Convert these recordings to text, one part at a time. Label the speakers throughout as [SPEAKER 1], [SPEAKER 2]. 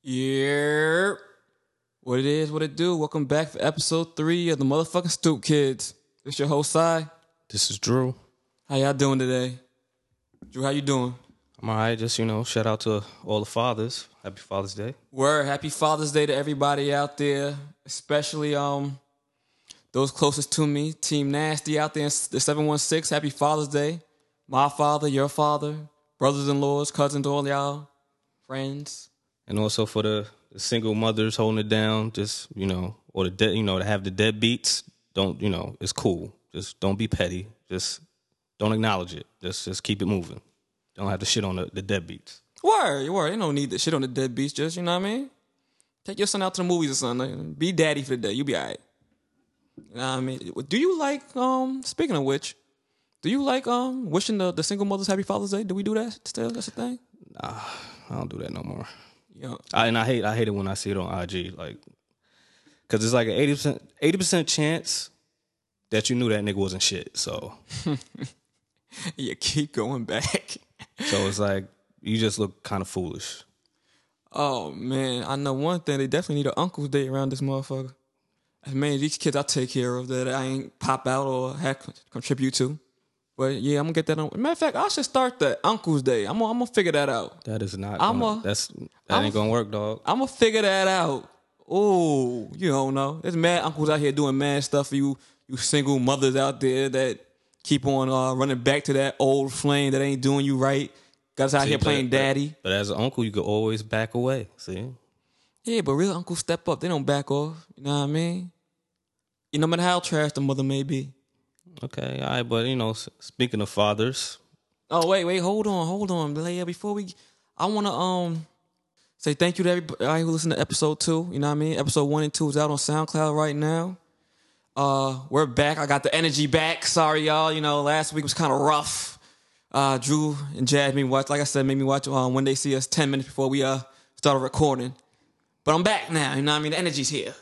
[SPEAKER 1] Yeah. What it is, what it do. Welcome back for episode three of the motherfucking Stoop Kids. It's your host, Cy.
[SPEAKER 2] This is Drew.
[SPEAKER 1] How y'all doing today? Drew, how you doing?
[SPEAKER 2] I'm all right. Just, you know, shout out to all the fathers. Happy Father's Day.
[SPEAKER 1] Word. Happy Father's Day to everybody out there, especially um those closest to me. Team Nasty out there in s- the 716. Happy Father's Day. My father, your father, brothers and lords, cousins, all y'all, friends.
[SPEAKER 2] And also for the, the single mothers holding it down, just, you know, or the dead, you know, to have the dead beats. Don't, you know, it's cool. Just don't be petty. Just don't acknowledge it. Just just keep it moving. Don't have to shit on the, the dead beats.
[SPEAKER 1] Word, word. You don't need that shit on the dead beach, just, you know what I mean? Take your son out to the movies or something. like, Be daddy for the day. You'll be all right. You know what I mean? Do you like, um, speaking of which, do you like um wishing the, the single mothers happy Father's Day? Do we do that still? That's a thing?
[SPEAKER 2] I don't do that no more.
[SPEAKER 1] Yeah.
[SPEAKER 2] I, and I hate I hate it when I see it on IG, like, because it's like an eighty percent eighty percent chance that you knew that nigga wasn't shit. So
[SPEAKER 1] You keep going back.
[SPEAKER 2] so it's like you just look kind of foolish.
[SPEAKER 1] Oh man, I know one thing. They definitely need an uncle's day around this motherfucker. As many of these kids I take care of that I ain't pop out or have con- contribute to. But yeah, I'm gonna get that on. Matter of fact, I should start the uncle's day. I'm gonna, I'm gonna figure that out.
[SPEAKER 2] That is not.
[SPEAKER 1] I'm
[SPEAKER 2] gonna,
[SPEAKER 1] a-
[SPEAKER 2] that's that
[SPEAKER 1] I'm
[SPEAKER 2] ain't
[SPEAKER 1] a-
[SPEAKER 2] gonna work, dog.
[SPEAKER 1] I'm gonna figure that out. Oh, you don't know. There's mad uncles out here doing mad stuff for you. You single mothers out there that keep on uh, running back to that old flame that ain't doing you right. Guys out here playing daddy.
[SPEAKER 2] But, as an uncle, you could always back away. See,
[SPEAKER 1] Yeah, but real uncles step up. They don't back off. You know what I mean? You know, no matter how trash the mother may be.
[SPEAKER 2] okay, all right. But you know, s- speaking of fathers,
[SPEAKER 1] Oh wait, wait, hold on, hold on, Leia. Before we, I want to um say thank you to everybody who listened to episode two. You know what I mean? Episode one and two is out on SoundCloud right now. Uh, we're back. I got the energy back. Sorry, y'all. You know, last week was kind of rough. Uh, Drew and Jazz made me watch. Like I said, made me watch um, when they see us ten minutes before we uh started recording. But I'm back now. You know what I mean? The energy's here.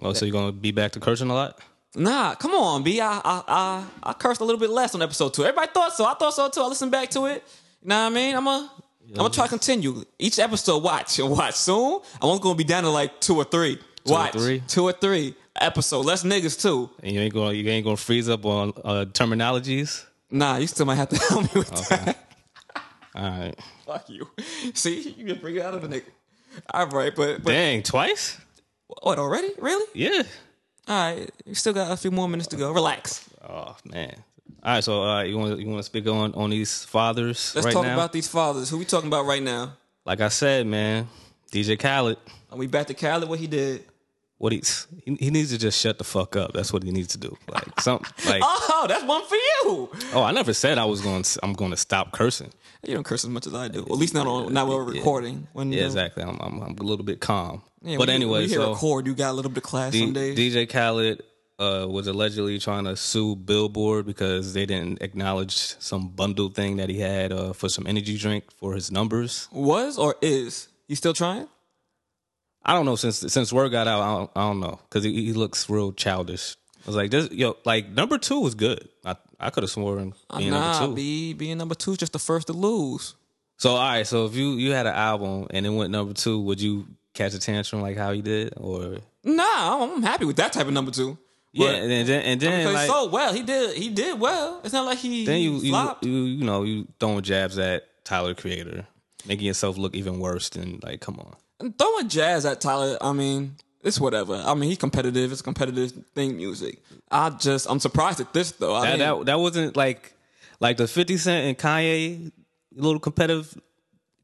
[SPEAKER 2] oh, so you're gonna be back to cursing a lot.
[SPEAKER 1] Nah, come on, B. I, I I I cursed a little bit less on episode two. Everybody thought so. I thought so too. I listened back to it. You know what I mean? I'm a I'm gonna try to continue each episode. Watch and watch soon. I'm only gonna be down to like two or three.
[SPEAKER 2] or
[SPEAKER 1] watch
[SPEAKER 2] three?
[SPEAKER 1] two or three episode. Less niggas too.
[SPEAKER 2] And you ain't gonna you ain't gonna freeze up on uh, terminologies.
[SPEAKER 1] Nah, you still might have to help me with that.
[SPEAKER 2] All right,
[SPEAKER 1] Fuck you. See, you just bring it out of a nigga. All right, but, but
[SPEAKER 2] dang, twice.
[SPEAKER 1] what already? Really?
[SPEAKER 2] Yeah.
[SPEAKER 1] All right, you still got a few more minutes to go. Relax.
[SPEAKER 2] Oh man. All right. So uh, you want you want to speak on on these fathers
[SPEAKER 1] Let's
[SPEAKER 2] right
[SPEAKER 1] talk
[SPEAKER 2] now?
[SPEAKER 1] about these fathers. Who we talking about right now?
[SPEAKER 2] like I said, man, DJ Khaled.
[SPEAKER 1] Are we back to Khaled? What he did?
[SPEAKER 2] What he's he, he needs to just shut the fuck up. That's what he needs to do. Like some like
[SPEAKER 1] Oh, that's one for you.
[SPEAKER 2] oh I never said I was going to, I'm going to stop cursing.
[SPEAKER 1] You don't curse as much as I do. At least not on not while we're recording. When
[SPEAKER 2] Yeah,
[SPEAKER 1] you know-
[SPEAKER 2] exactly. I'm, I'm I'm a little bit calm.
[SPEAKER 1] Yeah,
[SPEAKER 2] but
[SPEAKER 1] when you- when
[SPEAKER 2] anyway,
[SPEAKER 1] you hear
[SPEAKER 2] so
[SPEAKER 1] record. You got a little bit of class
[SPEAKER 2] D-
[SPEAKER 1] some days.
[SPEAKER 2] DJ Khaled uh, was allegedly trying to sue Billboard because they didn't acknowledge some bundle thing that he had uh, for some energy drink for his numbers.
[SPEAKER 1] Was or is you still trying?
[SPEAKER 2] I don't know since since word got out. I don't, I don't know because he, he looks real childish. I was like, this, yo, like number two was good. I I could have sworn being
[SPEAKER 1] Uh, nah,
[SPEAKER 2] number two.
[SPEAKER 1] B being number two is just the first to lose.
[SPEAKER 2] so all right, so if you you had an album and it went number two, would you catch a tantrum like how he did, or
[SPEAKER 1] Nah, I'm I'm happy with that type of number two.
[SPEAKER 2] yeah? And then and
[SPEAKER 1] But
[SPEAKER 2] then
[SPEAKER 1] he played
[SPEAKER 2] like
[SPEAKER 1] so well. He did. He did well. It's not like he
[SPEAKER 2] then you you,
[SPEAKER 1] flopped.
[SPEAKER 2] you you know you throwing jabs at Tyler the Creator, making yourself look even worse than like come on.
[SPEAKER 1] And throwing jazz at Tyler, I mean, it's whatever. I mean, he's competitive. It's competitive thing music. I just, I'm surprised at this though. I
[SPEAKER 2] That,
[SPEAKER 1] didn't-
[SPEAKER 2] that that wasn't like like the Fifty Cent and Kanye little competitive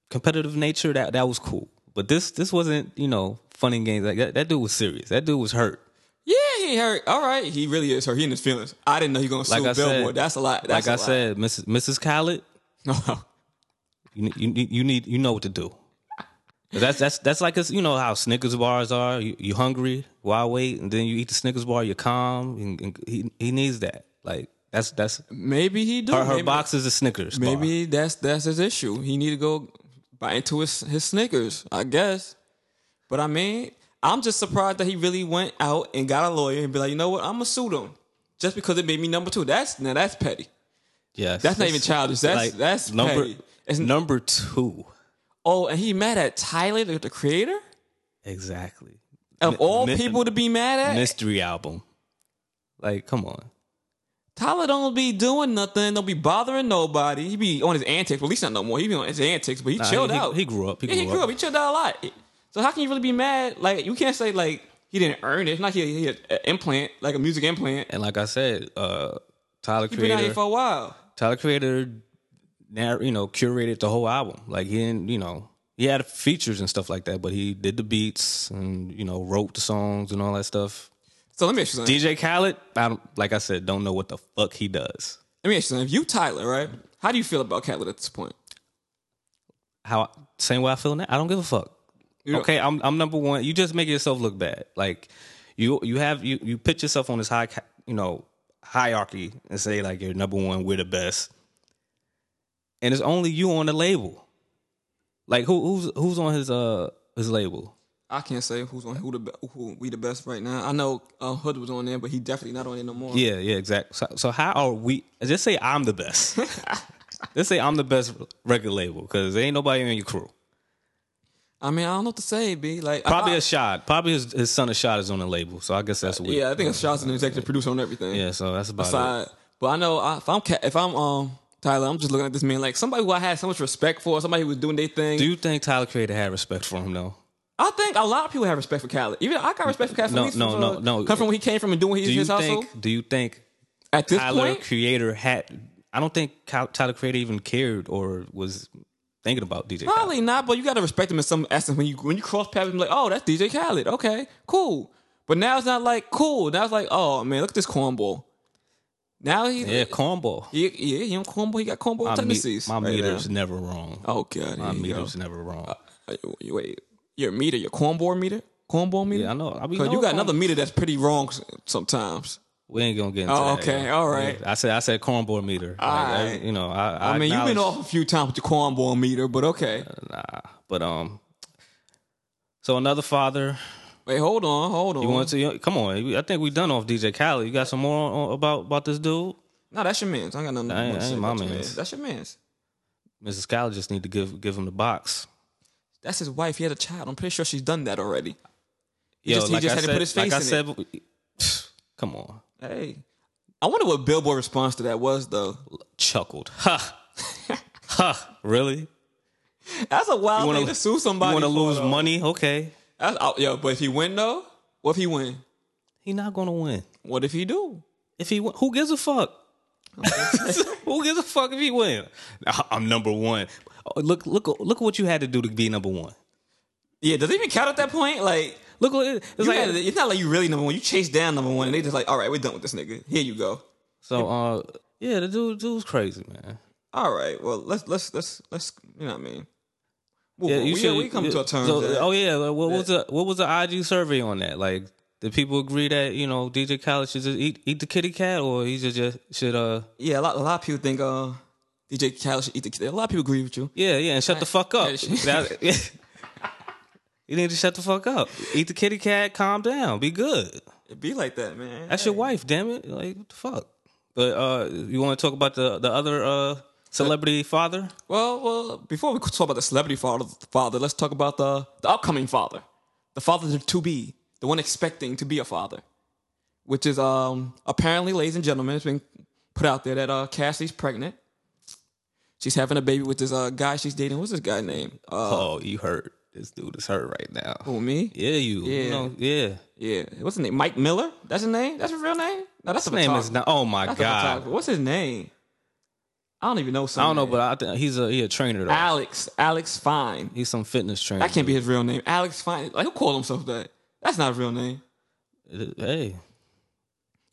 [SPEAKER 2] competitive nature. That that was cool, but this this wasn't you know fun and games. Like that, that dude was serious. That dude was hurt.
[SPEAKER 1] Yeah, he hurt. All right, he really is hurt. He in his feelings. I didn't know he gonna sue
[SPEAKER 2] Like I
[SPEAKER 1] Billboard.
[SPEAKER 2] said,
[SPEAKER 1] That's a lot. That's
[SPEAKER 2] like I
[SPEAKER 1] a
[SPEAKER 2] said, Mrs. Mrs. Khaled,
[SPEAKER 1] lot.
[SPEAKER 2] you ne- you need you need you know what to do. 'Cause That's that's that's like it's, you know how Snickers bars are. You, you hungry? Why wait? And then you eat the Snickers bar. You're calm. And, and he he needs that. Like that's that's
[SPEAKER 1] maybe he do.
[SPEAKER 2] her, her
[SPEAKER 1] maybe,
[SPEAKER 2] box is a Snickers. bar.
[SPEAKER 1] Maybe that's that's his issue. He need to go buy into his his Snickers, I guess. But I mean, I'm just surprised that he really went out and got a lawyer and be like, you know what, I'm gonna sue them just because it made me number two. That's now that's petty.
[SPEAKER 2] Yes,
[SPEAKER 1] That's not
[SPEAKER 2] it's-
[SPEAKER 1] even childish. That's
[SPEAKER 2] like,
[SPEAKER 1] that's
[SPEAKER 2] number
[SPEAKER 1] petty. It's,
[SPEAKER 2] number two.
[SPEAKER 1] oh, and he mad at Tyler, the, the creator.
[SPEAKER 2] Exactly.
[SPEAKER 1] Of
[SPEAKER 2] Mi-
[SPEAKER 1] all
[SPEAKER 2] mi-
[SPEAKER 1] people to be mad at,
[SPEAKER 2] mystery album. Like, come on.
[SPEAKER 1] Tyler don't be doing nothing, don't be bothering nobody. He be on his antics, well, at least not no more. He be on his antics, but he
[SPEAKER 2] Nah,
[SPEAKER 1] chilled
[SPEAKER 2] he- he-
[SPEAKER 1] out.
[SPEAKER 2] he grew up. He
[SPEAKER 1] yeah, he
[SPEAKER 2] grew
[SPEAKER 1] grew
[SPEAKER 2] up.
[SPEAKER 1] up. He chilled out a lot. So how can you really be mad? Like you can't say like he didn't earn it. It's not he, he had an implant, like a music implant.
[SPEAKER 2] And like I said, uh, Tyler
[SPEAKER 1] He been out here
[SPEAKER 2] Creator,
[SPEAKER 1] for a while.
[SPEAKER 2] Tyler Creator, narr- you know, curated the whole album. Like he didn't, you know, he had features and stuff like that, but he did the beats and you know wrote the songs and all that stuff.
[SPEAKER 1] So let me ask you something.
[SPEAKER 2] DJ Khaled, I don't, like I said, don't know what the fuck he does.
[SPEAKER 1] Let me ask you something. If you Tyler, right? How do you feel about Khaled at this point?
[SPEAKER 2] How same way I feel now. I don't give a fuck.
[SPEAKER 1] You don't-
[SPEAKER 2] okay, I'm I'm number one. You just make yourself look bad. Like you you have you you put yourself on this high ca- you know hierarchy and say like you're number one, we're the best, and it's only you on the label. Like who who's who's on his uh his label?
[SPEAKER 1] I can't say who's on who the be- who we the best right now. I know uh, Hood was on there, but he definitely not on there no more.
[SPEAKER 2] Yeah, yeah, exactly. So, so how are we? Just say I'm the best. Let's say I'm the best record label because there ain't nobody on your crew.
[SPEAKER 1] I mean, I don't know what to say, b. Like
[SPEAKER 2] Probably
[SPEAKER 1] I,
[SPEAKER 2] a shot. Probably his, his son a shot is on the label. So I guess that's weird.
[SPEAKER 1] Uh, yeah. I think it's Shaw's an executive producer on everything.
[SPEAKER 2] yeah. So that's about it.
[SPEAKER 1] side. But I know I, if I'm Ca- if I'm um Tyler, I'm just looking at this man like somebody who I had so much respect for, somebody who was doing their thing.
[SPEAKER 2] Do you think Tyler Creator had respect for him though?
[SPEAKER 1] I think a lot of people have respect for Khaled. Even I got respect for Khaled.
[SPEAKER 2] No,
[SPEAKER 1] from his-
[SPEAKER 2] no,
[SPEAKER 1] from,
[SPEAKER 2] no,
[SPEAKER 1] uh,
[SPEAKER 2] no.
[SPEAKER 1] Come from where he came from and doing his,
[SPEAKER 2] Do you
[SPEAKER 1] his household.
[SPEAKER 2] think? Do you think
[SPEAKER 1] At this
[SPEAKER 2] Tyler
[SPEAKER 1] point,
[SPEAKER 2] Creator had? I don't think Ky- Tyler Creator even cared or was thinking about DJ. Khaled.
[SPEAKER 1] probably not. But you got to respect him in some essence when you when you cross paths. you like, oh, that's DJ Khaled. Okay, cool. But now it's not like cool. Now it's like, oh man, look at this cornball. Now he
[SPEAKER 2] Yeah, cornball.
[SPEAKER 1] yeah yeah he on cornball. He got cornball
[SPEAKER 2] My, me-
[SPEAKER 1] tendencies.
[SPEAKER 2] my
[SPEAKER 1] right
[SPEAKER 2] meter's
[SPEAKER 1] now.
[SPEAKER 2] never wrong.
[SPEAKER 1] Oh god,
[SPEAKER 2] my
[SPEAKER 1] here you go.
[SPEAKER 2] meter's never wrong.
[SPEAKER 1] Uh, you- Wait, your meter, your cornball meter, cornball meter.
[SPEAKER 2] yeah, I know. I mean,
[SPEAKER 1] Cause
[SPEAKER 2] no,
[SPEAKER 1] you got
[SPEAKER 2] corn-
[SPEAKER 1] another meter that's pretty wrong s- sometimes.
[SPEAKER 2] We ain't gonna get into
[SPEAKER 1] Oh,
[SPEAKER 2] that.
[SPEAKER 1] okay,
[SPEAKER 2] yo.
[SPEAKER 1] all right.
[SPEAKER 2] I said I said cornball meter. Like,
[SPEAKER 1] right.
[SPEAKER 2] I- you know, I,
[SPEAKER 1] I, mean, you've been
[SPEAKER 2] acknowledge- Uh,
[SPEAKER 1] off a few times with your cornball meter, but okay.
[SPEAKER 2] Nah, but um. So another father.
[SPEAKER 1] Wait, hold on, hold on.
[SPEAKER 2] You want to? Come on. I think we done off DJ Khaled. You got some more on, about about this dude?
[SPEAKER 1] no, that's your man's. I ain't got nothing.
[SPEAKER 2] That ain't-
[SPEAKER 1] more to
[SPEAKER 2] that
[SPEAKER 1] say
[SPEAKER 2] ain't my
[SPEAKER 1] about your
[SPEAKER 2] man's.
[SPEAKER 1] man's. That's your man's.
[SPEAKER 2] Mrs. Skyler just need to give give him the box.
[SPEAKER 1] That's his wife. He had a child. I'm pretty sure she's done that already. He
[SPEAKER 2] Yo,
[SPEAKER 1] just, he
[SPEAKER 2] like
[SPEAKER 1] just
[SPEAKER 2] I
[SPEAKER 1] had
[SPEAKER 2] said,
[SPEAKER 1] to put his face
[SPEAKER 2] like
[SPEAKER 1] in
[SPEAKER 2] I said, come on,
[SPEAKER 1] it. Hey, I wonder what Billboard response to that was though.
[SPEAKER 2] chuckled. Ha, ha. Really?
[SPEAKER 1] That's a wild
[SPEAKER 2] wanna-
[SPEAKER 1] thing to sue
[SPEAKER 2] You
[SPEAKER 1] somebody.
[SPEAKER 2] want to
[SPEAKER 1] for,
[SPEAKER 2] lose
[SPEAKER 1] though.
[SPEAKER 2] money? Okay,
[SPEAKER 1] That's, oh, yo, but if he win though, what if he win?
[SPEAKER 2] he not gonna win.
[SPEAKER 1] What if he do?
[SPEAKER 2] If he win, who gives a fuck? who gives a fuck if he win? I- I'm number one. Oh, Look, look, look what you had to do to be number one.
[SPEAKER 1] Yeah, does it even count at that point? Like,
[SPEAKER 2] Look, what it- it's
[SPEAKER 1] You
[SPEAKER 2] like
[SPEAKER 1] had- it's not like you really number one. You chase down number one, and they just like, all right, we're done with this nigga. Here you go.
[SPEAKER 2] so. Uh, yeah, the dude, dude's crazy, man.
[SPEAKER 1] All right, well let's let's let's let's you know what I mean. Well,
[SPEAKER 2] Oh, Yeah,
[SPEAKER 1] we,
[SPEAKER 2] you
[SPEAKER 1] we-
[SPEAKER 2] should. e-
[SPEAKER 1] we come
[SPEAKER 2] yeah,
[SPEAKER 1] to a terms.
[SPEAKER 2] so-
[SPEAKER 1] that-
[SPEAKER 2] oh yeah, like, what was the what was the IG survey on that? Like, did people agree that you know DJ Khaled should just eat eat the kitty cat, or he should just should uh
[SPEAKER 1] yeah, a lot a lot of people think uh DJ Khaled should eat the kid. A lot of people agree with you.
[SPEAKER 2] yeah yeah and shut the fuck up?
[SPEAKER 1] Yeah, shit.
[SPEAKER 2] That- you need to shut the fuck up. Eat the kitty cat. Calm down. Be good.
[SPEAKER 1] It be like that, man.
[SPEAKER 2] That's your wife. Damn it. Like what the fuck. But uh, you want to talk about the the other uh celebrity father?
[SPEAKER 1] well, well. Before we talk about the celebrity father, father, let's talk about the the upcoming father, the father to be, the one expecting to be a father, which is um apparently, ladies and gentlemen, it's been put out there that uh Cassie's pregnant. She's having a baby with this uh guy she's dating. What's this guy name? Uh,
[SPEAKER 2] Oh, you hurt. This dude is hurt right now.
[SPEAKER 1] who, me?
[SPEAKER 2] Yeah, you. Yeah.
[SPEAKER 1] Yeah.
[SPEAKER 2] You know, yeah.
[SPEAKER 1] Yeah. What's his name? Mike Miller? That's his name? That's his real name? No, that's
[SPEAKER 2] His name is not. Oh my
[SPEAKER 1] That's a
[SPEAKER 2] god.
[SPEAKER 1] photographer. What's his name? I don't even know. Some
[SPEAKER 2] I don't know, but I think he's a he a trainer though.
[SPEAKER 1] Alex. Alex Fine.
[SPEAKER 2] He's some fitness trainer.
[SPEAKER 1] That can't be his real name. Alex Fine. Like who called himself that? That's not his real name.
[SPEAKER 2] Hey, I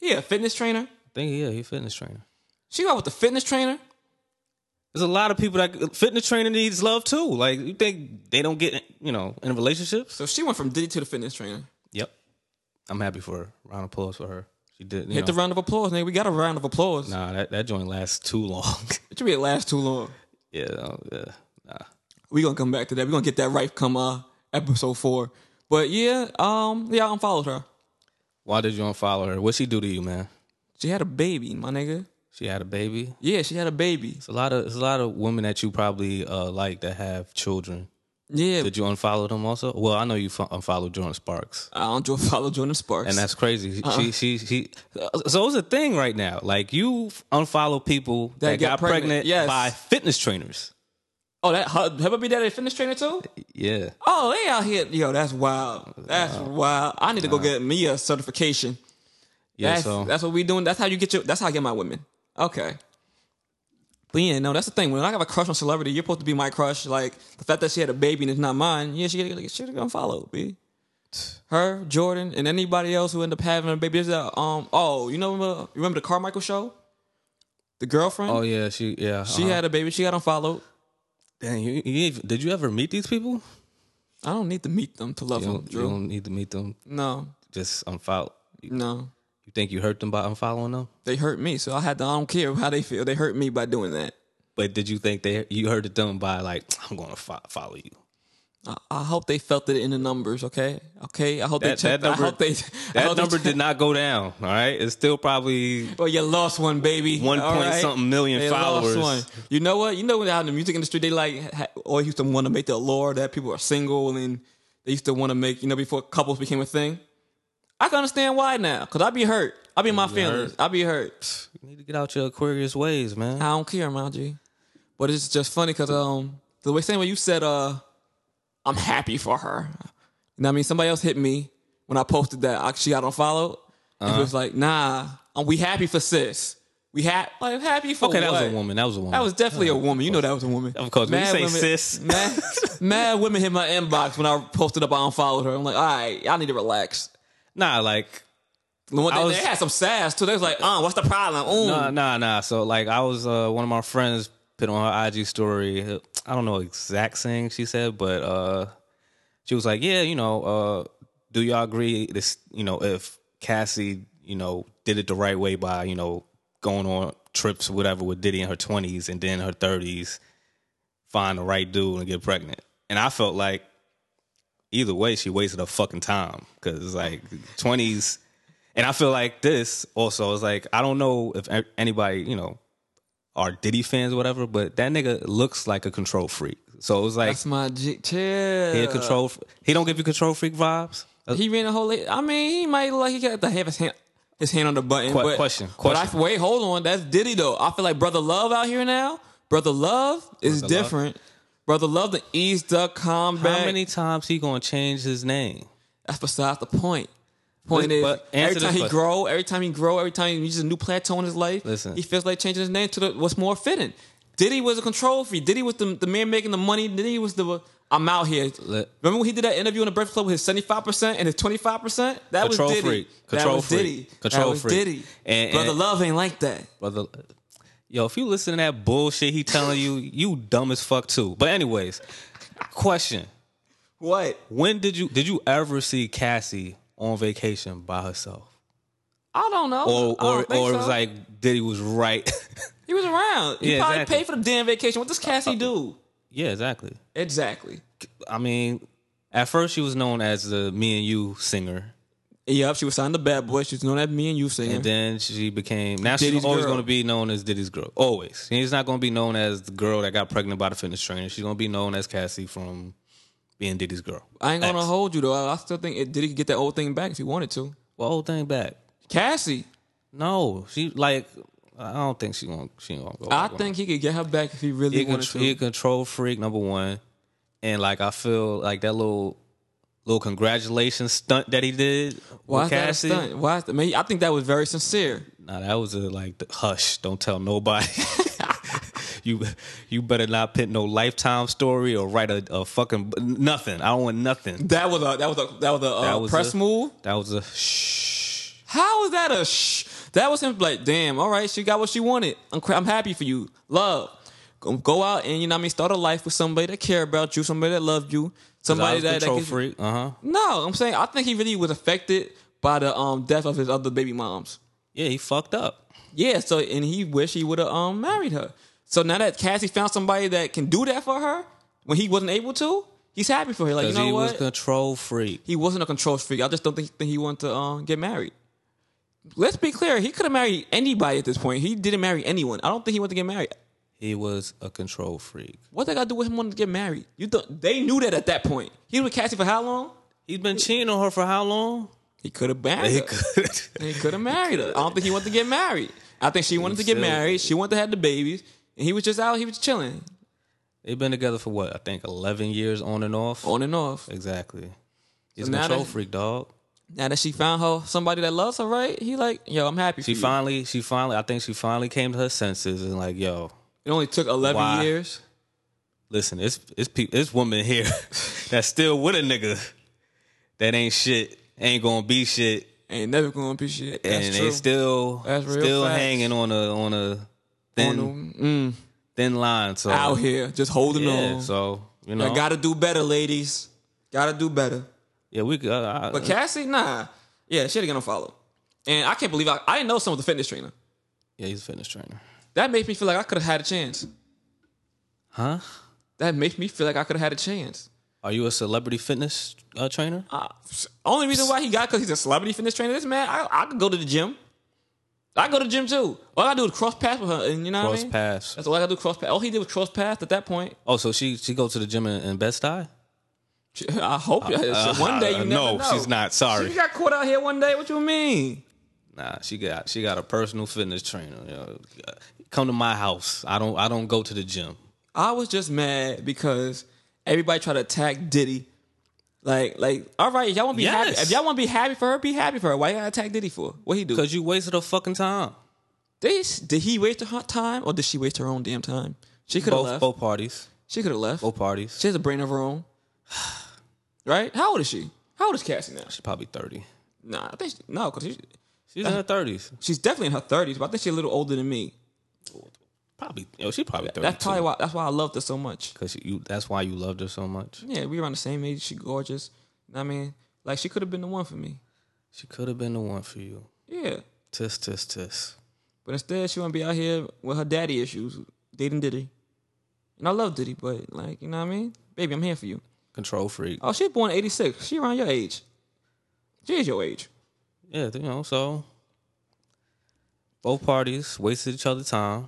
[SPEAKER 1] Yeah, fitness trainer.
[SPEAKER 2] think yeah, he's a fitness trainer.
[SPEAKER 1] She got with the fitness trainer.
[SPEAKER 2] There's a lot of people that fitness trainer needs love too. Like you think they don't get you know in relationships?
[SPEAKER 1] So she went from Diddy to the fitness trainer.
[SPEAKER 2] Yep. I'm happy for her. Round of applause for her. She did. You
[SPEAKER 1] Hit the
[SPEAKER 2] know,
[SPEAKER 1] round of applause, nigga. We got a round of applause.
[SPEAKER 2] nah, that, that joint lasts too long.
[SPEAKER 1] It should be it last too long.
[SPEAKER 2] yeah, no, yeah, nah.
[SPEAKER 1] We gonna come back to that. We gonna get that right come uh episode four. But yeah, um, yeah, I unfollowed her.
[SPEAKER 2] Why did you unfollow her? What she do to you, man?
[SPEAKER 1] She had a baby, my nigga.
[SPEAKER 2] She had a baby.
[SPEAKER 1] Yeah, she had a baby.
[SPEAKER 2] It's a lot of it's a lot of women that you probably uh, like that have children,
[SPEAKER 1] Yeah,
[SPEAKER 2] Did you unfollow them also? Well, I know you fo- unfollowed Jordan Sparks,
[SPEAKER 1] I don't jo- follow Jordan Sparks.
[SPEAKER 2] and that's crazy.
[SPEAKER 1] Uh-huh.
[SPEAKER 2] She, she, she. So it's a thing right now. Like you unfollow people
[SPEAKER 1] get
[SPEAKER 2] that, got
[SPEAKER 1] pregnant,
[SPEAKER 2] pregnant,
[SPEAKER 1] yes.
[SPEAKER 2] by fitness trainers.
[SPEAKER 1] oh, that her, her be that a fitness trainer too.
[SPEAKER 2] Yeah,
[SPEAKER 1] Oh, they out here, yo, that's wild. That's wild. I need to go get me a certification.
[SPEAKER 2] yeah.
[SPEAKER 1] that's,
[SPEAKER 2] so
[SPEAKER 1] that's what we doing. That's how you get your. That's how I get my women. Okay. But yeah, no, that's the thing. When I have a crush on celebrity, you're supposed to be my crush. Like the fact that she had a baby and it's not mine. Yeah, she gotta- she gonna follow B. Her, Jordan, and anybody else who end up having a baby. There's a um. Oh, you know, remember, you remember the Carmichael show? The girlfriend.
[SPEAKER 2] oh yeah, she yeah.
[SPEAKER 1] She had a baby. She got unfollowed.
[SPEAKER 2] Dang, you, you even- did you ever meet these people?
[SPEAKER 1] I don't need to meet them to love
[SPEAKER 2] You
[SPEAKER 1] them,
[SPEAKER 2] don't, you
[SPEAKER 1] Drew.
[SPEAKER 2] don't need to meet them.
[SPEAKER 1] No,
[SPEAKER 2] Just unfollow. You
[SPEAKER 1] no.
[SPEAKER 2] you think you hurt them by unfollowing them?
[SPEAKER 1] They hurt me, so I had to. I don't care how they feel. They hurt me by doing that.
[SPEAKER 2] But did you think they you hurted them by like I'm going to fo- follow you?
[SPEAKER 1] I, I hope they felt it in the numbers. Okay, okay. I hope they
[SPEAKER 2] That-
[SPEAKER 1] checked.
[SPEAKER 2] that
[SPEAKER 1] I
[SPEAKER 2] number-
[SPEAKER 1] hope they. I
[SPEAKER 2] That
[SPEAKER 1] hope they
[SPEAKER 2] number
[SPEAKER 1] checked-
[SPEAKER 2] did not go down. All right, it's still probably
[SPEAKER 1] Well, you lost one, baby.
[SPEAKER 2] One
[SPEAKER 1] All
[SPEAKER 2] point something million
[SPEAKER 1] They
[SPEAKER 2] followers.
[SPEAKER 1] Lost one. You know what? You know how in the music industry they like ha- always used to want to make the allure that people are single and they used to want to make you know before couples became a thing. I can understand why now, cause I be hurt. I be in my feelings. I be hurt.
[SPEAKER 2] You need to get out your Aquarius ways, man.
[SPEAKER 1] I don't care, my G. But it's just funny because um the way same way you said uh I'm happy for her. You know what I mean? Somebody else hit me when I posted that I, she got unfollowed. And
[SPEAKER 2] Uh-huh.
[SPEAKER 1] it was like, nah, um, we happy for sis. We ha- like, happy for
[SPEAKER 2] Okay, that was
[SPEAKER 1] what?
[SPEAKER 2] a woman. That was a woman.
[SPEAKER 1] That was definitely a woman. You know that was a woman.
[SPEAKER 2] Of course. When you say sis.
[SPEAKER 1] Mad, mad women hit my inbox when I posted up I unfollowed her. I'm like, all right, I need to relax.
[SPEAKER 2] nah, like
[SPEAKER 1] The one
[SPEAKER 2] I
[SPEAKER 1] thing-
[SPEAKER 2] was-
[SPEAKER 1] they had some sass too. They was like, uh, what's the problem? Ooh.
[SPEAKER 2] nah, nah, nah. So like, I was uh, one of my friends put on her IG story. I don't know exact thing she said, but uh, she was like, yeah, you know, uh, do y'all agree? This, you know, if Cassie, you know, did it the right way by, you know, going on trips, whatever, with Diddy in her twenties and then her thirties, find the right dude and get pregnant. And I felt like either way, she wasted her fucking time because like twenties. And I feel like this also is like I don't know if a- anybody you know are Diddy fans or whatever, but that nigga looks like a control freak. So it was like
[SPEAKER 1] That's my G. Chill.
[SPEAKER 2] he a control. fr- He don't give you control freak vibes. Uh,
[SPEAKER 1] He ran a whole. I mean, he might look like he got to have his hand, his hand on the button.
[SPEAKER 2] Que-
[SPEAKER 1] but,
[SPEAKER 2] question,
[SPEAKER 1] But I, wait, hold on. That's Diddy though. I feel like Brother Love out here now. Brother Love is
[SPEAKER 2] Brother Love.
[SPEAKER 1] different. Brother Love to ease the combat.
[SPEAKER 2] How many times he gonna change his name?
[SPEAKER 1] That's beside the point. Point
[SPEAKER 2] Listen,
[SPEAKER 1] is,
[SPEAKER 2] but answer
[SPEAKER 1] every
[SPEAKER 2] this
[SPEAKER 1] time he
[SPEAKER 2] question.
[SPEAKER 1] grow, every time he grow, every time he reaches a new plateau in his life,
[SPEAKER 2] Listen.
[SPEAKER 1] he feels like changing his name to the, what's more fitting. Diddy was a control freak. Diddy was the, the man making the money. Diddy was the I'm out here.
[SPEAKER 2] Let-
[SPEAKER 1] Remember when he did that interview in the Breakfast Club with his 75 percent and his 25 percent? That
[SPEAKER 2] Control
[SPEAKER 1] was Diddy.
[SPEAKER 2] freak.
[SPEAKER 1] that
[SPEAKER 2] Control
[SPEAKER 1] was
[SPEAKER 2] freak.
[SPEAKER 1] Diddy. that
[SPEAKER 2] Control
[SPEAKER 1] was
[SPEAKER 2] freak.
[SPEAKER 1] Diddy.
[SPEAKER 2] And-
[SPEAKER 1] Brother
[SPEAKER 2] and-
[SPEAKER 1] Love ain't like that.
[SPEAKER 2] brother. Yo, if you listen to that bullshit he telling you, you dumb as fuck too. But anyways, question:
[SPEAKER 1] What?
[SPEAKER 2] When did you did you ever see Cassie on vacation by herself,
[SPEAKER 1] I don't know. I
[SPEAKER 2] or
[SPEAKER 1] don't
[SPEAKER 2] or
[SPEAKER 1] think
[SPEAKER 2] or it was
[SPEAKER 1] so.
[SPEAKER 2] like Diddy was right?
[SPEAKER 1] he was around. He
[SPEAKER 2] Yeah,
[SPEAKER 1] probably
[SPEAKER 2] exactly. Uh,
[SPEAKER 1] paid for the damn vacation. What does Cassie do?
[SPEAKER 2] yeah, exactly.
[SPEAKER 1] Exactly.
[SPEAKER 2] I mean, at first she was known as the Me and You singer,
[SPEAKER 1] Yep, she was signed to Bad Boy. She was known as me and you singer.
[SPEAKER 2] and then she became. Now she's
[SPEAKER 1] Mm-hmm. Diddy's
[SPEAKER 2] always
[SPEAKER 1] girl.
[SPEAKER 2] going to be known as Diddy's girl. Always, she's not going to be known as the girl that got pregnant by the fitness trainer. She's going to be known as Cassie from being Diddy's girl.
[SPEAKER 1] I ain't gonna
[SPEAKER 2] X.
[SPEAKER 1] hold you though. I, I still think it, Diddy could get that old thing back if he wanted to.
[SPEAKER 2] Well, whole thing back.
[SPEAKER 1] Cassie,
[SPEAKER 2] No, she like. I don't think she gonna she gonna go.
[SPEAKER 1] I think he could get her back if he really
[SPEAKER 2] he, a
[SPEAKER 1] wanted
[SPEAKER 2] contr- he a
[SPEAKER 1] to.
[SPEAKER 2] control freak number one, and like I feel like that little little congratulations stunt that he did.
[SPEAKER 1] Why is
[SPEAKER 2] with
[SPEAKER 1] that a
[SPEAKER 2] Cassie,
[SPEAKER 1] stunt? Why? Is that, I, mean, I think that was very sincere.
[SPEAKER 2] Nah, that was a like the, hush. Don't tell nobody. you you better not pin no lifetime story or write a, a fucking nothing. I don't want nothing.
[SPEAKER 1] That was a that was a that was a uh,
[SPEAKER 2] That was
[SPEAKER 1] press
[SPEAKER 2] a-
[SPEAKER 1] move.
[SPEAKER 2] That was a shh.
[SPEAKER 1] How is that a shh? That was him like, damn, all right, she got what she wanted. I'm, cra- I'm happy for you. Love. Go, go out and, you know what I mean, start a life with somebody that care about you, somebody that loved you,
[SPEAKER 2] I
[SPEAKER 1] somebody
[SPEAKER 2] was
[SPEAKER 1] that, that
[SPEAKER 2] control
[SPEAKER 1] could-
[SPEAKER 2] freak. Uh huh.
[SPEAKER 1] No, I'm saying I think he really was affected by the um death of his other baby moms.
[SPEAKER 2] Yeah, he fucked up.
[SPEAKER 1] Yeah, so and he wish he would have um married her. So now that Cassie found somebody that can do that for her when he wasn't able to, he's happy for her. Like you
[SPEAKER 2] 'Cause
[SPEAKER 1] know
[SPEAKER 2] he
[SPEAKER 1] what?
[SPEAKER 2] was control freak.
[SPEAKER 1] he wasn't a control freak. I just don't think, think he wanted to um get married. Let's be clear, he could have married anybody at this point. He didn't marry anyone. I don't think he wanted to get married.
[SPEAKER 2] He was a control freak.
[SPEAKER 1] What they got to do with him wanting to get married? You th- they knew that at that point. He was Cassie for how long?
[SPEAKER 2] He's been cheating on her for how long?
[SPEAKER 1] He could have married
[SPEAKER 2] He
[SPEAKER 1] her.
[SPEAKER 2] could.
[SPEAKER 1] He could have married her. I don't think he wanted to get married. I think she wanted to get
[SPEAKER 2] still-
[SPEAKER 1] married. She wanted to have the babies, and he was just out. He was chilling
[SPEAKER 2] They've been together for what? I think eleven years on and off.
[SPEAKER 1] on and off.
[SPEAKER 2] Exactly. He's
[SPEAKER 1] So
[SPEAKER 2] a
[SPEAKER 1] now
[SPEAKER 2] control
[SPEAKER 1] that-
[SPEAKER 2] freak, dog.
[SPEAKER 1] Now that she found her somebody that loves her, right? He like, yo, I'm happy.
[SPEAKER 2] She
[SPEAKER 1] for you.
[SPEAKER 2] finally, she finally, I think she finally came to her senses and like, yo,
[SPEAKER 1] It only took 11
[SPEAKER 2] Why?
[SPEAKER 1] years.
[SPEAKER 2] listen, it's it's pe- it's woman here that's still with a nigga that ain't shit, ain't gonna be shit,
[SPEAKER 1] Ain't never gonna be shit. That's
[SPEAKER 2] and
[SPEAKER 1] true.
[SPEAKER 2] they still
[SPEAKER 1] That's real
[SPEAKER 2] still
[SPEAKER 1] facts.
[SPEAKER 2] hanging on a on a
[SPEAKER 1] On
[SPEAKER 2] thin
[SPEAKER 1] them, mm,
[SPEAKER 2] thin line. So
[SPEAKER 1] out here just holding
[SPEAKER 2] yeah,
[SPEAKER 1] on.
[SPEAKER 2] so you
[SPEAKER 1] I
[SPEAKER 2] know,
[SPEAKER 1] gotta do better, ladies. Gotta do better.
[SPEAKER 2] yeah, we uh, got. I,
[SPEAKER 1] But Cassie, nah. Yeah, she ain't gonna follow. And I can't believe I, I didn't know someone was a fitness trainer.
[SPEAKER 2] yeah, he's a fitness trainer,
[SPEAKER 1] That makes me feel like I could have had a chance.
[SPEAKER 2] huh?
[SPEAKER 1] That makes me feel like I could have had a chance.
[SPEAKER 2] Are you a celebrity fitness uh, trainer?
[SPEAKER 1] Uh, only reason why he got because he's a celebrity fitness trainer. This man, I, I could go to the gym. I go to the gym too. All I do is cross paths with her, and you know what I
[SPEAKER 2] Cross
[SPEAKER 1] mean.
[SPEAKER 2] paths.
[SPEAKER 1] That's all I gotta do. Cross paths. All he did was cross paths at that point.
[SPEAKER 2] Oh, so she she go to the gym in, in Best Eye?
[SPEAKER 1] I hope one day you
[SPEAKER 2] uh,
[SPEAKER 1] never
[SPEAKER 2] no,
[SPEAKER 1] know.
[SPEAKER 2] she's not. Sorry.
[SPEAKER 1] She got caught out here one day. What you mean?
[SPEAKER 2] Nah, she got she got a personal fitness trainer. you know. Come to my house. I don't I don't go to the gym.
[SPEAKER 1] I was just mad because everybody tried to attack Diddy. Like, like, all right, if y'all want to be
[SPEAKER 2] Yes.
[SPEAKER 1] happy. If y'all want to be happy for her, be happy for her. Why you gotta attack Diddy for? What he do?
[SPEAKER 2] Cause you wasted her fucking time.
[SPEAKER 1] Did he, did he waste her time or did she waste her own damn time? She could have
[SPEAKER 2] Both
[SPEAKER 1] left.
[SPEAKER 2] both parties.
[SPEAKER 1] She could have left.
[SPEAKER 2] Both parties.
[SPEAKER 1] She has a brain of her own, right? How old is she? How old is Cassie now?
[SPEAKER 2] She's probably thirty.
[SPEAKER 1] Nah, I think she, no, because she,
[SPEAKER 2] She's in her thirties.
[SPEAKER 1] she's definitely in her thirties, but I think she's a little older than me.
[SPEAKER 2] Probably. Yo, she probably thirty.
[SPEAKER 1] That's probably why. That's why I loved her so much.
[SPEAKER 2] Cause you. That's why you loved her so much.
[SPEAKER 1] Yeah, we around the same age. She gorgeous. You know what I mean, like she could have been the one for me.
[SPEAKER 2] She could have been the one for you.
[SPEAKER 1] Yeah,
[SPEAKER 2] Tis tis tis.
[SPEAKER 1] but instead she want to be out here with her daddy issues, dating Diddy. And I love Diddy, but like you know what I mean, baby, I'm here for you.
[SPEAKER 2] Control freak.
[SPEAKER 1] Oh, she born '86. She around your age. She is your age.
[SPEAKER 2] Yeah, you know. So both parties wasted each other time.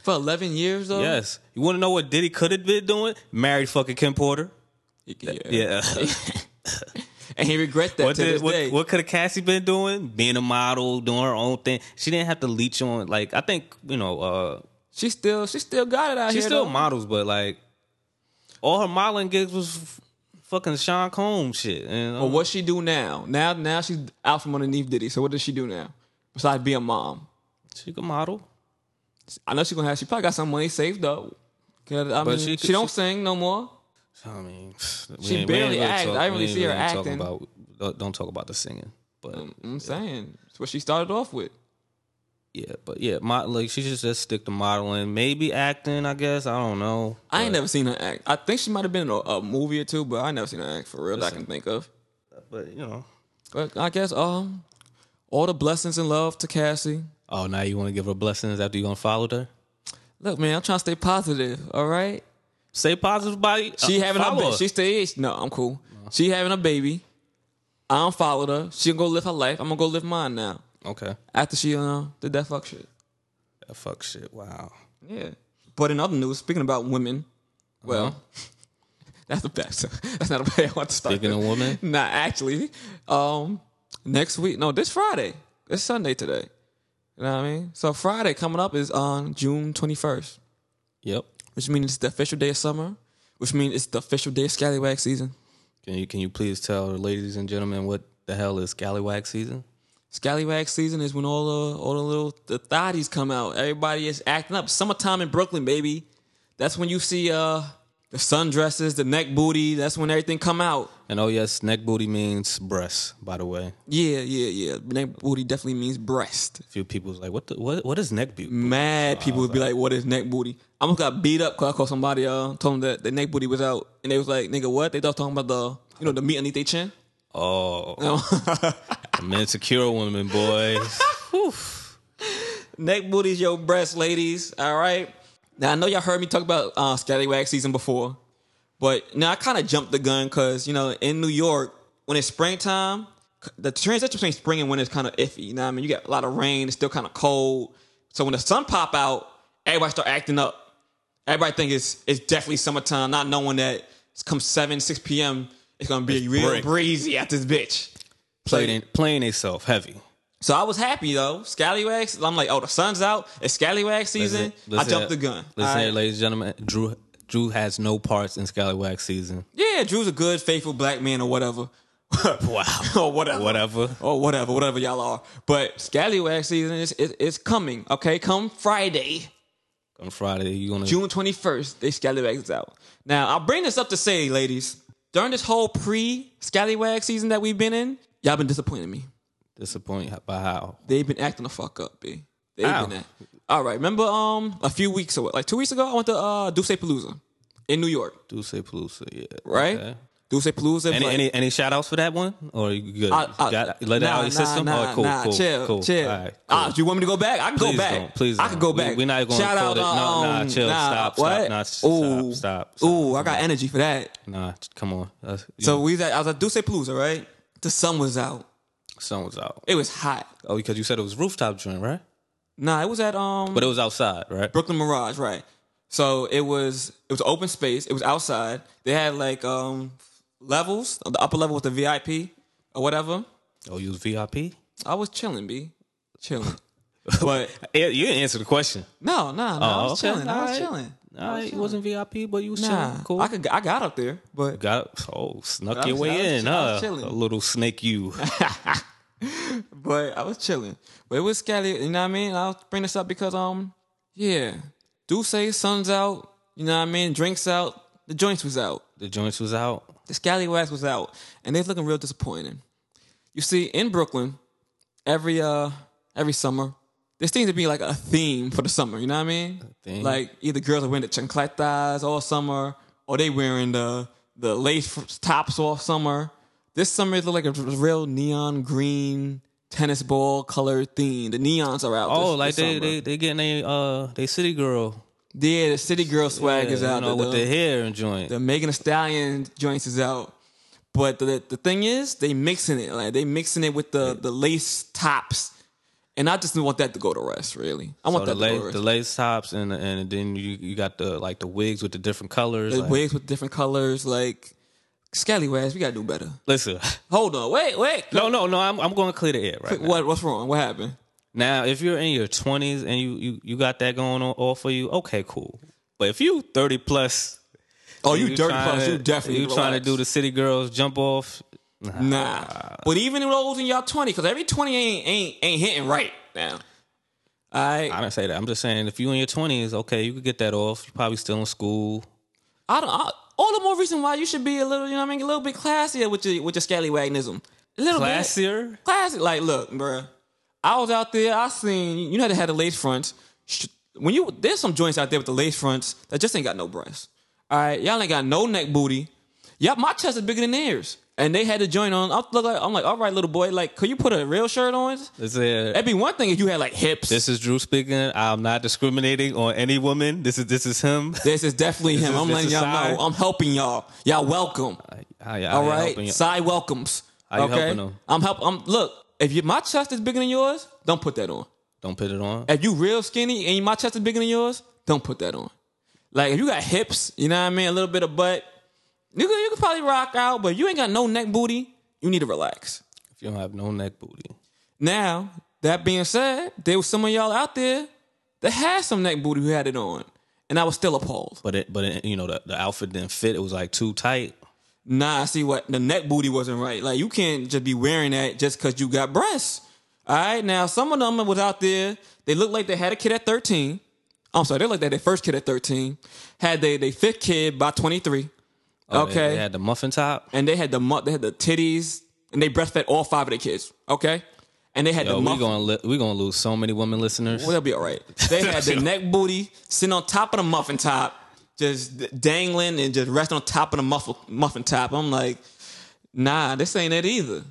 [SPEAKER 1] For 11 years though.
[SPEAKER 2] Yes. You want to know what Diddy could have been doing? Married fucking Kim Porter.
[SPEAKER 1] Yeah.
[SPEAKER 2] Yeah.
[SPEAKER 1] And he regret that
[SPEAKER 2] What,
[SPEAKER 1] to
[SPEAKER 2] did,
[SPEAKER 1] this day.
[SPEAKER 2] what, what could have Cassie been doing? Being a model, doing her own thing. She didn't have to leech on. Like I think you know, uh,
[SPEAKER 1] She still, she still got it out
[SPEAKER 2] she
[SPEAKER 1] here.
[SPEAKER 2] still
[SPEAKER 1] though.
[SPEAKER 2] models, but like all her modeling gigs was f- fucking Sean Combs shit. And,
[SPEAKER 1] But what she do now? Now, now she's out from underneath Diddy. So what does she do now? Besides be a mom,
[SPEAKER 2] she could model.
[SPEAKER 1] I know she gonna have. She probably got some money saved up. 'Cause, I
[SPEAKER 2] But
[SPEAKER 1] mean,
[SPEAKER 2] she
[SPEAKER 1] she,
[SPEAKER 2] could-
[SPEAKER 1] don't
[SPEAKER 2] she-
[SPEAKER 1] sing no more.
[SPEAKER 2] I mean,
[SPEAKER 1] She barely act. I didn't really see her acting.
[SPEAKER 2] About, don't- don't talk about the singing, but
[SPEAKER 1] Um, I'm saying it's what she started off with.
[SPEAKER 2] yeah, but yeah, my, like she should just stick to modeling, maybe acting. I guess I don't know.
[SPEAKER 1] I ain't never seen her act. I think she might have been in a, a movie or two, but I never seen her act for real that I can think of.
[SPEAKER 2] But you know,
[SPEAKER 1] But I guess um, all the blessings and love to Cassie.
[SPEAKER 2] oh, now you want to give her blessings after you unfollowed her.
[SPEAKER 1] Look, man, I'm trying to stay positive. All right.
[SPEAKER 2] Say positive body.
[SPEAKER 1] She
[SPEAKER 2] uh,
[SPEAKER 1] having her
[SPEAKER 2] follow
[SPEAKER 1] baby. She stay. No, I'm cool. She having a baby. I don't follow her. She gonna go live her life. I'm gonna go live mine now.
[SPEAKER 2] Okay.
[SPEAKER 1] After she uh, did that fuck shit.
[SPEAKER 2] That fuck shit. Wow.
[SPEAKER 1] Yeah. But in other news, speaking about women, well,
[SPEAKER 2] Uh-huh.
[SPEAKER 1] that's the best. That's not a way I want to start.
[SPEAKER 2] Speaking
[SPEAKER 1] this.
[SPEAKER 2] of women?
[SPEAKER 1] nah, actually, um, next week. No, this Friday. It's Sunday today. You know what I mean? So Friday coming up is on June 21st,
[SPEAKER 2] Yep.
[SPEAKER 1] which means it's the official day of summer, which means it's the official day of scallywag season.
[SPEAKER 2] Can you can you please tell the ladies and gentlemen what the hell is scallywag season?
[SPEAKER 1] Scallywag season is when all the all the little the thotties come out. Everybody is acting up. Summertime in Brooklyn, baby. That's when you see uh the sundresses, the neck booty. That's when everything come out.
[SPEAKER 2] And oh yes, neck booty means breasts, by the way.
[SPEAKER 1] Yeah, yeah, yeah. Neck booty definitely means breast.
[SPEAKER 2] A few people's like, what the what what is neck booty?
[SPEAKER 1] Mad people would be like, "What is neck booty?" I almost got beat up because I called somebody uh told them that the neck booty was out, and they was like, "Nigga, what?" They thought I was talking about the you know the meat underneath their chin.
[SPEAKER 2] Oh I'm insecure women, boys.
[SPEAKER 1] Neck booty's your breast, ladies. All right. Now I know y'all heard me talk about uh, Scallywag season before, but now I kind of jumped the gun because you know in New York when it's springtime, c- the transition between spring and winter is kind of iffy. You know what I mean? You got a lot of rain. It's still kind of cold. So when the sun pop out, everybody start acting up. Everybody think it's it's definitely summertime, not knowing that it's come seven six p.m. It's gonna be
[SPEAKER 2] It's
[SPEAKER 1] real
[SPEAKER 2] brick.
[SPEAKER 1] breezy at this bitch.
[SPEAKER 2] Playing playing itself heavy.
[SPEAKER 1] So I was happy though. Scallywags. I'm like, oh, the sun's out. It's Scallywag season. I jumped the gun.
[SPEAKER 2] Listen,
[SPEAKER 1] All
[SPEAKER 2] here,
[SPEAKER 1] right.
[SPEAKER 2] ladies and gentlemen, Drew Drew has no parts in Scallywag season.
[SPEAKER 1] yeah, Drew's a good, faithful black man or whatever.
[SPEAKER 2] Wow.
[SPEAKER 1] or whatever.
[SPEAKER 2] Whatever.
[SPEAKER 1] Or whatever, whatever y'all are. But Scallywag season is, is, is coming, okay? Come Friday,
[SPEAKER 2] On Friday, you gonna
[SPEAKER 1] June 21st, they Scallywags out. Now, I bring this up to say, ladies, during this whole pre Scallywag season that we've been in, y'all been disappointing me.
[SPEAKER 2] disappoint by how?
[SPEAKER 1] They've been acting the fuck up, B. They've
[SPEAKER 2] How?
[SPEAKER 1] been act- All right, remember um a few weeks ago, like two weeks ago, I went to uh, Duce Palooza in New York,
[SPEAKER 2] Do say Palooza, yeah.
[SPEAKER 1] right?
[SPEAKER 2] Okay.
[SPEAKER 1] Duce Palooza.
[SPEAKER 2] Any,
[SPEAKER 1] like-
[SPEAKER 2] any any shout outs for that one? Or you good?
[SPEAKER 1] I- I-
[SPEAKER 2] Got- let it
[SPEAKER 1] nah,
[SPEAKER 2] out of your
[SPEAKER 1] nah,
[SPEAKER 2] system?
[SPEAKER 1] Nah,
[SPEAKER 2] All right, cool,
[SPEAKER 1] nah,
[SPEAKER 2] cool,
[SPEAKER 1] chill,
[SPEAKER 2] cool.
[SPEAKER 1] chill.
[SPEAKER 2] All right, cool.
[SPEAKER 1] Ah, do you want me to go back? I can
[SPEAKER 2] Please
[SPEAKER 1] go back.
[SPEAKER 2] don't. Please
[SPEAKER 1] I can
[SPEAKER 2] don't.
[SPEAKER 1] go
[SPEAKER 2] We-
[SPEAKER 1] back.
[SPEAKER 2] we're not gonna
[SPEAKER 1] Shout
[SPEAKER 2] call
[SPEAKER 1] out,
[SPEAKER 2] it- no, nah,
[SPEAKER 1] um,
[SPEAKER 2] chill,
[SPEAKER 1] nah,
[SPEAKER 2] stop, stop,
[SPEAKER 1] what?
[SPEAKER 2] nah, stop,
[SPEAKER 1] Ooh.
[SPEAKER 2] stop, stop.
[SPEAKER 1] Ooh, I got energy for that.
[SPEAKER 2] Nah, come on. That's, you
[SPEAKER 1] So
[SPEAKER 2] know,
[SPEAKER 1] we was at, I was at Duce Palooza, right? The sun was out.
[SPEAKER 2] sun was out.
[SPEAKER 1] It was hot.
[SPEAKER 2] Oh, because you said it was rooftop joint, right?
[SPEAKER 1] Nah, it was at um
[SPEAKER 2] But it was outside, right?
[SPEAKER 1] Brooklyn Mirage, right? So it was it was open space. It was outside. They had like um levels. The upper level was the VIP or whatever.
[SPEAKER 2] Oh, you was VIP?
[SPEAKER 1] I was chilling, b, chilling. but
[SPEAKER 2] Yeah, you didn't answer the question.
[SPEAKER 1] no, no, no. I
[SPEAKER 2] Oh,
[SPEAKER 1] was
[SPEAKER 2] okay.
[SPEAKER 1] chilling. I was
[SPEAKER 2] Alright.
[SPEAKER 1] chilling.
[SPEAKER 2] All right, it wasn't VIP, but you was
[SPEAKER 1] Nah,
[SPEAKER 2] chilling. Cool.
[SPEAKER 1] I could I got up there, but
[SPEAKER 2] Got oh, snuck
[SPEAKER 1] I
[SPEAKER 2] your
[SPEAKER 1] was-
[SPEAKER 2] way
[SPEAKER 1] I was
[SPEAKER 2] in,
[SPEAKER 1] chi- I was
[SPEAKER 2] huh?
[SPEAKER 1] chilling.
[SPEAKER 2] A little snake, you.
[SPEAKER 1] but I was chilling. But it was scally, you know what I mean? I'll bring this up because um yeah. Do say sun's out, you know what I mean, drinks out, the joints was out.
[SPEAKER 2] the joints was out.
[SPEAKER 1] The scallywags was out. And they're looking real disappointing. You see, in Brooklyn, every uh every summer, there seems to be like a theme for the summer, you know what I mean?
[SPEAKER 2] theme.
[SPEAKER 1] Like either girls are wearing the chancletas all summer, or they wearing the the lace f- tops all summer. This summer it looked like a r- real neon green tennis ball color theme. The neons are out.
[SPEAKER 2] Oh,
[SPEAKER 1] this,
[SPEAKER 2] like
[SPEAKER 1] this
[SPEAKER 2] they,
[SPEAKER 1] summer.
[SPEAKER 2] they they getting a uh they city girl
[SPEAKER 1] yeah, the city girl swag is
[SPEAKER 2] Yeah, you
[SPEAKER 1] out.
[SPEAKER 2] know,
[SPEAKER 1] the,
[SPEAKER 2] with
[SPEAKER 1] the-
[SPEAKER 2] the hair and joint.
[SPEAKER 1] the Megan Thee Stallion joints is out. But the the thing is, they mixing it like they mixing it with the the lace tops, and I just want that to go to rest. Really, I
[SPEAKER 2] so
[SPEAKER 1] want
[SPEAKER 2] the,
[SPEAKER 1] that to
[SPEAKER 2] lace,
[SPEAKER 1] go to
[SPEAKER 2] the
[SPEAKER 1] rest.
[SPEAKER 2] lace tops and and then you, you got the like the wigs with the different colors.
[SPEAKER 1] The
[SPEAKER 2] like-
[SPEAKER 1] wigs with different colors, like scallywags. We gotta do better.
[SPEAKER 2] Listen,
[SPEAKER 1] Hold on, wait, wait.
[SPEAKER 2] no, no, no. I'm I'm going to clear the air right now.
[SPEAKER 1] What what's wrong? What happened?
[SPEAKER 2] Now, if you're in your 20s and you you, you got that going on all for you, okay, cool. But if you 30 plus,
[SPEAKER 1] Oh,
[SPEAKER 2] and
[SPEAKER 1] you, dirty
[SPEAKER 2] trying
[SPEAKER 1] plus.
[SPEAKER 2] to-
[SPEAKER 1] You definitely
[SPEAKER 2] you trying to
[SPEAKER 1] relax.
[SPEAKER 2] do Ah. the city girls jump off. Nah,
[SPEAKER 1] Nah. But even those in y'all twenty, because every twenty ain't ain't ain't hitting right now. All right.
[SPEAKER 2] I didn't say that. I'm just saying if you in your 20s, okay, you could get that off. You're probably still in school.
[SPEAKER 1] I don't. I, all the more reason why you should be a little, you know, what I mean, a little bit classier with your with your scallywagnism. A little bit
[SPEAKER 2] Classier.
[SPEAKER 1] classy. Like, look, bruh. I was out there. I seen you know they had the lace fronts. Sh- When you there's some joints out there with the lace fronts that just ain't got no breasts. All right, y'all ain't got no neck booty. Y'all, my chest is bigger than theirs, and they had the joint on. I look like I'm like, all right, little boy, like, could you put a real shirt on?
[SPEAKER 2] Is there,
[SPEAKER 1] That'd be one thing if you had like hips. This,
[SPEAKER 2] this is Drew speaking. I'm not discriminating on any woman. This is this is him.
[SPEAKER 1] is definitely him.
[SPEAKER 2] is-
[SPEAKER 1] I'm
[SPEAKER 2] this
[SPEAKER 1] letting
[SPEAKER 2] is
[SPEAKER 1] y'all
[SPEAKER 2] side. Uh,
[SPEAKER 1] know. I'm helping y'all. Y'all welcome. All right, Cy welcomes.
[SPEAKER 2] How you
[SPEAKER 1] okay?
[SPEAKER 2] helping him?
[SPEAKER 1] I'm help. I'm look. If you, my chest is bigger than yours, don't put that on.
[SPEAKER 2] Don't put it on.
[SPEAKER 1] If you real skinny and my chest is bigger than yours, don't put that on. Like if you got hips, you know what I mean, a little bit of butt, you could you could probably rock out, but you ain't got no neck booty. You need to relax.
[SPEAKER 2] If you don't have no neck booty.
[SPEAKER 1] Now that being said, there was some of y'all out there that had some neck booty who had it on, and I was still appalled.
[SPEAKER 2] But it but it, you know the, the outfit didn't fit. It was like too tight.
[SPEAKER 1] Nah, I see what the neck booty wasn't right. Like you can't just be wearing that just because you got breasts. All right, now some of them was out there. They looked like they had a kid at thirteen. I'm sorry, they looked like their first kid at thirteen. Had they they fifth kid by twenty three.
[SPEAKER 2] Oh, they-
[SPEAKER 1] okay,
[SPEAKER 2] They had the muffin top.
[SPEAKER 1] and they had the mu- they had the titties, and they breastfed all five of their kids. Okay, and they had
[SPEAKER 2] Yo,
[SPEAKER 1] the
[SPEAKER 2] we
[SPEAKER 1] muff.
[SPEAKER 2] gonna li- we gonna lose so many women listeners.
[SPEAKER 1] Well, they'll be all right. They had the neck booty sitting on top of the muffin top, just dangling and just resting on top of the muffin muffin top. I'm like, nah, this ain't it either.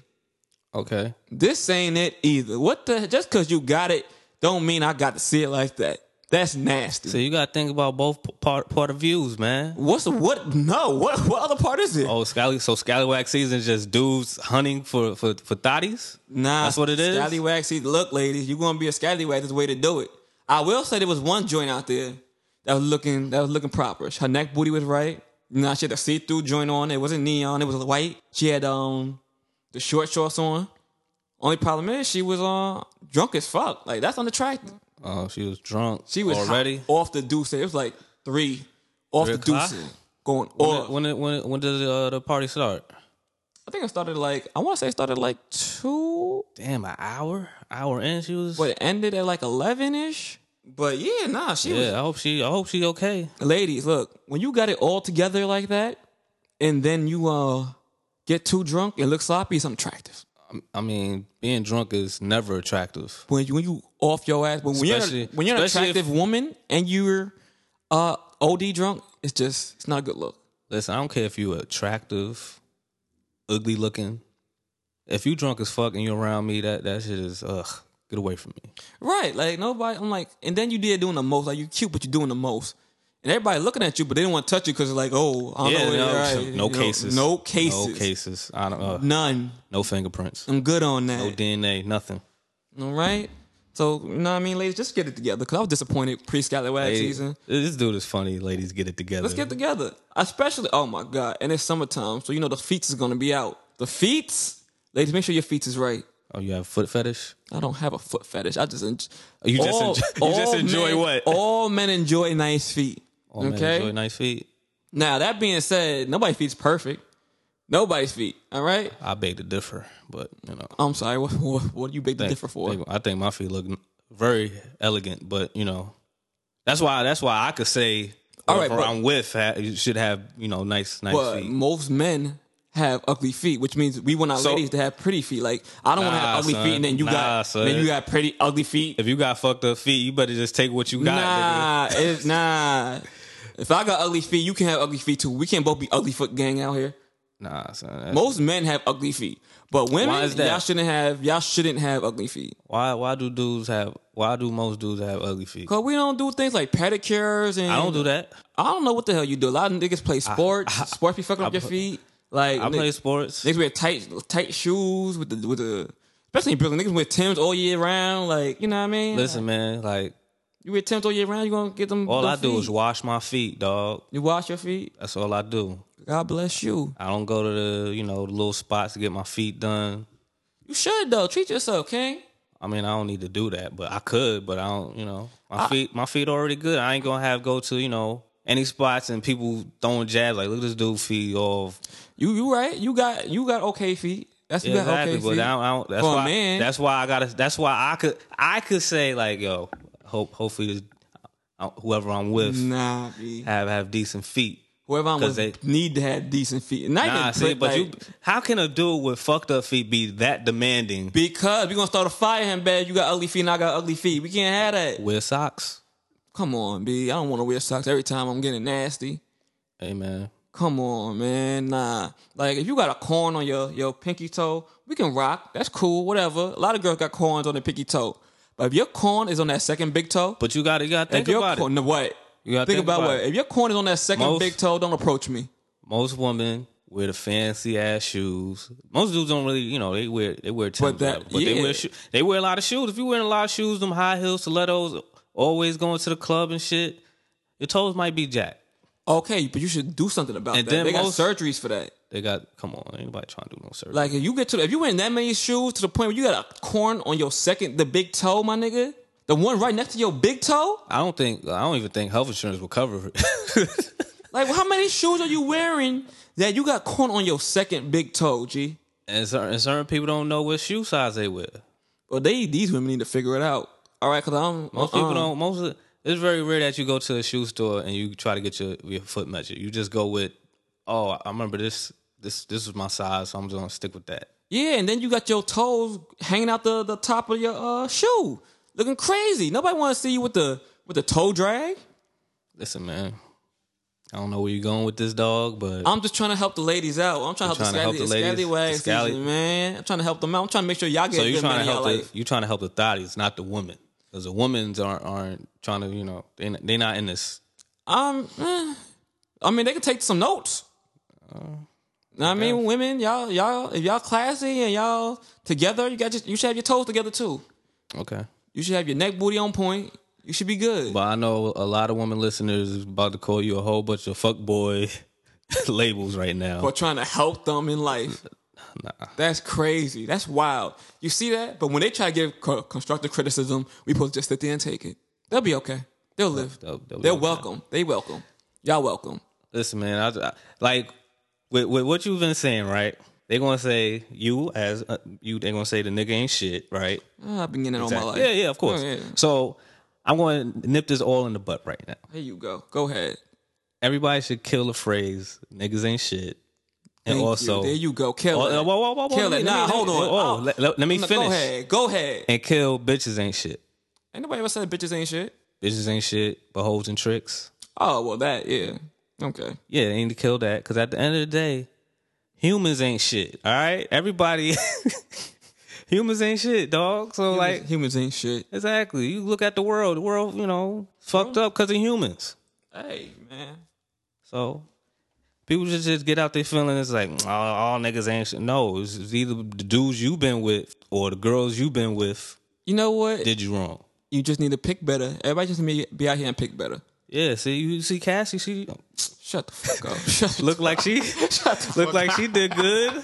[SPEAKER 2] Okay,
[SPEAKER 1] This ain't it either. What the? Just because you got it, don't mean I got to see it like that. That's nasty.
[SPEAKER 2] so you gotta think about both p- part part of views, man.
[SPEAKER 1] What's what? No. What? What other part is it?
[SPEAKER 2] Oh, scally so scallywag season is just dudes hunting for for for thotties.
[SPEAKER 1] nah,
[SPEAKER 2] that's what it is?
[SPEAKER 1] Scallywag. See, look, ladies, you gonna be a scallywag. This way to do it. I will say there was one joint out there that was looking that was looking proper. Her neck booty was right. Now she had a see through joint on. It wasn't neon. It was white. She had um the short shorts on. Only problem is she was uh drunk as fuck. Like that's unattractive.
[SPEAKER 2] Oh, she was drunk.
[SPEAKER 1] She was hot
[SPEAKER 2] already.
[SPEAKER 1] off the deuce. It was like three off
[SPEAKER 2] Three
[SPEAKER 1] the deuce
[SPEAKER 2] o'clock?
[SPEAKER 1] going
[SPEAKER 2] When
[SPEAKER 1] off.
[SPEAKER 2] it- when it, when it, when did uh, the party start?
[SPEAKER 1] I think it started like I want to say it started like two,
[SPEAKER 2] Damn, an hour, hour in. She was.
[SPEAKER 1] but it ended at like eleven ish. But yeah, nah, she was
[SPEAKER 2] yeah, I hope she. I hope she okay.
[SPEAKER 1] ladies, look, when you got it all together like that, and then you uh get too drunk and look sloppy, it's unattractive.
[SPEAKER 2] I mean, being drunk is never attractive.
[SPEAKER 1] When you, when you off your ass, but when you're
[SPEAKER 2] Especially-
[SPEAKER 1] when you're an
[SPEAKER 2] especially if-
[SPEAKER 1] attractive woman and you're uh OD drunk, it's just it's not a good look.
[SPEAKER 2] Listen, I don't care if you attractive, ugly looking. If you drunk as fuck and you're around me, that that shit is ugh. Get away from me.
[SPEAKER 1] Right, like nobody. I'm like, and then you did doing the most. Like you cute, but you doing the most, and everybody looking at you, but they don't want to touch you because like, oh, I don't
[SPEAKER 2] Yeah,
[SPEAKER 1] know,
[SPEAKER 2] no,
[SPEAKER 1] right,
[SPEAKER 2] no
[SPEAKER 1] you know,
[SPEAKER 2] cases,
[SPEAKER 1] no cases,
[SPEAKER 2] no cases. I don't. Uh,
[SPEAKER 1] none.
[SPEAKER 2] no fingerprints,
[SPEAKER 1] I'm good on that.
[SPEAKER 2] no DNA, nothing.
[SPEAKER 1] All right. So, you know what I mean, ladies? Just get it together because I was disappointed pre Scallywag
[SPEAKER 2] Hey,
[SPEAKER 1] season.
[SPEAKER 2] This dude is funny. Ladies, get it together.
[SPEAKER 1] Let's get together. Especially, oh my God. And it's summertime. So, you know, the feet is going to be out. The feet? Ladies, make sure your feet is right.
[SPEAKER 2] oh, you have foot fetish?
[SPEAKER 1] I don't have a foot fetish. I just, en-
[SPEAKER 2] You just
[SPEAKER 1] all-
[SPEAKER 2] enjoy- you just
[SPEAKER 1] all
[SPEAKER 2] enjoy
[SPEAKER 1] men-
[SPEAKER 2] what?
[SPEAKER 1] All men enjoy nice feet.
[SPEAKER 2] Oh, man,
[SPEAKER 1] okay.
[SPEAKER 2] enjoy nice feet.
[SPEAKER 1] Now, that being said, nobody's feet's perfect. Nobody's feet. All right.
[SPEAKER 2] I beg to differ, but you know,
[SPEAKER 1] I'm sorry. What, what, what do you beg the differ for?
[SPEAKER 2] I think my feet look very elegant, but you know, that's why that's why I could say
[SPEAKER 1] All right,
[SPEAKER 2] whoever
[SPEAKER 1] but-
[SPEAKER 2] I'm with ha- you should have you know nice nice
[SPEAKER 1] But
[SPEAKER 2] feet.
[SPEAKER 1] most men have ugly feet, which means we want our
[SPEAKER 2] So-
[SPEAKER 1] ladies to have pretty feet. Like I don't want to
[SPEAKER 2] Nah,
[SPEAKER 1] have ugly
[SPEAKER 2] son.
[SPEAKER 1] feet, and then you
[SPEAKER 2] Nah,
[SPEAKER 1] got
[SPEAKER 2] son.
[SPEAKER 1] then you got pretty ugly feet.
[SPEAKER 2] If you got fucked up feet, you better just take what you got. nigga.
[SPEAKER 1] Nah, it's nah. If I got ugly feet, you can have ugly feet too. We can't both be ugly foot gang out here.
[SPEAKER 2] Nah, son. that's-
[SPEAKER 1] Most men have ugly feet, but women
[SPEAKER 2] Why is that?
[SPEAKER 1] y'all shouldn't have y'all shouldn't have ugly feet.
[SPEAKER 2] Why why do dudes have why do most dudes have ugly feet?
[SPEAKER 1] Cause we don't do things like pedicures and
[SPEAKER 2] I don't do that.
[SPEAKER 1] I don't know what the hell you do. A lot of niggas play sports. sports be fucking up your feet. Like
[SPEAKER 2] I
[SPEAKER 1] ni-
[SPEAKER 2] play sports.
[SPEAKER 1] Niggas wear tight tight shoes with the with the especially in Brooklyn. Niggas wear Tim's all year round. Like you know what I mean?
[SPEAKER 2] Listen, man, like
[SPEAKER 1] you wear Tim's all year round. You gonna get them?
[SPEAKER 2] all
[SPEAKER 1] them
[SPEAKER 2] I do is
[SPEAKER 1] feet.
[SPEAKER 2] wash my feet, dog.
[SPEAKER 1] you wash your feet.
[SPEAKER 2] That's all I do.
[SPEAKER 1] God bless you.
[SPEAKER 2] I don't go to the you know the little spots to get my feet done.
[SPEAKER 1] You should though. Treat yourself, King.
[SPEAKER 2] I mean, I don't need to do that, but I could. But I don't, you know, my feet, my feet already good. I ain't gonna have go to you know any spots and people throwing jabs like, look at this dude feet off.
[SPEAKER 1] You you right. You got you got okay feet. That's you
[SPEAKER 2] Yeah,
[SPEAKER 1] got
[SPEAKER 2] exactly.
[SPEAKER 1] okay
[SPEAKER 2] but
[SPEAKER 1] feet.
[SPEAKER 2] I don't, I don't, that's
[SPEAKER 1] For a
[SPEAKER 2] why.
[SPEAKER 1] man.
[SPEAKER 2] That's why I gotta. That's why I could. I could say like, yo, hope hopefully this, uh, whoever I'm with
[SPEAKER 1] Nah, B.
[SPEAKER 2] have have decent feet.
[SPEAKER 1] whoever I'm
[SPEAKER 2] 'Cause
[SPEAKER 1] with
[SPEAKER 2] they-
[SPEAKER 1] need to have decent feet. Not
[SPEAKER 2] Nah,
[SPEAKER 1] even
[SPEAKER 2] see,
[SPEAKER 1] prick,
[SPEAKER 2] but
[SPEAKER 1] like,
[SPEAKER 2] you, how can a dude with fucked up feet be that demanding?
[SPEAKER 1] because we gonna start a fire in bed. You got ugly feet, and I got ugly feet. We can't have that.
[SPEAKER 2] Wear socks.
[SPEAKER 1] Come on, B. I don't want to wear socks every time I'm getting nasty.
[SPEAKER 2] Hey man,
[SPEAKER 1] Come on, man. Nah. Like if you got a corn on your your pinky toe, we can rock. That's cool. Whatever. A lot of girls got corns on their pinky toe. But if your corn is on that second big toe,
[SPEAKER 2] but you gotta you gotta
[SPEAKER 1] if
[SPEAKER 2] think
[SPEAKER 1] your
[SPEAKER 2] about it.
[SPEAKER 1] corn, no, what?
[SPEAKER 2] You gotta
[SPEAKER 1] think,
[SPEAKER 2] think
[SPEAKER 1] about,
[SPEAKER 2] about
[SPEAKER 1] what?
[SPEAKER 2] it.
[SPEAKER 1] If your corn is on that second
[SPEAKER 2] Most-
[SPEAKER 1] big toe, don't approach me.
[SPEAKER 2] most women wear the fancy ass shoes. Most dudes don't really, you know, they wear they wear Timbs,
[SPEAKER 1] that-
[SPEAKER 2] whatever, but
[SPEAKER 1] yeah.
[SPEAKER 2] they wear sho- they wear a lot of shoes. If you wearing a lot of shoes, them high heels, stilettos, always going to the club and shit, your toes might be jacked.
[SPEAKER 1] Okay, but you should do something about
[SPEAKER 2] And
[SPEAKER 1] that.
[SPEAKER 2] then
[SPEAKER 1] They got
[SPEAKER 2] most-
[SPEAKER 1] surgeries for that.
[SPEAKER 2] They got come on, ain't nobody trying to do no surgery.
[SPEAKER 1] Like if you get to the, if you wearing that many shoes to the point where you got a corn on your second the big toe, my nigga, the one right next to your big toe.
[SPEAKER 2] I don't think I don't even think health insurance will cover it.
[SPEAKER 1] Like how many shoes are you wearing that you got corn on your second big toe, G?
[SPEAKER 2] and, certain, and certain people don't know what shoe size they wear.
[SPEAKER 1] Well, they these women need to figure it out. All right, because I'm uh-uh.
[SPEAKER 2] Most people don't. Most of, it's very rare that you go to a shoe store and you try to get your your foot measured. You just go with, oh, I remember this this this was my size, so I'm just gonna stick with that.
[SPEAKER 1] Yeah, and then you got your toes hanging out the, the top of your uh, shoe, looking crazy. Nobody want to see you with the with the toe drag.
[SPEAKER 2] Listen, man, I don't know where you're going with this dog, but
[SPEAKER 1] I'm just trying to help the ladies out. I'm trying to help,
[SPEAKER 2] trying to help
[SPEAKER 1] the,
[SPEAKER 2] the
[SPEAKER 1] scally,
[SPEAKER 2] ladies, the
[SPEAKER 1] scallywags,
[SPEAKER 2] scally-
[SPEAKER 1] season, man. I'm trying to help them out. I'm trying to make sure y'all get
[SPEAKER 2] so
[SPEAKER 1] a
[SPEAKER 2] you're
[SPEAKER 1] good man
[SPEAKER 2] trying to
[SPEAKER 1] in y'all
[SPEAKER 2] help the
[SPEAKER 1] life.
[SPEAKER 2] you're trying to help the thotties, not the women, because the women's aren't aren't trying to you know they they not in this.
[SPEAKER 1] Um, eh, I mean, they can take some notes. Know what I mean, women, y'all, y'all, if y'all classy and y'all together, you got your, you should have your toes together too.
[SPEAKER 2] Okay,
[SPEAKER 1] You should have your neck booty on point. You should be good.
[SPEAKER 2] But I know a lot of women listeners is about to call you a whole bunch of fuckboy labels right now.
[SPEAKER 1] But trying to help them in life. That's crazy. That's wild. You see that? But when they try to give co- constructive criticism, we supposed to just sit there and take it. They'll be okay. They'll live.
[SPEAKER 2] They'll- they'll be
[SPEAKER 1] They're
[SPEAKER 2] okay.
[SPEAKER 1] welcome. They welcome. Y'all welcome.
[SPEAKER 2] Listen, man, I, I- like with, with what you've been saying, right? They gonna say you as uh, you. They gonna say the nigga ain't shit, right?
[SPEAKER 1] Ah, I've been getting it all my life.
[SPEAKER 2] Yeah, yeah, of course.
[SPEAKER 1] Oh, yeah.
[SPEAKER 2] So I'm gonna nip this all in the butt right now.
[SPEAKER 1] Here you go. Go ahead.
[SPEAKER 2] Everybody should kill the phrase "niggas ain't shit," and
[SPEAKER 1] Thank you.
[SPEAKER 2] also
[SPEAKER 1] there you go. Kill
[SPEAKER 2] Oh,
[SPEAKER 1] it.
[SPEAKER 2] whoa, whoa, whoa, whoa,
[SPEAKER 1] Kill
[SPEAKER 2] let
[SPEAKER 1] it.
[SPEAKER 2] me-
[SPEAKER 1] Nah,
[SPEAKER 2] let me-
[SPEAKER 1] hold on.
[SPEAKER 2] oh, let- let- let me
[SPEAKER 1] no,
[SPEAKER 2] finish.
[SPEAKER 1] Go ahead. Go ahead.
[SPEAKER 2] and kill bitches ain't shit.
[SPEAKER 1] Ain't nobody ever said bitches ain't shit.
[SPEAKER 2] Bitches ain't shit, but hoes and tricks.
[SPEAKER 1] Oh well, that yeah. Okay.
[SPEAKER 2] Yeah, they need to kill that because at the end of the day, humans ain't shit. All right, everybody, humans ain't shit, dog. So like,
[SPEAKER 1] Humans- humans ain't shit.
[SPEAKER 2] exactly. You look at the world. The world, you know, fucked up because of humans.
[SPEAKER 1] Hey man.
[SPEAKER 2] So people just just get out their feelings like "Oh, all niggas ain't shit. No, it's, it's either the dudes you been with or the girls you been with
[SPEAKER 1] You know what?
[SPEAKER 2] did you wrong.
[SPEAKER 1] You just need to pick better. Everybody just need to be out here and pick better.
[SPEAKER 2] Yeah, see, you see Cassie, she
[SPEAKER 1] Shut the fuck up. Shut
[SPEAKER 2] look like she
[SPEAKER 1] Shut the
[SPEAKER 2] look like she did good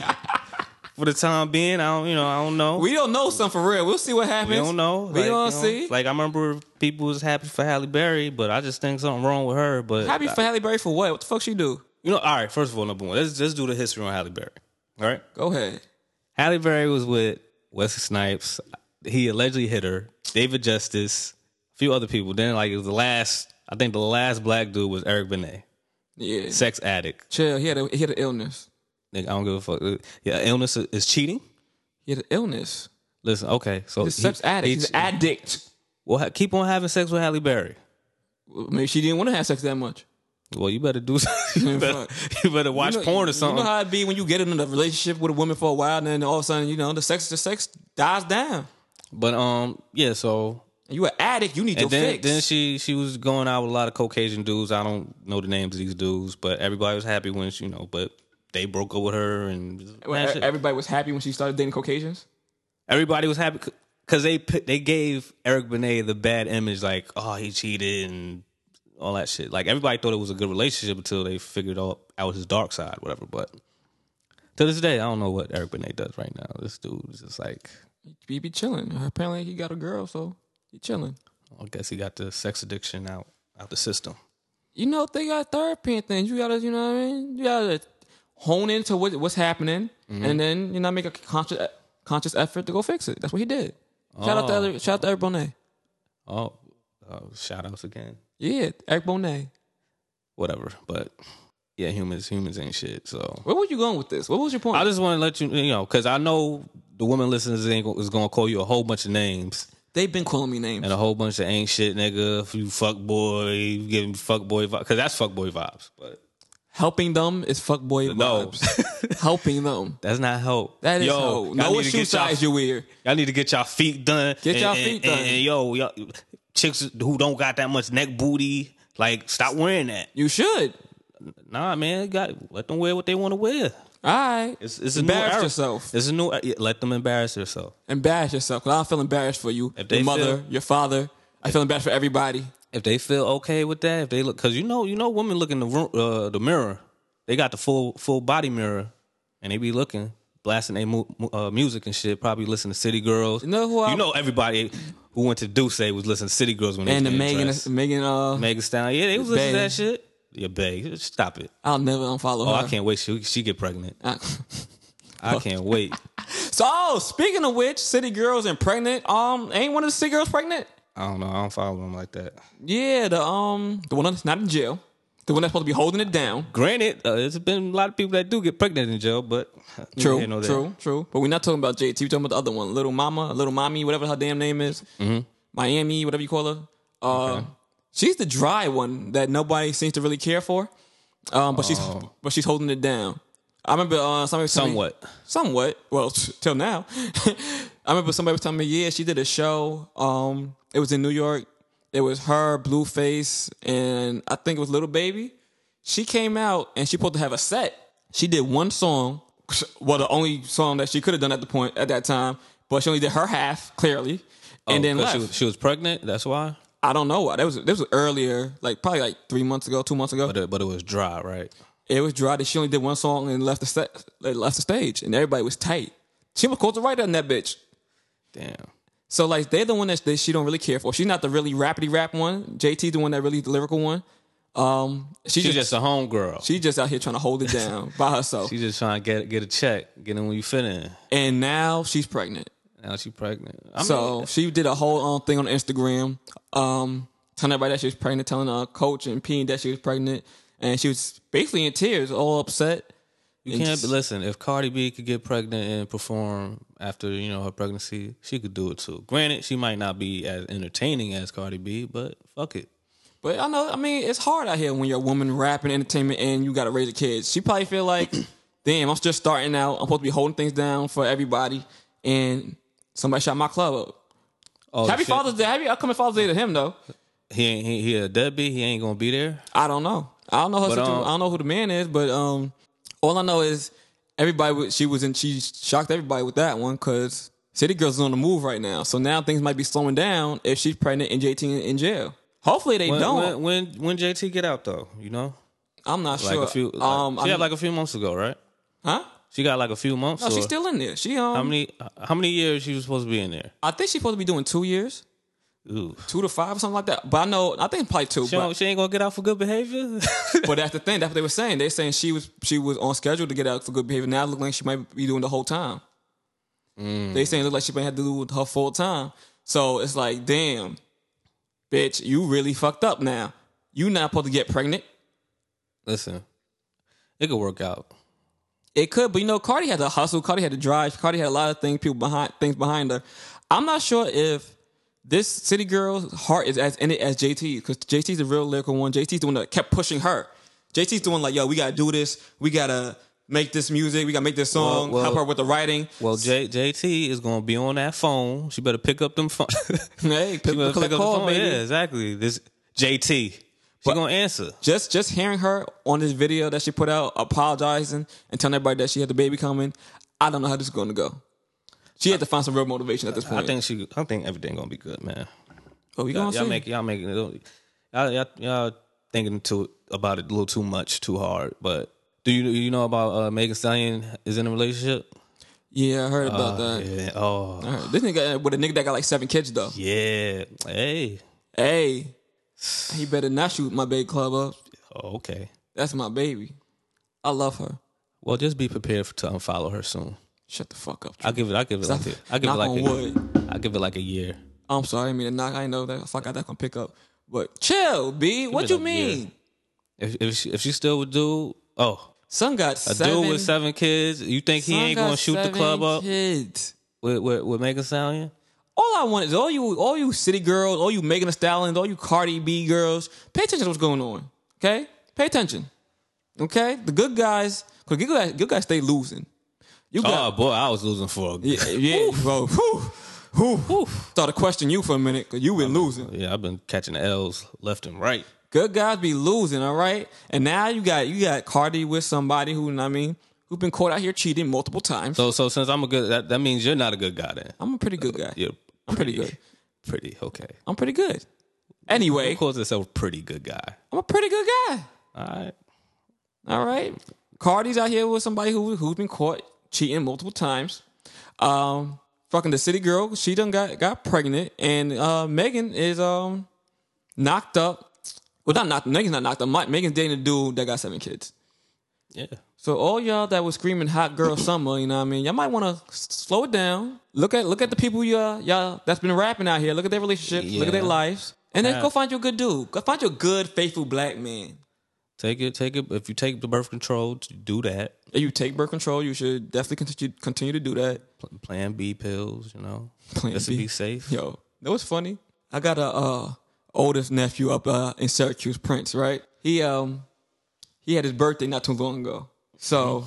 [SPEAKER 2] for the time being. I don't, you know, I don't know.
[SPEAKER 1] We don't know something for real. We'll see what happens.
[SPEAKER 2] We don't know.
[SPEAKER 1] We
[SPEAKER 2] you
[SPEAKER 1] don't
[SPEAKER 2] know,
[SPEAKER 1] see.
[SPEAKER 2] Like I remember people was happy for Halle Berry, but I just think something wrong with her. But
[SPEAKER 1] Happy for Halle Berry for what? What the fuck she do?
[SPEAKER 2] you know, all right. First of all, number one, let's let's do the history on Halle Berry. All right,
[SPEAKER 1] Go ahead.
[SPEAKER 2] Halle Berry was with Wesley Snipes. He allegedly hit her. David Justice, a few other people. Then like it was the last. I think the last black dude was Eric Benet,
[SPEAKER 1] Yeah.
[SPEAKER 2] sex addict.
[SPEAKER 1] Chill. He had a he had an illness.
[SPEAKER 2] Nigga, I don't give a fuck. Yeah, illness is- is cheating.
[SPEAKER 1] He had an illness.
[SPEAKER 2] Listen, okay, so
[SPEAKER 1] He's a
[SPEAKER 2] he-
[SPEAKER 1] sex addict.
[SPEAKER 2] he-
[SPEAKER 1] He's an addict.
[SPEAKER 2] well, ha- keep on having sex with Halle Berry.
[SPEAKER 1] Maybe she didn't want to have sex that much.
[SPEAKER 2] Well, you better do. you, better, you better watch
[SPEAKER 1] You know-
[SPEAKER 2] porn or something.
[SPEAKER 1] You know how it be when you get in a relationship with a woman for a while, and then all of a sudden, you know, the sex the sex dies down.
[SPEAKER 2] But um, yeah. So
[SPEAKER 1] And you an addict. You need
[SPEAKER 2] and
[SPEAKER 1] your
[SPEAKER 2] then
[SPEAKER 1] fix.
[SPEAKER 2] then she she was going out with a lot of Caucasian dudes. I don't know the names of these dudes, but everybody was happy when she, you know. But they broke up with her, and
[SPEAKER 1] Well,
[SPEAKER 2] man,
[SPEAKER 1] e-
[SPEAKER 2] shit.
[SPEAKER 1] everybody was happy when she started dating Caucasians.
[SPEAKER 2] everybody was happy because they pi- they gave Eric Benet the bad image, like oh he cheated and all that shit. Like everybody thought it was a good relationship until they figured out out his dark side, whatever. But to this day, I don't know what Eric Benet does right now. This dude is just like.
[SPEAKER 1] He be chilling. Apparently, he got a girl, so he chilling.
[SPEAKER 2] I guess he got the sex addiction out out the system.
[SPEAKER 1] you know, they got therapy and things. You gotta, you know what I mean? You gotta hone into what, what's happening
[SPEAKER 2] Mm-hmm.
[SPEAKER 1] and then, you know, make a conscious conscious effort to go fix it. That's what he did. Shout out to
[SPEAKER 2] Oh.
[SPEAKER 1] Eric- shout out to Eric Bonet.
[SPEAKER 2] Oh, oh shout outs again.
[SPEAKER 1] Yeah, Eric Bonet.
[SPEAKER 2] Whatever. But yeah, humans humans ain't shit. So
[SPEAKER 1] Where were you going with this? What was your point?
[SPEAKER 2] I just want to let you you know because I know the women listeners ain't go- is gonna call you a whole bunch of names
[SPEAKER 1] They've been calling me names.
[SPEAKER 2] and a whole bunch of ain't shit nigga. If you fuck boy, you giving fuck boy vibes because that's fuck boy vibes. But
[SPEAKER 1] Helping them is fuckboy
[SPEAKER 2] No.
[SPEAKER 1] vibes. Helping them.
[SPEAKER 2] that's not help.
[SPEAKER 1] That is
[SPEAKER 2] yo.
[SPEAKER 1] no.
[SPEAKER 2] y'all
[SPEAKER 1] No
[SPEAKER 2] need to
[SPEAKER 1] shoe
[SPEAKER 2] get y'all-
[SPEAKER 1] size you wear.
[SPEAKER 2] Y'all need to get y'all feet done.
[SPEAKER 1] Get
[SPEAKER 2] and-
[SPEAKER 1] y'all
[SPEAKER 2] and-
[SPEAKER 1] feet
[SPEAKER 2] and-
[SPEAKER 1] done.
[SPEAKER 2] And yo, y'all, chicks who don't got that much neck booty, like stop wearing that.
[SPEAKER 1] You should.
[SPEAKER 2] Nah, man, got let them wear what they want to wear.
[SPEAKER 1] All right.
[SPEAKER 2] It's, it's a new
[SPEAKER 1] embarrass
[SPEAKER 2] era.
[SPEAKER 1] yourself.
[SPEAKER 2] It's a new. uh, yeah, Let them embarrass themselves.
[SPEAKER 1] Embarrass yourself. Cause I don't feel embarrassed for you.
[SPEAKER 2] If they
[SPEAKER 1] Your mother, your father. I feel embarrassed for everybody.
[SPEAKER 2] If they feel okay with that, if they look, because you know, you know, women look in the room, uh, the mirror. They got the full full body mirror, and they be looking, blasting their mu- mu- uh, music and shit. Probably listen to City Girls. You
[SPEAKER 1] know who I-
[SPEAKER 2] You know everybody who went to Duce was listening to City Girls when
[SPEAKER 1] And
[SPEAKER 2] they
[SPEAKER 1] the
[SPEAKER 2] came
[SPEAKER 1] Megan,
[SPEAKER 2] dressed.
[SPEAKER 1] Megan, uh,
[SPEAKER 2] Megan Stein. Yeah, they was listening to
[SPEAKER 1] Bae.
[SPEAKER 2] that shit. Yeah, bae, stop it.
[SPEAKER 1] I'll never unfollow
[SPEAKER 2] Oh,
[SPEAKER 1] her.
[SPEAKER 2] I can't wait. She she get pregnant. I can't wait.
[SPEAKER 1] so oh, speaking of which, city girls and pregnant. Um, ain't one of the city girls pregnant?
[SPEAKER 2] I don't know. I don't follow them like that.
[SPEAKER 1] Yeah, the um, the one that's not in jail, the one that's supposed to be holding it down.
[SPEAKER 2] Granted, uh, there's been a lot of people that do get pregnant in jail, but you
[SPEAKER 1] True,
[SPEAKER 2] can't know that.
[SPEAKER 1] true, true. But we're not talking about JT. We're talking about the other one, little mama, little mommy, whatever her damn name is,
[SPEAKER 2] Mm-hmm.
[SPEAKER 1] Miami, whatever you call her. Uh, she's the dry one that nobody seems to really care for. Um, but she's but she's holding it down. I remember uh, somebody told me-
[SPEAKER 2] Somewhat.
[SPEAKER 1] somewhat. Well, t- till now, I remember somebody was telling me, yeah, she did a show. Um, it was in New York. It was her, Blueface, and I think it was Little Baby. She came out and she supposed to have a set. She did one song, well, the only song that she could have done at the point at that time, but she only did her half clearly, and then left.
[SPEAKER 2] Because she was, she was pregnant. That's why.
[SPEAKER 1] I don't know. That was this was earlier, like probably like three months ago, two months ago.
[SPEAKER 2] But it, but it was dry, right?
[SPEAKER 1] It was dry. That she only did one song and left the set, left the stage, and everybody was tight. She was close to write on that bitch.
[SPEAKER 2] Damn.
[SPEAKER 1] So like they're the one that, that she don't really care for. She's not the really rapidy rap one. JT the one that really the lyrical one. Um, she,
[SPEAKER 2] She's
[SPEAKER 1] just,
[SPEAKER 2] just a homegirl.
[SPEAKER 1] she just out here trying to hold it down by herself.
[SPEAKER 2] She's just trying to get get a check, get in when you fit in.
[SPEAKER 1] and now she's pregnant.
[SPEAKER 2] Now she pregnant. I
[SPEAKER 1] So
[SPEAKER 2] mean,
[SPEAKER 1] she did a whole um, thing on Instagram, um, telling everybody that she was pregnant, telling her coach and P that she was pregnant, and she was basically in tears, all upset.
[SPEAKER 2] you can't listen. If Cardi B could get pregnant and perform after you know her pregnancy, she could do it too. Granted, she might not be as entertaining as Cardi B, but fuck it.
[SPEAKER 1] But I know, I mean, it's hard out here when you're a woman rapping entertainment and you got to raise a kid. She probably feel like, damn, I'm just starting out. I'm supposed to be holding things down for everybody, and somebody shot my club up.
[SPEAKER 2] Oh,
[SPEAKER 1] happy
[SPEAKER 2] shit.
[SPEAKER 1] Father's Day, happy upcoming Father's Day to him though.
[SPEAKER 2] He ain't he, he a deadbeat. He ain't gonna be there.
[SPEAKER 1] I don't know. I don't know her
[SPEAKER 2] But,
[SPEAKER 1] situ-
[SPEAKER 2] um,
[SPEAKER 1] I don't know who the man is, but um, all I know is everybody. Was, she was in. She shocked everybody with that one because City Girls is on the move right now. So now things might be slowing down if she's pregnant and JT in, in jail. Hopefully they
[SPEAKER 2] When,
[SPEAKER 1] don't.
[SPEAKER 2] when when when JT get out though, you know,
[SPEAKER 1] I'm not
[SPEAKER 2] like
[SPEAKER 1] sure.
[SPEAKER 2] a few. Like,
[SPEAKER 1] um,
[SPEAKER 2] she
[SPEAKER 1] I
[SPEAKER 2] had
[SPEAKER 1] mean-
[SPEAKER 2] like a few months ago, right?
[SPEAKER 1] huh?
[SPEAKER 2] She got like a few months.
[SPEAKER 1] No,
[SPEAKER 2] or
[SPEAKER 1] Oh, she's still in there. She um,
[SPEAKER 2] How many how many years she was supposed to be in there?
[SPEAKER 1] I think she's supposed to be doing two years,
[SPEAKER 2] Ooh.
[SPEAKER 1] two to five or something like that. But I know, I think probably two.
[SPEAKER 2] She,
[SPEAKER 1] But,
[SPEAKER 2] don't- she ain't gonna get out for good behavior.
[SPEAKER 1] but that's the thing. That's what they were saying. They're saying she was she was on schedule to get out for good behavior. Now it looks like she might be doing the whole time.
[SPEAKER 2] Mm.
[SPEAKER 1] They saying it looked like she might have to do with her full time. So it's like, damn, bitch, you really fucked up now. You not supposed to get pregnant.
[SPEAKER 2] Listen, it could work out.
[SPEAKER 1] It could, but you know, Cardi had to hustle. Cardi had to drive. Cardi had a lot of things, people behind things behind her. I'm not sure if this city girl's heart is as in it as JT because JT's the real lyrical one. JT's the one that kept pushing her. JT's the one like, yo, we gotta do this. We gotta make this music. We gotta make this song.
[SPEAKER 2] Well, well-
[SPEAKER 1] help her with the writing.
[SPEAKER 2] Well, J, JT is gonna be on that phone. She better pick up them phone. she
[SPEAKER 1] hey, people
[SPEAKER 2] better
[SPEAKER 1] collect
[SPEAKER 2] pick up
[SPEAKER 1] call,
[SPEAKER 2] the phone.
[SPEAKER 1] baby.
[SPEAKER 2] Yeah, exactly. This JT. She gonna answer.
[SPEAKER 1] Just just hearing her on this video that she put out, apologizing and telling everybody that she had the baby coming. I don't know how this is going to go. She had to find some real motivation at this point.
[SPEAKER 2] I think she. I think everything gonna be good, man.
[SPEAKER 1] Oh, we
[SPEAKER 2] Y'all,
[SPEAKER 1] gonna
[SPEAKER 2] y'all
[SPEAKER 1] see.
[SPEAKER 2] make y'all making it. Y'all, y'all, y'all thinking too about it a little too much, too hard. But do you you know about uh, Megan Stallion is in a relationship?
[SPEAKER 1] yeah, I heard about that.
[SPEAKER 2] Uh, Yeah. Oh.
[SPEAKER 1] Alright, This nigga with a nigga that got like seven kids though.
[SPEAKER 2] Yeah. Hey.
[SPEAKER 1] Hey, he better not shoot my baby club up.
[SPEAKER 2] Oh, okay.
[SPEAKER 1] That's my baby. I love her.
[SPEAKER 2] Well, just be prepared for, to unfollow her soon.
[SPEAKER 1] Shut the fuck up.
[SPEAKER 2] I give it. I give it. Like a, I give it
[SPEAKER 1] Knock
[SPEAKER 2] like
[SPEAKER 1] on
[SPEAKER 2] a, I give it like a year.
[SPEAKER 1] I'm sorry, I mean to knock. I ain't know that. Fuck, I got gonna pick up. But chill, B. What
[SPEAKER 2] it
[SPEAKER 1] you
[SPEAKER 2] a year.
[SPEAKER 1] mean?
[SPEAKER 2] If if she, if she still would do, oh,
[SPEAKER 1] Son got
[SPEAKER 2] a
[SPEAKER 1] seven.
[SPEAKER 2] dude with seven kids. You think he
[SPEAKER 1] son
[SPEAKER 2] ain't
[SPEAKER 1] got
[SPEAKER 2] gonna shoot the
[SPEAKER 1] seven
[SPEAKER 2] club up
[SPEAKER 1] Kids.
[SPEAKER 2] with with, with Megan Stallion?
[SPEAKER 1] All I want is all you, all you city girls, all you Megan Thee Stallions, all you Cardi B girls. Pay attention to what's going on. Okay, pay attention. Okay, the good guys, cause good guys, good guys stay losing. You got
[SPEAKER 2] Oh boy, I was losing for a
[SPEAKER 1] Yeah, yeah bro. Whew. Whew. Started questioning you for a minute because you been losing.
[SPEAKER 2] Yeah, I've been catching L's left and right.
[SPEAKER 1] Good guys be losing, all right. And now you got you got Cardi with somebody who, you know what I mean, who been caught out here cheating multiple times.
[SPEAKER 2] So so since I'm a good, that, that means you're not a good guy then.
[SPEAKER 1] I'm a pretty good guy.
[SPEAKER 2] You're
[SPEAKER 1] I'm pretty good.
[SPEAKER 2] Pretty okay.
[SPEAKER 1] I'm pretty good.
[SPEAKER 2] He
[SPEAKER 1] Anyway,
[SPEAKER 2] calls himself a pretty good guy.
[SPEAKER 1] I'm a pretty good guy.
[SPEAKER 2] All right.
[SPEAKER 1] All right. Cardi's out here with somebody who who's been caught cheating multiple times. Um, fucking the city girl, she done got got pregnant, and uh, Megan is um knocked up. Well, not knocked. Megan's not knocked up. My, Megan's dating a dude that got seven kids.
[SPEAKER 2] Yeah.
[SPEAKER 1] So all y'all that was screaming "hot girl summer," you know what I mean? Y'all might want to slow it down. Look at look at the people y'all y'all that's been rapping out here. Look at their relationships. Look at their
[SPEAKER 2] Yeah.
[SPEAKER 1] lives, and then
[SPEAKER 2] Yeah.
[SPEAKER 1] go find you a good dude. Go find you a good, faithful black man.
[SPEAKER 2] Take it. Take it. If you take the birth control, do that.
[SPEAKER 1] If you take birth control, you should definitely continue continue to do that.
[SPEAKER 2] Pl- Plan B pills. You know.
[SPEAKER 1] Plan
[SPEAKER 2] Just
[SPEAKER 1] B.
[SPEAKER 2] to be safe.
[SPEAKER 1] Yo, that was funny. I got a uh, oldest nephew up uh, in Syracuse, Prince. Right? He um he had his birthday not too long ago. So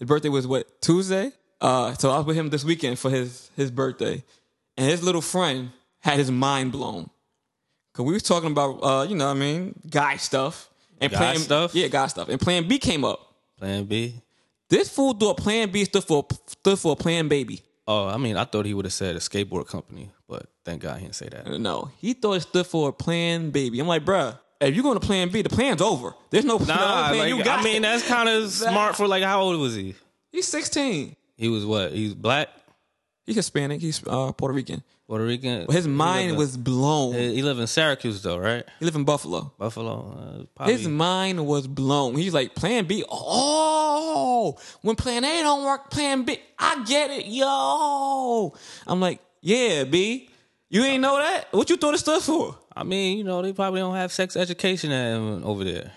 [SPEAKER 1] his birthday was what Tuesday. Uh, so I was with him this weekend for his his birthday, and his little friend had his mind blown. Cause we was talking about uh, you know what I mean guy stuff and
[SPEAKER 2] Guy
[SPEAKER 1] plan
[SPEAKER 2] stuff?
[SPEAKER 1] Yeah, guy stuff. And Plan B came up.
[SPEAKER 2] Plan B.
[SPEAKER 1] This fool thought Plan B stood for stood for Plan Baby.
[SPEAKER 2] Oh, I mean, I thought he would have said a skateboard company, but thank God he didn't say that.
[SPEAKER 1] No, he thought it stood for Plan Baby. I'm like, bruh, if you're going to Plan B, the plan's over. There's no, the
[SPEAKER 2] Nah,
[SPEAKER 1] only plan
[SPEAKER 2] like,
[SPEAKER 1] you got.
[SPEAKER 2] I mean, that's kind of smart for like how old was he?
[SPEAKER 1] he's 16.
[SPEAKER 2] He was what? He's black,
[SPEAKER 1] He's Hispanic. He's uh, Puerto Rican.
[SPEAKER 2] Puerto Rican.
[SPEAKER 1] His
[SPEAKER 2] He
[SPEAKER 1] mind
[SPEAKER 2] lived in-
[SPEAKER 1] was blown.
[SPEAKER 2] He lived in Syracuse though, right?
[SPEAKER 1] He live in Buffalo.
[SPEAKER 2] Buffalo. Uh, probably.
[SPEAKER 1] His mind was blown. He's like, Plan B. Oh, when Plan A don't work, Plan B. I get it, yo. I'm like, yeah, B. You ain't know that? What you thought it stood for?
[SPEAKER 2] I mean, you know, they probably don't have sex education at- um, over there.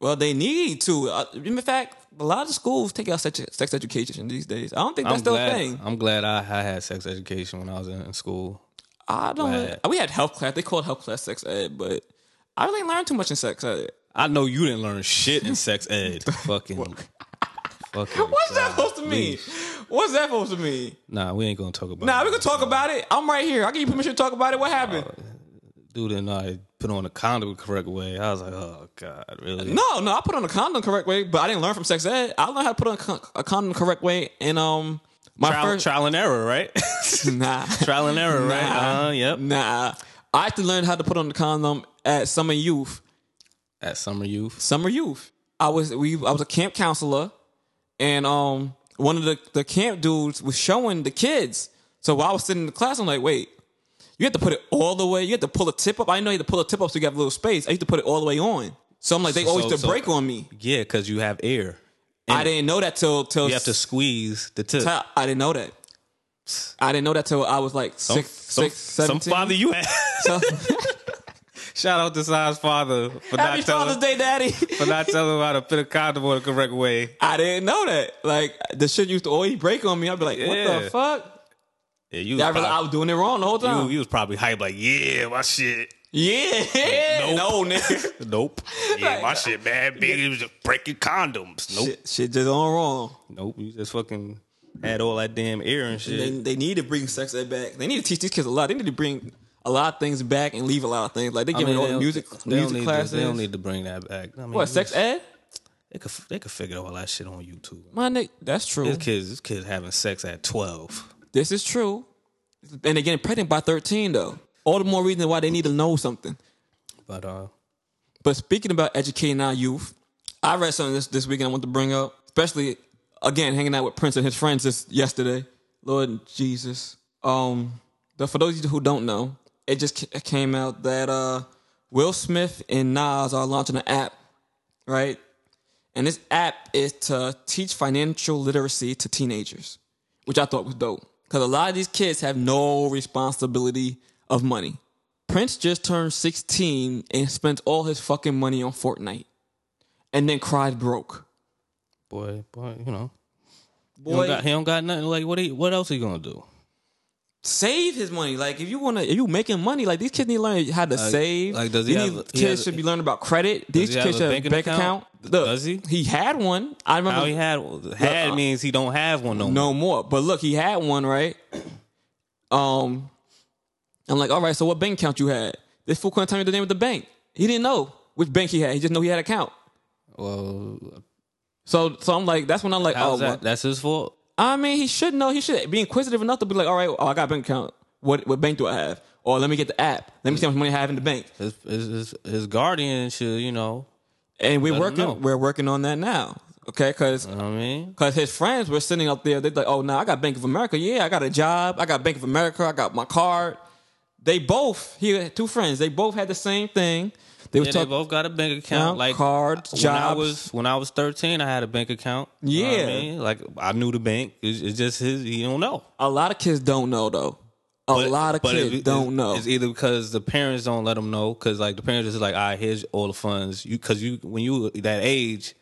[SPEAKER 1] Well, they need to. Uh, In fact, a lot of schools take out sex, sex education these days. I don't think that's
[SPEAKER 2] I'm
[SPEAKER 1] still
[SPEAKER 2] glad.
[SPEAKER 1] a thing.
[SPEAKER 2] I'm glad I, I had sex education when I was in, in school.
[SPEAKER 1] I don't.
[SPEAKER 2] Glad.
[SPEAKER 1] We had health class. They called health class sex ed, but I really learned too much in sex ed.
[SPEAKER 2] I know you didn't learn shit in sex ed. fucking. fucking
[SPEAKER 1] What's that
[SPEAKER 2] God.
[SPEAKER 1] supposed to mean? What's that supposed to mean?
[SPEAKER 2] Nah, we ain't gonna talk about.
[SPEAKER 1] Nah,
[SPEAKER 2] it.
[SPEAKER 1] we can talk about it. I'm right here. I give you permission to talk about it. What happened?
[SPEAKER 2] Uh, Dude and I put on a condom the correct way. I was like, oh god, really?
[SPEAKER 1] No, no, I put on a condom the correct way, but I didn't learn from sex ed. I learned how to put on a con- a condom the correct way, and um, my
[SPEAKER 2] trial,
[SPEAKER 1] first
[SPEAKER 2] trial and error, right?
[SPEAKER 1] nah,
[SPEAKER 2] trial and error, right?
[SPEAKER 1] Nah.
[SPEAKER 2] Uh, yep.
[SPEAKER 1] nah. I had to learn how to put on the condom at summer youth.
[SPEAKER 2] At summer youth,
[SPEAKER 1] Summer youth. I was we I was a camp counselor, and um, one of the the camp dudes was showing the kids. So while I was sitting in the class, I'm like, wait. You have to put it all the way. You have to pull a tip up. I didn't know you had to pull a tip up so you got a little space. I used to put it all the way on. So I'm like, they always
[SPEAKER 2] So-
[SPEAKER 1] used to
[SPEAKER 2] so-
[SPEAKER 1] break on me.
[SPEAKER 2] yeah, because you have air.
[SPEAKER 1] I didn't know that till till
[SPEAKER 2] You have to squeeze the tip.
[SPEAKER 1] I I didn't know that. I didn't know that till I was like six,
[SPEAKER 2] some,
[SPEAKER 1] six,
[SPEAKER 2] some
[SPEAKER 1] seventeen.
[SPEAKER 2] father you had.
[SPEAKER 1] So-
[SPEAKER 2] Shout out to Si's father for
[SPEAKER 1] Happy
[SPEAKER 2] not
[SPEAKER 1] Father's
[SPEAKER 2] telling
[SPEAKER 1] Day, Daddy.
[SPEAKER 2] for not telling him how to put a condom on the correct way.
[SPEAKER 1] I didn't know that. Like the shit used to always break on me. I'd be like, "What
[SPEAKER 2] Yeah.
[SPEAKER 1] the fuck?"
[SPEAKER 2] Yeah, you was,
[SPEAKER 1] I realized I
[SPEAKER 2] probably,
[SPEAKER 1] was doing it wrong the whole
[SPEAKER 2] you,
[SPEAKER 1] time.
[SPEAKER 2] you was probably hype like, yeah, my shit.
[SPEAKER 1] yeah, no, nigga.
[SPEAKER 2] Nope. Yeah, my
[SPEAKER 1] Like-
[SPEAKER 2] shit bad, big. It was just breaking condoms. Nope.
[SPEAKER 1] shit, shit just all wrong.
[SPEAKER 2] Nope. You just fucking had all that damn air and shit.
[SPEAKER 1] They, they need to bring sex ed back. They need to teach these kids a lot. They need to bring a lot of things back and leave a lot of things. Like they
[SPEAKER 2] I
[SPEAKER 1] give
[SPEAKER 2] mean,
[SPEAKER 1] all
[SPEAKER 2] they
[SPEAKER 1] the
[SPEAKER 2] don't-
[SPEAKER 1] music
[SPEAKER 2] they don't
[SPEAKER 1] music
[SPEAKER 2] need
[SPEAKER 1] classes.
[SPEAKER 2] To, they don't need to bring that back. I mean,
[SPEAKER 1] what sex ed?
[SPEAKER 2] They could they could figure all that shit on YouTube.
[SPEAKER 1] My nigga, that's true.
[SPEAKER 2] This kids, this kids having sex at twelve.
[SPEAKER 1] This is true. And they're getting pregnant by 13, though. All the more reason why they need to know something.
[SPEAKER 2] But uh,
[SPEAKER 1] But speaking about educating our youth, I read something this, this weekend I want to bring up, especially, again, hanging out with Prince and his friends this, yesterday. Lord Jesus. Um, but for those of you who don't know, it just ca- came out that uh, Will Smith and Nas are launching an app, right? And this app is to teach financial literacy to teenagers, which I thought was dope. Because a lot of these kids have no responsibility of money. Prince just turned 16 and spent all his fucking money on Fortnite and then cried broke.
[SPEAKER 2] boy, boy, you know, he don't,
[SPEAKER 1] Boy,
[SPEAKER 2] got, he don't got nothing. Like what? He, what else he gonna do?
[SPEAKER 1] save his money. Like, if you want to, if you making money, like, these kids need to learn how to save.
[SPEAKER 2] like, does he
[SPEAKER 1] These
[SPEAKER 2] have- he
[SPEAKER 1] kids
[SPEAKER 2] has-
[SPEAKER 1] should be learning about credit. These
[SPEAKER 2] he have
[SPEAKER 1] kids
[SPEAKER 2] a
[SPEAKER 1] should have a
[SPEAKER 2] banking
[SPEAKER 1] bank
[SPEAKER 2] account?
[SPEAKER 1] account.
[SPEAKER 2] D- does he?
[SPEAKER 1] He had one. I remember.
[SPEAKER 2] How he had had
[SPEAKER 1] uh,
[SPEAKER 2] means he don't have one no, more.
[SPEAKER 1] no more. But look, he had one, right? Um, I'm like, all right, so what bank account you had? This fool couldn't tell me the name of the bank. He didn't know which bank he had. He just know he had an account.
[SPEAKER 2] Well,
[SPEAKER 1] So, so I'm like, that's when I'm like,
[SPEAKER 2] how's
[SPEAKER 1] oh,
[SPEAKER 2] that?
[SPEAKER 1] well,
[SPEAKER 2] That's his fault.
[SPEAKER 1] I mean, he should know. He should be inquisitive enough to be like, all right, oh, I got a bank account. What what bank do I have? Or let me get the app. Let me see how much money I have in the bank.
[SPEAKER 2] His his his, his guardian should you know.
[SPEAKER 1] And we're
[SPEAKER 2] him know.
[SPEAKER 1] working. We're working on that now. Okay, because
[SPEAKER 2] You know what I mean,
[SPEAKER 1] Cause his friends were sitting up there. They're like, "Oh, nah, I got Bank of America. Yeah, I got a job. I got Bank of America. I got my card." They both he had two friends. They both had the same thing. They was
[SPEAKER 2] yeah, they
[SPEAKER 1] talking.
[SPEAKER 2] both got a bank account.
[SPEAKER 1] Yeah,
[SPEAKER 2] Like
[SPEAKER 1] cards,
[SPEAKER 2] when I
[SPEAKER 1] jobs.
[SPEAKER 2] was when I was thirteen, I had a bank account. You know what I
[SPEAKER 1] Yeah.
[SPEAKER 2] mean? like I knew the bank. It's, it's just his. He don't know.
[SPEAKER 1] A lot of kids don't know though. A lot of
[SPEAKER 2] it-
[SPEAKER 1] kids
[SPEAKER 2] it's-
[SPEAKER 1] don't know.
[SPEAKER 2] It's either because the parents don't let them know, because like the parents is like, "All right, here's all the funds." You because you when you that age,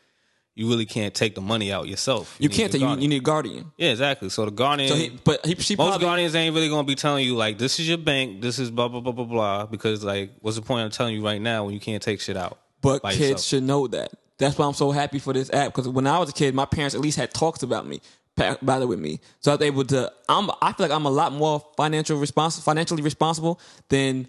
[SPEAKER 2] you really can't take the money out yourself.
[SPEAKER 1] you
[SPEAKER 2] need
[SPEAKER 1] can't.
[SPEAKER 2] the
[SPEAKER 1] Take, you,
[SPEAKER 2] guardian.
[SPEAKER 1] you need a guardian.
[SPEAKER 2] yeah, exactly. So the guardian,
[SPEAKER 1] So he, but he, she
[SPEAKER 2] most
[SPEAKER 1] probably
[SPEAKER 2] guardians ain't really gonna be telling you like, "This is your bank. This is blah blah blah blah blah." Because like, what's the point of telling you right now when you can't take shit out?
[SPEAKER 1] But
[SPEAKER 2] by
[SPEAKER 1] kids
[SPEAKER 2] yourself?
[SPEAKER 1] should know that. That's why I'm so happy for this app because when I was a kid, my parents at least had talks about me, pa- about it with me. So I was able to. I'm. I feel like I'm a lot more financial respons- financially responsible than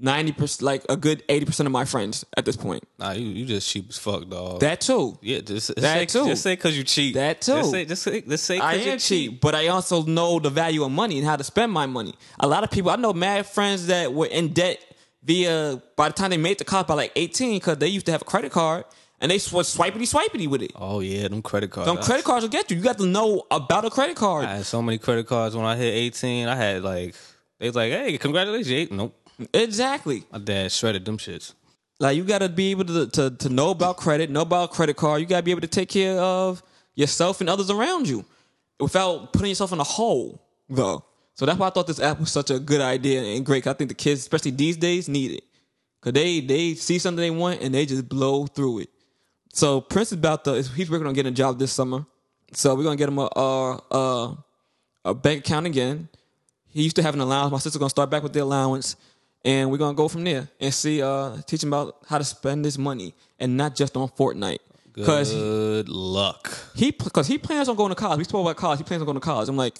[SPEAKER 1] ninety percent, like a good eighty percent of my friends at this point.
[SPEAKER 2] Nah, you, you just cheap as fuck, dog.
[SPEAKER 1] That too.
[SPEAKER 2] yeah, just, just
[SPEAKER 1] that
[SPEAKER 2] say,
[SPEAKER 1] too.
[SPEAKER 2] Just say because you cheat.
[SPEAKER 1] That too.
[SPEAKER 2] Just say, just say, just say 'cause
[SPEAKER 1] I
[SPEAKER 2] you
[SPEAKER 1] am cheap, but I also know the value of money and how to spend my money. A lot of people, I know mad friends that were in debt via by the time they made the cop by like 18 because they used to have a credit card and they was swipity swipity with it.
[SPEAKER 2] Oh yeah, them credit cards.
[SPEAKER 1] Them
[SPEAKER 2] I-
[SPEAKER 1] credit cards will get you. You got to know about a credit card.
[SPEAKER 2] I had so many credit cards when I hit 18. I had like they was like, hey, congratulations. you ate." Nope.
[SPEAKER 1] Exactly.
[SPEAKER 2] My dad shredded them shits.
[SPEAKER 1] Like you got to be able to, to to know about credit, know about credit card. You got to be able to take care of yourself and others around you without putting yourself in a hole, though. So that's why I thought this app was such a good idea and great. 'cause I think the kids, especially these days, need it because they they see something they want and they just blow through it. So Prince is about to he's working on getting a job this summer. So we're gonna get him a a, a, a bank account again. He used to have an allowance. My sister's gonna start back with the allowance, and we're gonna go from there and see uh teach him about how to spend his money and not just on Fortnite. Because
[SPEAKER 2] Good luck.
[SPEAKER 1] he because he plans on going to college. We spoke about college. He plans on going to college. I'm like,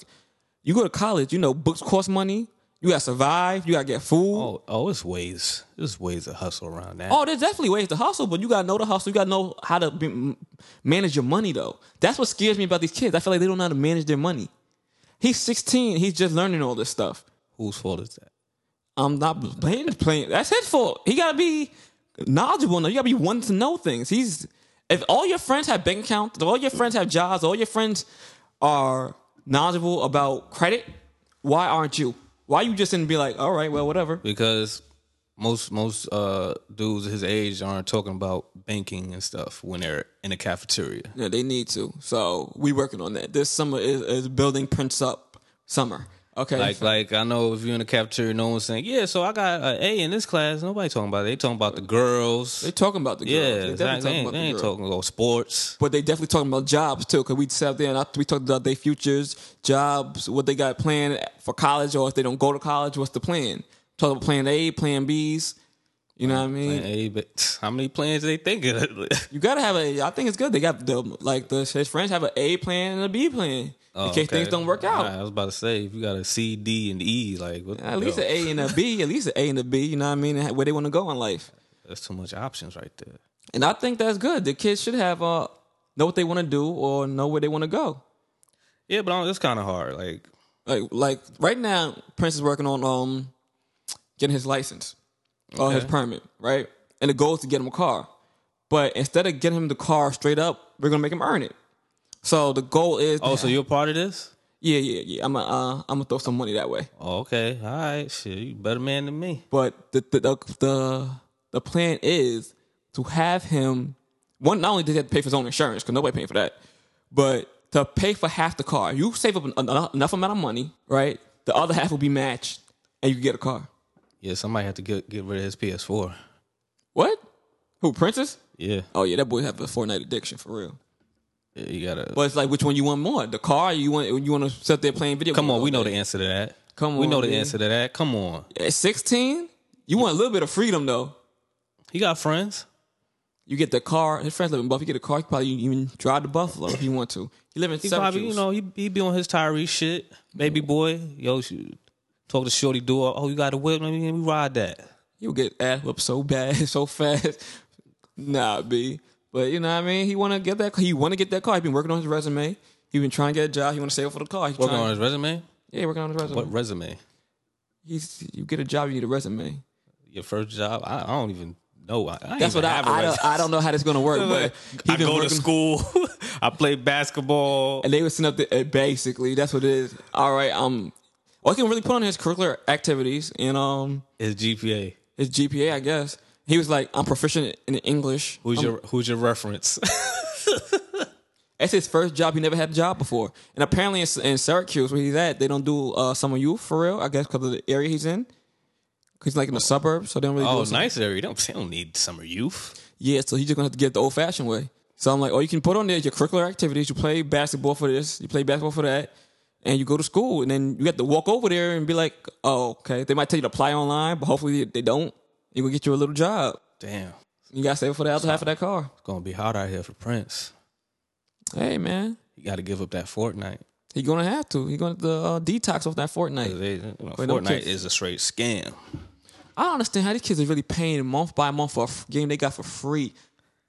[SPEAKER 1] you go to college, you know, books cost money. You gotta survive. You gotta get food.
[SPEAKER 2] Oh, oh, it's ways. There's ways to hustle around that.
[SPEAKER 1] Oh, there's definitely ways to hustle, but you gotta know the hustle. You gotta know how to be, m- manage your money, though. That's what scares me about these kids. I feel like they don't know how to manage their money. He's 16. He's just learning all this stuff.
[SPEAKER 2] Whose fault is that?
[SPEAKER 1] I'm not playing. Playing. That's his fault. He gotta be knowledgeable. Now you gotta be one to know things. He's if all your friends have bank accounts, if all your friends have jobs, all your friends are knowledgeable about credit. Why aren't you? Why you just didn't be like, all right, well, whatever.
[SPEAKER 2] Because most most uh, dudes his age aren't talking about banking and stuff when they're in the cafeteria.
[SPEAKER 1] Yeah, they need to. So we working on that. This summer is, is building Prince up summer. Okay.
[SPEAKER 2] Like like I know if you're in the cafeteria, no one's saying, yeah. So I got an A in this class. Nobody talking about it. They talking about the girls.
[SPEAKER 1] they talking about the girls.
[SPEAKER 2] yeah,
[SPEAKER 1] they definitely
[SPEAKER 2] exactly. They
[SPEAKER 1] talking
[SPEAKER 2] ain't,
[SPEAKER 1] about
[SPEAKER 2] they
[SPEAKER 1] the
[SPEAKER 2] ain't
[SPEAKER 1] girls.
[SPEAKER 2] talking about sports.
[SPEAKER 1] But they definitely talking about jobs too, because we sat there and I, we talked about their futures, jobs, what they got planned for college, or if they don't go to college, what's the plan? Talking about plan A, plan Bs. You know what I mean?
[SPEAKER 2] Hey, but how many plans they thinking?
[SPEAKER 1] You gotta have a. I think it's good. They got the like the his friends have an A plan and a B plan
[SPEAKER 2] Oh,
[SPEAKER 1] in case
[SPEAKER 2] okay.
[SPEAKER 1] things don't work out.
[SPEAKER 2] Alright, I was about to say if you got a C, D, and E, like what,
[SPEAKER 1] At least
[SPEAKER 2] yo,
[SPEAKER 1] an A and a B. At least an A and a B. You know what I mean? and Where they want to go in life.
[SPEAKER 2] that's too much options right there.
[SPEAKER 1] And I think that's good. The kids should have uh know what they want to do or know where they want to go.
[SPEAKER 2] Yeah, but I- it's kind of hard. Like
[SPEAKER 1] Like like right now, Prince is working on um getting his license or his
[SPEAKER 2] Okay.
[SPEAKER 1] permit, right? And the goal is to get him a car. But instead of getting him the car straight up, we're gonna make him earn it. So the goal is
[SPEAKER 2] oh, so you're a part of this?
[SPEAKER 1] yeah, yeah, yeah. I'm gonna uh, I'm gonna throw some money that way.
[SPEAKER 2] Oh, okay, all right, shit, you better man than me.
[SPEAKER 1] But the the the the, the plan is to have him one. Not only did he have to pay for his own insurance because nobody paying for that, but to pay for half the car. You save up en- en- enough amount of money, right? The other half will be matched, and you can get a car.
[SPEAKER 2] Yeah, somebody have to get get rid of his PS4.
[SPEAKER 1] What? Who Princess?
[SPEAKER 2] Yeah,
[SPEAKER 1] Oh yeah, that boy have a Fortnite addiction for real.
[SPEAKER 2] yeah you gotta.
[SPEAKER 1] But it's like, which one you want more? The car? You want you want to sit there playing video?
[SPEAKER 2] come
[SPEAKER 1] games
[SPEAKER 2] on,
[SPEAKER 1] all
[SPEAKER 2] we know
[SPEAKER 1] day?
[SPEAKER 2] the answer to that.
[SPEAKER 1] Come
[SPEAKER 2] we
[SPEAKER 1] on,
[SPEAKER 2] know the
[SPEAKER 1] man.
[SPEAKER 2] answer to that. Come on,
[SPEAKER 1] At sixteen, you want a little bit of freedom though.
[SPEAKER 2] he got friends.
[SPEAKER 1] You get the car. His friends live in Buffalo. You get a car. You could probably even drive to Buffalo if you want to. You live in
[SPEAKER 2] He probably, you
[SPEAKER 1] Syracuse.
[SPEAKER 2] know, he he be on his Tyree shit, baby boy. Yo, shoot. talk to Shorty, do oh, you got a whip? Let me, let me ride that.
[SPEAKER 1] You'll get ass whooped so bad, so fast. nah, B. But you know what I mean? He wanna get that he wanna get that car. He's been working on his resume. He's been trying to get a job. He wanna save up for the car. He's
[SPEAKER 2] Working
[SPEAKER 1] trying,
[SPEAKER 2] on his resume.
[SPEAKER 1] yeah, working on his resume.
[SPEAKER 2] What resume?
[SPEAKER 1] He's, you get a job, you need a resume.
[SPEAKER 2] Your first job? I, I don't even know. I, I ain't
[SPEAKER 1] That's
[SPEAKER 2] even
[SPEAKER 1] what I,
[SPEAKER 2] have a
[SPEAKER 1] I,
[SPEAKER 2] resume.
[SPEAKER 1] don't, I don't know how that's gonna work, but he
[SPEAKER 2] I
[SPEAKER 1] been
[SPEAKER 2] go
[SPEAKER 1] working,
[SPEAKER 2] to school. I play basketball.
[SPEAKER 1] and they were sitting up there. uh, Basically, that's what it is. All right, um, well, I can really put on his curricular activities and um
[SPEAKER 2] His GPA.
[SPEAKER 1] his GPA, I guess. He was like, I'm proficient in English.
[SPEAKER 2] Who's your Who's your reference?
[SPEAKER 1] That's his first job. He never had a job before. And apparently in, in Syracuse, where he's at, they don't do uh, summer youth for real, I guess, because of the area he's in. 'Cause He's like in the suburbs, so they don't really do
[SPEAKER 2] oh,
[SPEAKER 1] it.
[SPEAKER 2] nice area. You Don't they don't need summer youth.
[SPEAKER 1] Yeah, so he's just going to have to get the old fashioned way. So I'm like, oh, you can put on there your curricular activities. You play basketball for this, you play basketball for that, and you go to school. And then you got to walk over there and be like, oh, okay. They might tell you to apply online, but hopefully they don't. You going to get you a little job.
[SPEAKER 2] Damn,
[SPEAKER 1] You got to save for the other half of that car.
[SPEAKER 2] it's gonna be hot out here for Prince.
[SPEAKER 1] Hey, man.
[SPEAKER 2] You got to give up that Fortnite.
[SPEAKER 1] He gonna have to. He gonna have to uh, detox off that Fortnite.
[SPEAKER 2] They- you know,
[SPEAKER 1] no
[SPEAKER 2] Fortnite
[SPEAKER 1] kids.
[SPEAKER 2] is a straight scam.
[SPEAKER 1] I don't understand how these kids are really paying month by month for a f- game they got for free.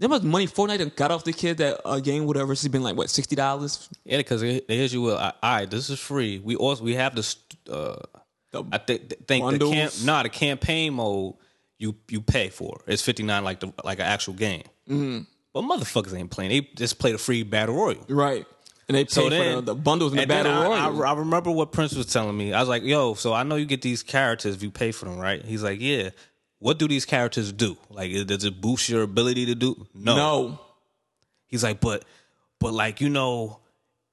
[SPEAKER 1] How much money Fortnite done got off the kid that a game would have originally been like what sixty dollars?
[SPEAKER 2] Yeah, because they they hit you with, all right, this is free. We also we have this. Uh, I think think the camp,
[SPEAKER 1] bundles?
[SPEAKER 2] nah, the campaign mode you you pay for. It's fifty nine like the like an actual game. Mm-hmm. But motherfuckers ain't playing. They just play the free battle royal.
[SPEAKER 1] Right. And they pay
[SPEAKER 2] So
[SPEAKER 1] for
[SPEAKER 2] then,
[SPEAKER 1] the, the bundles and the
[SPEAKER 2] and then
[SPEAKER 1] battle
[SPEAKER 2] I,
[SPEAKER 1] royale.
[SPEAKER 2] I, I remember what Prince was telling me. I was like, "Yo, so I know you get these characters if you pay for them, right?" He's like, "Yeah." What do these characters do? Like, i- does it boost your ability to do? No.
[SPEAKER 1] no.
[SPEAKER 2] He's like, "But, but like you know,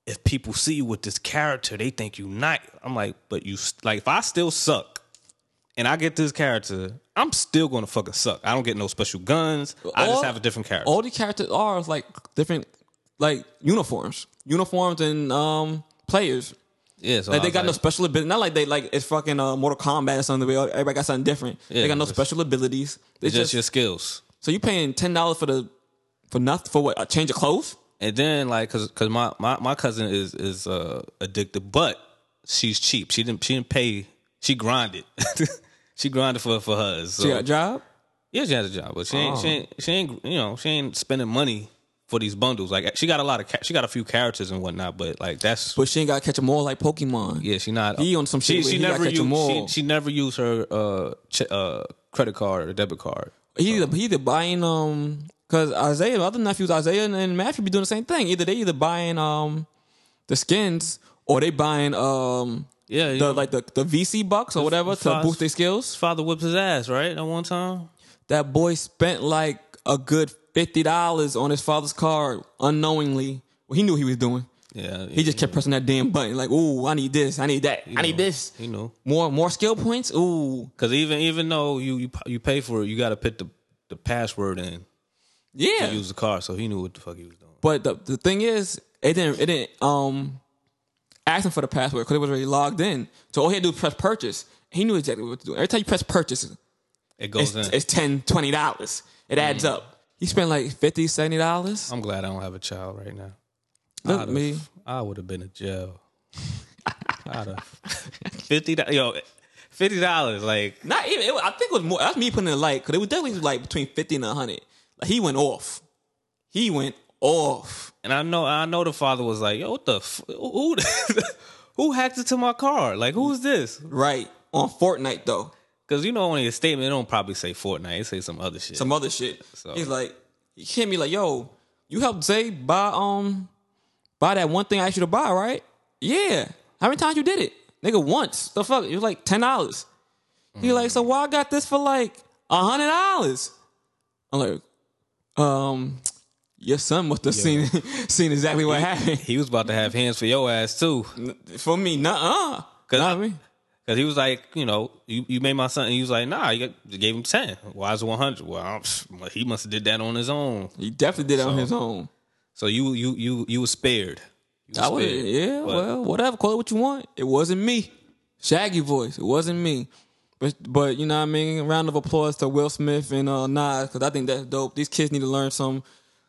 [SPEAKER 2] if people see you with this character, they think you not." I'm like, "But you s- like if I still suck." And I get this character, I'm still gonna fucking suck. I don't get no special guns. I
[SPEAKER 1] All-
[SPEAKER 2] just have a different character.
[SPEAKER 1] All the characters are like different, like uniforms, uniforms and um players.
[SPEAKER 2] yeah, so
[SPEAKER 1] Like
[SPEAKER 2] I
[SPEAKER 1] they
[SPEAKER 2] was
[SPEAKER 1] got no
[SPEAKER 2] like-
[SPEAKER 1] special ability. Not like they like it's fucking uh, Mortal Kombat or something. Where everybody got something different.
[SPEAKER 2] Yeah,
[SPEAKER 1] they got no
[SPEAKER 2] just-
[SPEAKER 1] special abilities. It's
[SPEAKER 2] just,
[SPEAKER 1] just,
[SPEAKER 2] your skills.
[SPEAKER 1] so you paying ten dollars for the for nothing for what a change of clothes.
[SPEAKER 2] And then like cause, cause my, my, my cousin is is uh addicted, but she's cheap. She didn't she didn't pay she grinded. she grinded for for hers. So.
[SPEAKER 1] You got a job. Oh.
[SPEAKER 2] yeah, she has a job, but she ain't, she ain't she ain't you know, she ain't spending money for these bundles. Like she got a lot of ca- she got a few characters and whatnot, but like that's
[SPEAKER 1] But she ain't got to catch them all like Pokemon.
[SPEAKER 2] yeah, she not
[SPEAKER 1] He on some shit
[SPEAKER 2] She,
[SPEAKER 1] where
[SPEAKER 2] she
[SPEAKER 1] he gotta
[SPEAKER 2] never
[SPEAKER 1] catch 'em
[SPEAKER 2] used she,
[SPEAKER 1] all.
[SPEAKER 2] she never used her uh ch- uh credit card or debit card.
[SPEAKER 1] He either, he either buying um because Isaiah, my other nephews Isaiah and, and Matthew be doing the same thing. Either they either buying um the skins or they buying um
[SPEAKER 2] Yeah, you
[SPEAKER 1] the
[SPEAKER 2] know,
[SPEAKER 1] like the, the VC bucks or whatever to
[SPEAKER 2] five-
[SPEAKER 1] boost their skills.
[SPEAKER 2] his father whipped his ass right at one time.
[SPEAKER 1] That boy spent like a good fifty dollars on his father's card unknowingly. Well, he knew he was doing.
[SPEAKER 2] Yeah,
[SPEAKER 1] He just kept pressing that damn button like, ooh, I need this, I need that, I need this.
[SPEAKER 2] you know.
[SPEAKER 1] More more skill points. Ooh,
[SPEAKER 2] Because even even though you you p- you pay for it, you got to put the the password in
[SPEAKER 1] yeah.
[SPEAKER 2] to use the car. So he knew what the fuck he was doing.
[SPEAKER 1] But the, the thing is, it didn't it didn't um ask him for the password because it was already logged in. So all he had to do was press purchase. He knew exactly what to do. Every time you press purchase,
[SPEAKER 2] It
[SPEAKER 1] it's,
[SPEAKER 2] goes in.
[SPEAKER 1] it's $10, $20. It adds up. He spent like $50, $70.
[SPEAKER 2] I'm glad I don't have a child right now.
[SPEAKER 1] Look
[SPEAKER 2] I'd
[SPEAKER 1] at me.
[SPEAKER 2] have- I would have been in jail. I'd have fifty dollars. Yo, fifty dollars. Like
[SPEAKER 1] Not even, it, was- I think it was more, that's me putting it like, because it was definitely like between 50 and 100 Like he went off. He went off.
[SPEAKER 2] And I know, I know the father was like, "Yo, what the f- who who hacked into my car? Like, who's this?"
[SPEAKER 1] Right. On Fortnite though.
[SPEAKER 2] Because you know, on your statement, it don't probably say Fortnite. It say some other shit.
[SPEAKER 1] some other shit.
[SPEAKER 2] So-
[SPEAKER 1] He's like, he hit me like, yo, you helped Zay buy um buy that one thing I asked you to buy, right? Yeah. How many times you did it? Nigga, once. The fuck? It was like ten dollars. He like, so why I got this for like a hundred dollars? I'm like, um, your son must have seen seen exactly what happened.
[SPEAKER 2] he was about to have hands for your ass too.
[SPEAKER 1] For me, nuh uh. Cause I mean,
[SPEAKER 2] Cause he was like, you know, you, you made my son. And he was like, nah, you, got, you gave him ten. Why is it one hundred? Well, I'm, he must have did that on his own.
[SPEAKER 1] he definitely did it on
[SPEAKER 2] So-
[SPEAKER 1] his own.
[SPEAKER 2] So you you you you was spared. You was
[SPEAKER 1] I was,
[SPEAKER 2] spared.
[SPEAKER 1] yeah,
[SPEAKER 2] But
[SPEAKER 1] well, whatever. Call it what you want. It wasn't me. Shaggy voice. It wasn't me. But but you know what I mean. Round of applause to Will Smith and uh, Nas because I think that's dope. These kids need to learn some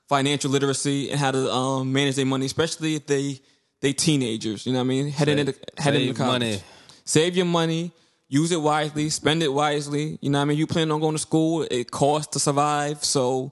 [SPEAKER 1] financial literacy and how to um, manage their money, especially if they they teenagers. You know what I mean. Heading
[SPEAKER 2] Save-
[SPEAKER 1] into heading
[SPEAKER 2] save
[SPEAKER 1] into college.
[SPEAKER 2] money.
[SPEAKER 1] Save your money. Use it wisely. Spend it wisely. You know what I mean. You plan on going to school. It costs to survive. So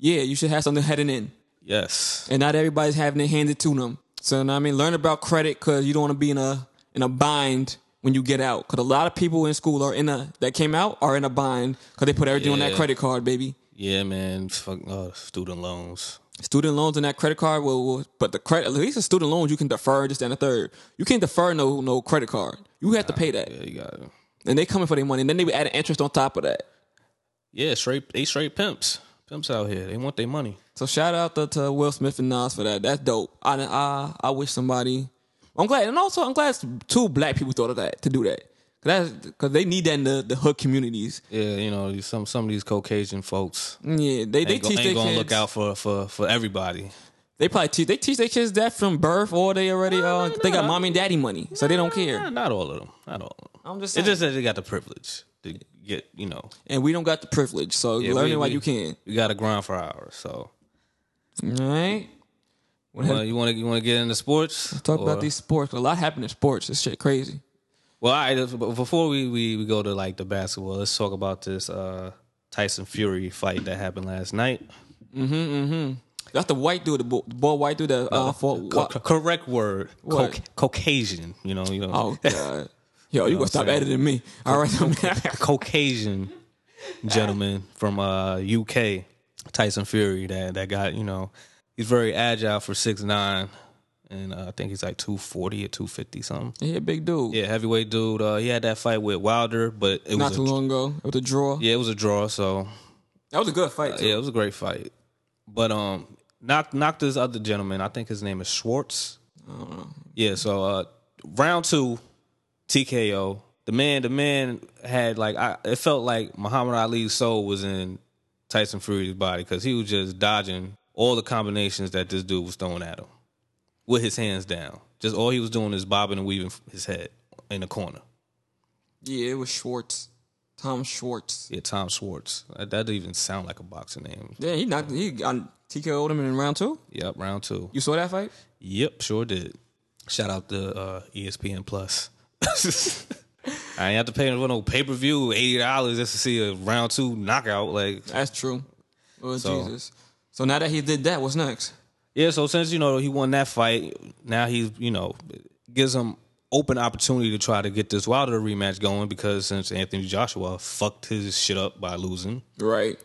[SPEAKER 1] yeah, you should have something heading in
[SPEAKER 2] yes,
[SPEAKER 1] and not everybody's having it handed to them. So you know what I mean, learn about credit because you don't want to be in a in a bind when you get out. Because a lot of people in school are in a that came out are in a bind because they put everything on that
[SPEAKER 2] Yeah.
[SPEAKER 1] credit card, baby.
[SPEAKER 2] yeah, man. Fuck oh, student loans.
[SPEAKER 1] Student loans and that credit card will, will but the credit at least the student loans you can defer just and a third. You can't defer no no credit card. You have to pay that,
[SPEAKER 2] Yeah, you got it.
[SPEAKER 1] and they coming for their money, and then they be adding interest on top of that.
[SPEAKER 2] Yeah, straight they straight pimps. Pimps out here. They want their money.
[SPEAKER 1] So shout out to, to Will Smith and Nas for that. That's dope. I, I I wish somebody. I'm glad, and also I'm glad two black people thought of that to do that. Cause that's because they need that in the, the hood communities.
[SPEAKER 2] Yeah, you know, these- some some of these Caucasian folks
[SPEAKER 1] Yeah, they they
[SPEAKER 2] ain't, go,
[SPEAKER 1] teach
[SPEAKER 2] ain't
[SPEAKER 1] their
[SPEAKER 2] gonna
[SPEAKER 1] kids.
[SPEAKER 2] look out for for for everybody.
[SPEAKER 1] They probably teach they teach their kids that from birth, or they already uh, they got
[SPEAKER 2] no.
[SPEAKER 1] mommy and daddy money, so they don't care.
[SPEAKER 2] Nah, not all of them. Not all of them.
[SPEAKER 1] I'm just
[SPEAKER 2] It's
[SPEAKER 1] saying,
[SPEAKER 2] just that they got the privilege to get, you know.
[SPEAKER 1] and we don't got the privilege, so
[SPEAKER 2] Yeah,
[SPEAKER 1] learn
[SPEAKER 2] we-
[SPEAKER 1] it while
[SPEAKER 2] we-
[SPEAKER 1] you can.
[SPEAKER 2] We gotta grind for hours. So
[SPEAKER 1] All right,
[SPEAKER 2] Well, you wanna you wanna get into sports?
[SPEAKER 1] talk
[SPEAKER 2] Or-
[SPEAKER 1] about these sports. A lot happened in sports. This shit crazy.
[SPEAKER 2] Well, all right, but before we, we, we go to like the basketball, let's talk about this uh, Tyson Fury fight that happened last night.
[SPEAKER 1] That's the white dude, the bo- the boy white dude that uh, fought.
[SPEAKER 2] Co- co- correct word,
[SPEAKER 1] What?
[SPEAKER 2] Cauc- Caucasian. You know, you know,
[SPEAKER 1] oh god, yo, you gonna stop editing me? All right,
[SPEAKER 2] Caucasian gentleman from uh, UK, Tyson Fury. That that got you know, he's very agile for six nine, and uh, I think he's like two forty or two fifty something.
[SPEAKER 1] he a big dude.
[SPEAKER 2] Yeah, heavyweight dude. Uh, he had that fight with Wilder, but it
[SPEAKER 1] Not
[SPEAKER 2] was
[SPEAKER 1] too
[SPEAKER 2] a,
[SPEAKER 1] long ago, it was a draw.
[SPEAKER 2] yeah, it was a draw. So
[SPEAKER 1] That was a good fight. Too.
[SPEAKER 2] Yeah, it was a great fight. But um knocked knocked this other gentleman, I think his name is Schwartz.
[SPEAKER 1] Uh-huh.
[SPEAKER 2] Yeah, so uh round two, TKO. The man the man had like I it felt like Muhammad Ali's soul was in Tyson Fury's body because he was just dodging all the combinations that this dude was throwing at him with his hands down. Just all he was doing is bobbing and weaving his head in the corner.
[SPEAKER 1] Yeah, it was Schwartz, Tom Schwartz.
[SPEAKER 2] Yeah, Tom Schwartz. Uh, That that doesn't even sound like a boxing name.
[SPEAKER 1] Yeah, he knocked. He got TKO'd him in round two.
[SPEAKER 2] Yep, round two.
[SPEAKER 1] You saw that fight?
[SPEAKER 2] Yep, sure did. Shout out to uh, ESPN Plus. I ain't have to pay for no pay per view eighty dollars just to see a round two knockout. Like
[SPEAKER 1] That's true. Oh
[SPEAKER 2] So-
[SPEAKER 1] Jesus! So now that he did that, what's next?
[SPEAKER 2] yeah, so since you know he won that fight, now he's you know gives him open opportunity to try to get this Wilder rematch going because since Anthony Joshua fucked his shit up by losing,
[SPEAKER 1] Right.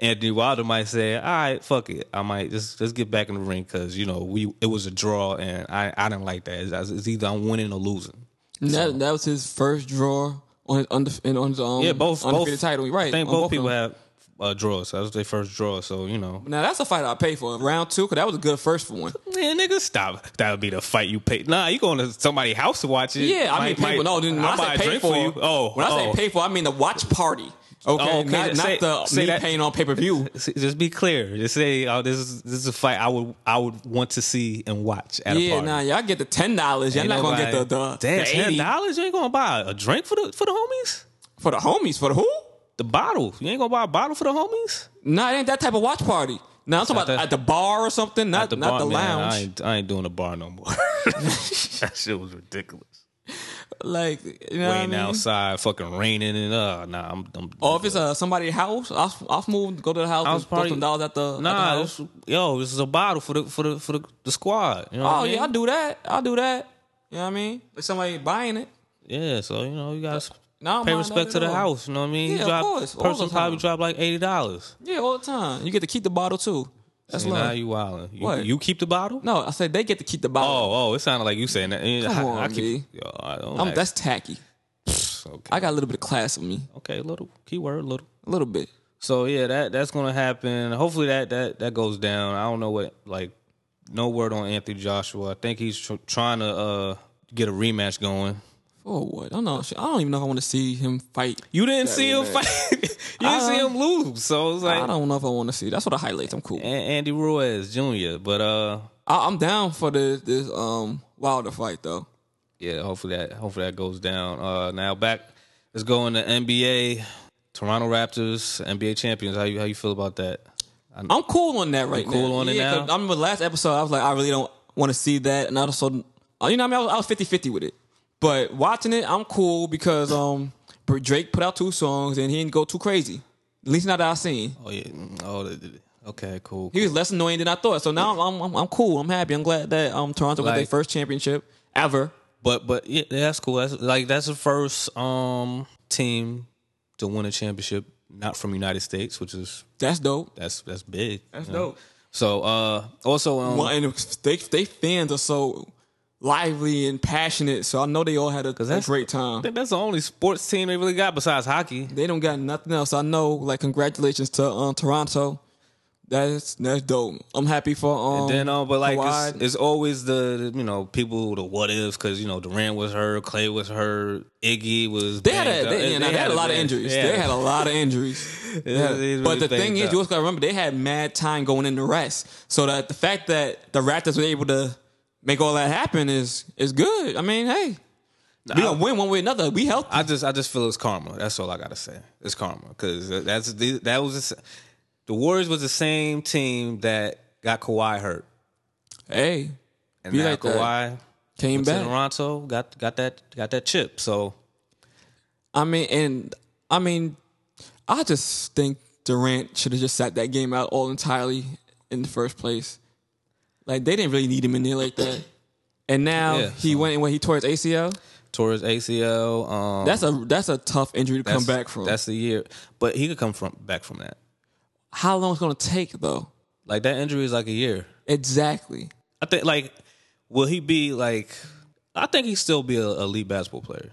[SPEAKER 2] Anthony Wilder might say, "All right, fuck it, I might just let's get back in the ring because you know we it was a draw and I I didn't like that. It's, it's either I'm winning or losing."
[SPEAKER 1] That that was his first draw on his under and on his um,
[SPEAKER 2] Yeah, both
[SPEAKER 1] undefeated
[SPEAKER 2] both
[SPEAKER 1] title. Right.
[SPEAKER 2] I think
[SPEAKER 1] on
[SPEAKER 2] both,
[SPEAKER 1] of
[SPEAKER 2] people
[SPEAKER 1] them.
[SPEAKER 2] have uh, draws. So that was their first draw. So you know,
[SPEAKER 1] Now that's a fight I pay for round two because that was a good first one.
[SPEAKER 2] man, nigga, stop. That would be the fight you pay. Nah, you going to somebody's house to watch it?
[SPEAKER 1] Yeah, I mean pay for. No, then when I,
[SPEAKER 2] I'll buy a
[SPEAKER 1] say pay
[SPEAKER 2] drink
[SPEAKER 1] for,
[SPEAKER 2] you. Oh,
[SPEAKER 1] when I
[SPEAKER 2] oh.
[SPEAKER 1] say pay for, I mean the watch party. Okay,
[SPEAKER 2] Oh, okay,
[SPEAKER 1] not,
[SPEAKER 2] just say-
[SPEAKER 1] not the
[SPEAKER 2] say
[SPEAKER 1] me
[SPEAKER 2] that-
[SPEAKER 1] paying on pay per view.
[SPEAKER 2] See, just be clear. Just say, oh, this is this is a fight I would I would want to see and watch at a
[SPEAKER 1] Yeah,
[SPEAKER 2] party.
[SPEAKER 1] nah, y'all get the ten dollars. Y'all
[SPEAKER 2] Ain't
[SPEAKER 1] not gonna get the
[SPEAKER 2] nobody-
[SPEAKER 1] the,
[SPEAKER 2] damn
[SPEAKER 1] the
[SPEAKER 2] ten
[SPEAKER 1] eighty
[SPEAKER 2] dollars. You ain't gonna buy a drink for the for the homies.
[SPEAKER 1] for the homies for the who?
[SPEAKER 2] The bottle. You ain't gonna buy a bottle for the homies.
[SPEAKER 1] Nah, it ain't that type of watch party. Nah, I'm talking about
[SPEAKER 2] that-
[SPEAKER 1] at the bar or something, not
[SPEAKER 2] The
[SPEAKER 1] not
[SPEAKER 2] bar,
[SPEAKER 1] the
[SPEAKER 2] man,
[SPEAKER 1] lounge.
[SPEAKER 2] I ain't, I ain't doing the bar no more. that shit was ridiculous.
[SPEAKER 1] like you know, what I
[SPEAKER 2] Waiting
[SPEAKER 1] mean?
[SPEAKER 2] outside, fucking raining, and uh, nah, I'm. I'm
[SPEAKER 1] Or if it's uh, somebody's house, I'll, I'll move, go to the house,
[SPEAKER 2] House
[SPEAKER 1] and throw
[SPEAKER 2] party?
[SPEAKER 1] some dollars at the, at the
[SPEAKER 2] nah,
[SPEAKER 1] house.
[SPEAKER 2] this, yo, this is a bottle for the for the for the, the squad. You know what
[SPEAKER 1] Oh,
[SPEAKER 2] I mean?
[SPEAKER 1] yeah, I'll do that. I'll do that. You know what I mean? Like somebody buying it.
[SPEAKER 2] yeah. So you know, you gotta
[SPEAKER 1] No, I don't
[SPEAKER 2] pay
[SPEAKER 1] mind
[SPEAKER 2] respect
[SPEAKER 1] that
[SPEAKER 2] to
[SPEAKER 1] at
[SPEAKER 2] the
[SPEAKER 1] all.
[SPEAKER 2] house. You know what I mean?
[SPEAKER 1] Yeah,
[SPEAKER 2] you
[SPEAKER 1] of
[SPEAKER 2] drop,
[SPEAKER 1] course, all the
[SPEAKER 2] Personal probably
[SPEAKER 1] time.
[SPEAKER 2] drop like eighty dollars.
[SPEAKER 1] Yeah, all the time. You get to keep the bottle, too. That's
[SPEAKER 2] Now
[SPEAKER 1] love.
[SPEAKER 2] you wildin'. You,
[SPEAKER 1] What?
[SPEAKER 2] you keep the bottle?
[SPEAKER 1] No, I said they get to keep the bottle.
[SPEAKER 2] Oh, oh, it sounded like you saying that.
[SPEAKER 1] Come
[SPEAKER 2] I, I
[SPEAKER 1] on,
[SPEAKER 2] keep,
[SPEAKER 1] B.
[SPEAKER 2] yo, I don't.
[SPEAKER 1] I'm,
[SPEAKER 2] like-
[SPEAKER 1] that's tacky.
[SPEAKER 2] okay.
[SPEAKER 1] I got a little bit of class in me.
[SPEAKER 2] okay, little keyword, little.
[SPEAKER 1] A little bit.
[SPEAKER 2] So yeah, that that's gonna happen. Hopefully that that that goes down. I don't know what like no word on Anthony Joshua. I think he's tr- trying to uh get a rematch going.
[SPEAKER 1] For what? I don't know. Shit, I don't even know if I want to see him fight.
[SPEAKER 2] You didn't see him fight. you didn't see
[SPEAKER 1] Uh-huh.
[SPEAKER 2] him lose. So it's
[SPEAKER 1] I
[SPEAKER 2] like
[SPEAKER 1] don't know if I want to see. That's what the highlights. I'm cool.
[SPEAKER 2] A- Andy Ruiz Jr. But uh,
[SPEAKER 1] I, I'm down for this this um Wilder fight though.
[SPEAKER 2] yeah, hopefully that hopefully that goes down. Uh, now back let's go into NBA. Toronto Raptors NBA champions. How you how you feel about that?
[SPEAKER 1] I'm cool on that right now.
[SPEAKER 2] cool on it
[SPEAKER 1] Yeah, 'cause
[SPEAKER 2] now?
[SPEAKER 1] I remember last episode, I was like, I really don't want to see that. And I also, you know what I mean? I was- I was 50 50 with it. But watching it, I'm cool because um, Br- Drake put out two songs and he didn't go too crazy. At least not that I seen.
[SPEAKER 2] Oh yeah. Oh the- the- okay. Cool.
[SPEAKER 1] He was less annoying than I thought. So now I'm, I'm, I'm cool. I'm happy. I'm glad that um, Toronto got their
[SPEAKER 2] Like-
[SPEAKER 1] first championship ever.
[SPEAKER 2] But but yeah, that's cool. That's like that's the first um team to win a championship not from United States, which is
[SPEAKER 1] That's dope.
[SPEAKER 2] that's that's big.
[SPEAKER 1] That's
[SPEAKER 2] you know?
[SPEAKER 1] dope.
[SPEAKER 2] So uh also um
[SPEAKER 1] Well, and they, they fans are so lively and passionate. So I know they all had a, a
[SPEAKER 2] that's-
[SPEAKER 1] great
[SPEAKER 2] I
[SPEAKER 1] time.
[SPEAKER 2] think that's the only sports team they really got besides hockey.
[SPEAKER 1] They don't got nothing else. I know. Like congratulations to um, Toronto. That's that's dope. I'm happy for um.
[SPEAKER 2] Then um, but like
[SPEAKER 1] Kawhi.
[SPEAKER 2] it's, it's always the you know people the what ifs because you know Durant was hurt, Clay was hurt, Iggy was
[SPEAKER 1] they had
[SPEAKER 2] banged
[SPEAKER 1] a
[SPEAKER 2] up.
[SPEAKER 1] they, yeah, nah, they had a lot of
[SPEAKER 2] bad-
[SPEAKER 1] injuries.
[SPEAKER 2] yeah.
[SPEAKER 1] They had a lot of injuries. Yeah.
[SPEAKER 2] they was
[SPEAKER 1] But the
[SPEAKER 2] banged
[SPEAKER 1] thing is,
[SPEAKER 2] up.
[SPEAKER 1] you also gotta remember they had mad time going in the rest. So that the fact that the Raptors were able to make all that happen is is good. I mean, hey, we
[SPEAKER 2] I-
[SPEAKER 1] gonna win one way or another. We healthy.
[SPEAKER 2] I just I just feel it's karma. That's all I gotta say. It's karma because that's that was the s- the Warriors was the same team that got Kawhi hurt,
[SPEAKER 1] hey,
[SPEAKER 2] and
[SPEAKER 1] Be
[SPEAKER 2] now
[SPEAKER 1] like that.
[SPEAKER 2] Kawhi
[SPEAKER 1] Came
[SPEAKER 2] Went
[SPEAKER 1] back.
[SPEAKER 2] to Toronto, got got that got that chip. So
[SPEAKER 1] I mean, and I mean, I just think Durant should have just sat that game out all entirely in the first place. Like they didn't really need him in there like that. And now
[SPEAKER 2] Yeah,
[SPEAKER 1] he went and when he tore his ACL.
[SPEAKER 2] Torres ACL. Um,
[SPEAKER 1] That's a that's a tough injury to come
[SPEAKER 2] that's-
[SPEAKER 1] back from.
[SPEAKER 2] That's the year, but he could come from back from that.
[SPEAKER 1] How long it's gonna take though?
[SPEAKER 2] Like that injury is like a year.
[SPEAKER 1] Exactly.
[SPEAKER 2] I think like will he be like? I think he still be a a elite basketball player.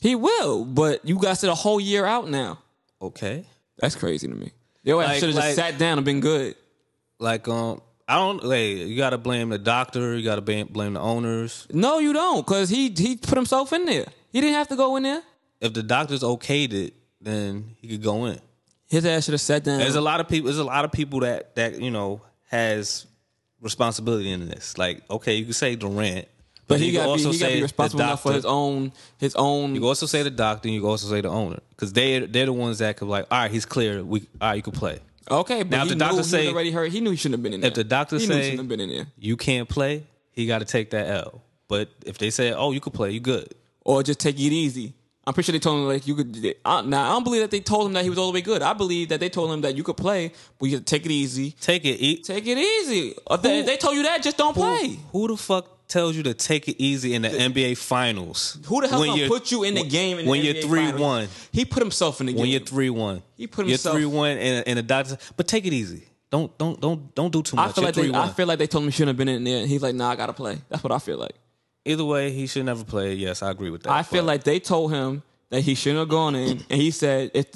[SPEAKER 1] He will, but you guys said a whole year out now.
[SPEAKER 2] Okay.
[SPEAKER 1] That's crazy to me. Yo, I
[SPEAKER 2] Like-
[SPEAKER 1] should have
[SPEAKER 2] like-
[SPEAKER 1] just sat down and been good.
[SPEAKER 2] Like um, I don't. Hey, you gotta blame the doctor. You gotta blame, blame the owners.
[SPEAKER 1] No, you don't, because he he put himself in there. He didn't have to go in there.
[SPEAKER 2] If the doctors okayed it, then he could go in.
[SPEAKER 1] His ass should have sat down.
[SPEAKER 2] There's a lot of people. There's a lot of people that that you know has responsibility in this. Like okay, you can say Durant, but,
[SPEAKER 1] But
[SPEAKER 2] you
[SPEAKER 1] he
[SPEAKER 2] can
[SPEAKER 1] got to be, he gotta be
[SPEAKER 2] the
[SPEAKER 1] responsible enough for
[SPEAKER 2] doctor.
[SPEAKER 1] his own his own.
[SPEAKER 2] You can also say the doctor. and You can also say the owner because they they're the ones that could like all right, he's clear. We all right, you can play.
[SPEAKER 1] okay, but
[SPEAKER 2] Now, if
[SPEAKER 1] he
[SPEAKER 2] the
[SPEAKER 1] knew
[SPEAKER 2] doctor
[SPEAKER 1] he
[SPEAKER 2] say-
[SPEAKER 1] was already hurt. He knew he shouldn't have been in there.
[SPEAKER 2] If the doctor
[SPEAKER 1] he knew he
[SPEAKER 2] say
[SPEAKER 1] shouldn't have been in there,
[SPEAKER 2] you can't play, he got to take that L. But if they say oh you could play, you good.
[SPEAKER 1] or just take it easy. I'm pretty sure they told him like you could. They, I, now I don't believe that they told him that he was all the way good. I believe that they told him that you could play, but you had to take it easy.
[SPEAKER 2] Take it. Eat.
[SPEAKER 1] Take it easy. If they, if they told you that, just don't play.
[SPEAKER 2] Who the fuck tells you to take it easy in the NBA Finals?
[SPEAKER 1] Who the hell
[SPEAKER 2] When
[SPEAKER 1] gonna
[SPEAKER 2] you're-
[SPEAKER 1] put you in the game? In the
[SPEAKER 2] when you're
[SPEAKER 1] NBA
[SPEAKER 2] three
[SPEAKER 1] finals?
[SPEAKER 2] one?
[SPEAKER 1] he put himself in the
[SPEAKER 2] When
[SPEAKER 1] game.
[SPEAKER 2] you're three one,
[SPEAKER 1] He put
[SPEAKER 2] You're
[SPEAKER 1] himself-
[SPEAKER 2] three one, and and the doctor. But take it easy. Don't don't don't don't do too much.
[SPEAKER 1] I feel
[SPEAKER 2] You're
[SPEAKER 1] like they, I
[SPEAKER 2] 3-1.
[SPEAKER 1] feel like they told him he shouldn't have been in there. And he's like, nah, I gotta play. That's what I feel like.
[SPEAKER 2] Either way, he should never play. Yes, I agree with that.
[SPEAKER 1] I feel
[SPEAKER 2] But
[SPEAKER 1] like they told him that he shouldn't have gone in, and he said, "If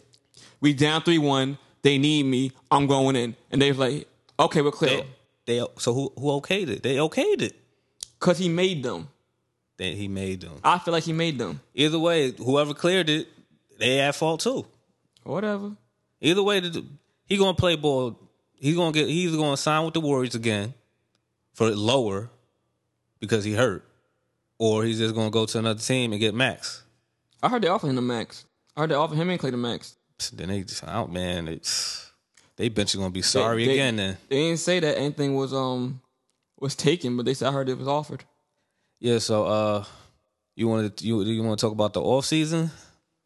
[SPEAKER 1] we down three one, they need me. I'm going in." And they was like, "Okay, we're clear,"
[SPEAKER 2] they, they so who who okayed it? They okayed it.
[SPEAKER 1] because he made them.
[SPEAKER 2] That he made them.
[SPEAKER 1] I feel like he made them.
[SPEAKER 2] Either way, whoever cleared it, they at fault too.
[SPEAKER 1] Whatever.
[SPEAKER 2] Either way, the- he gonna play ball. He's gonna get. He's gonna sign with the Warriors again for lower because he hurt, or he's just gonna go to another team and get max.
[SPEAKER 1] I heard they offered him the max. I heard they offered him and Clay the max.
[SPEAKER 2] Then they just out, man. It's they bench is gonna be
[SPEAKER 1] They-
[SPEAKER 2] sorry
[SPEAKER 1] they-
[SPEAKER 2] again. Then
[SPEAKER 1] they didn't say that anything was um was taken, but they said I heard it was offered.
[SPEAKER 2] yeah. So uh, you want to you you want to talk about the off season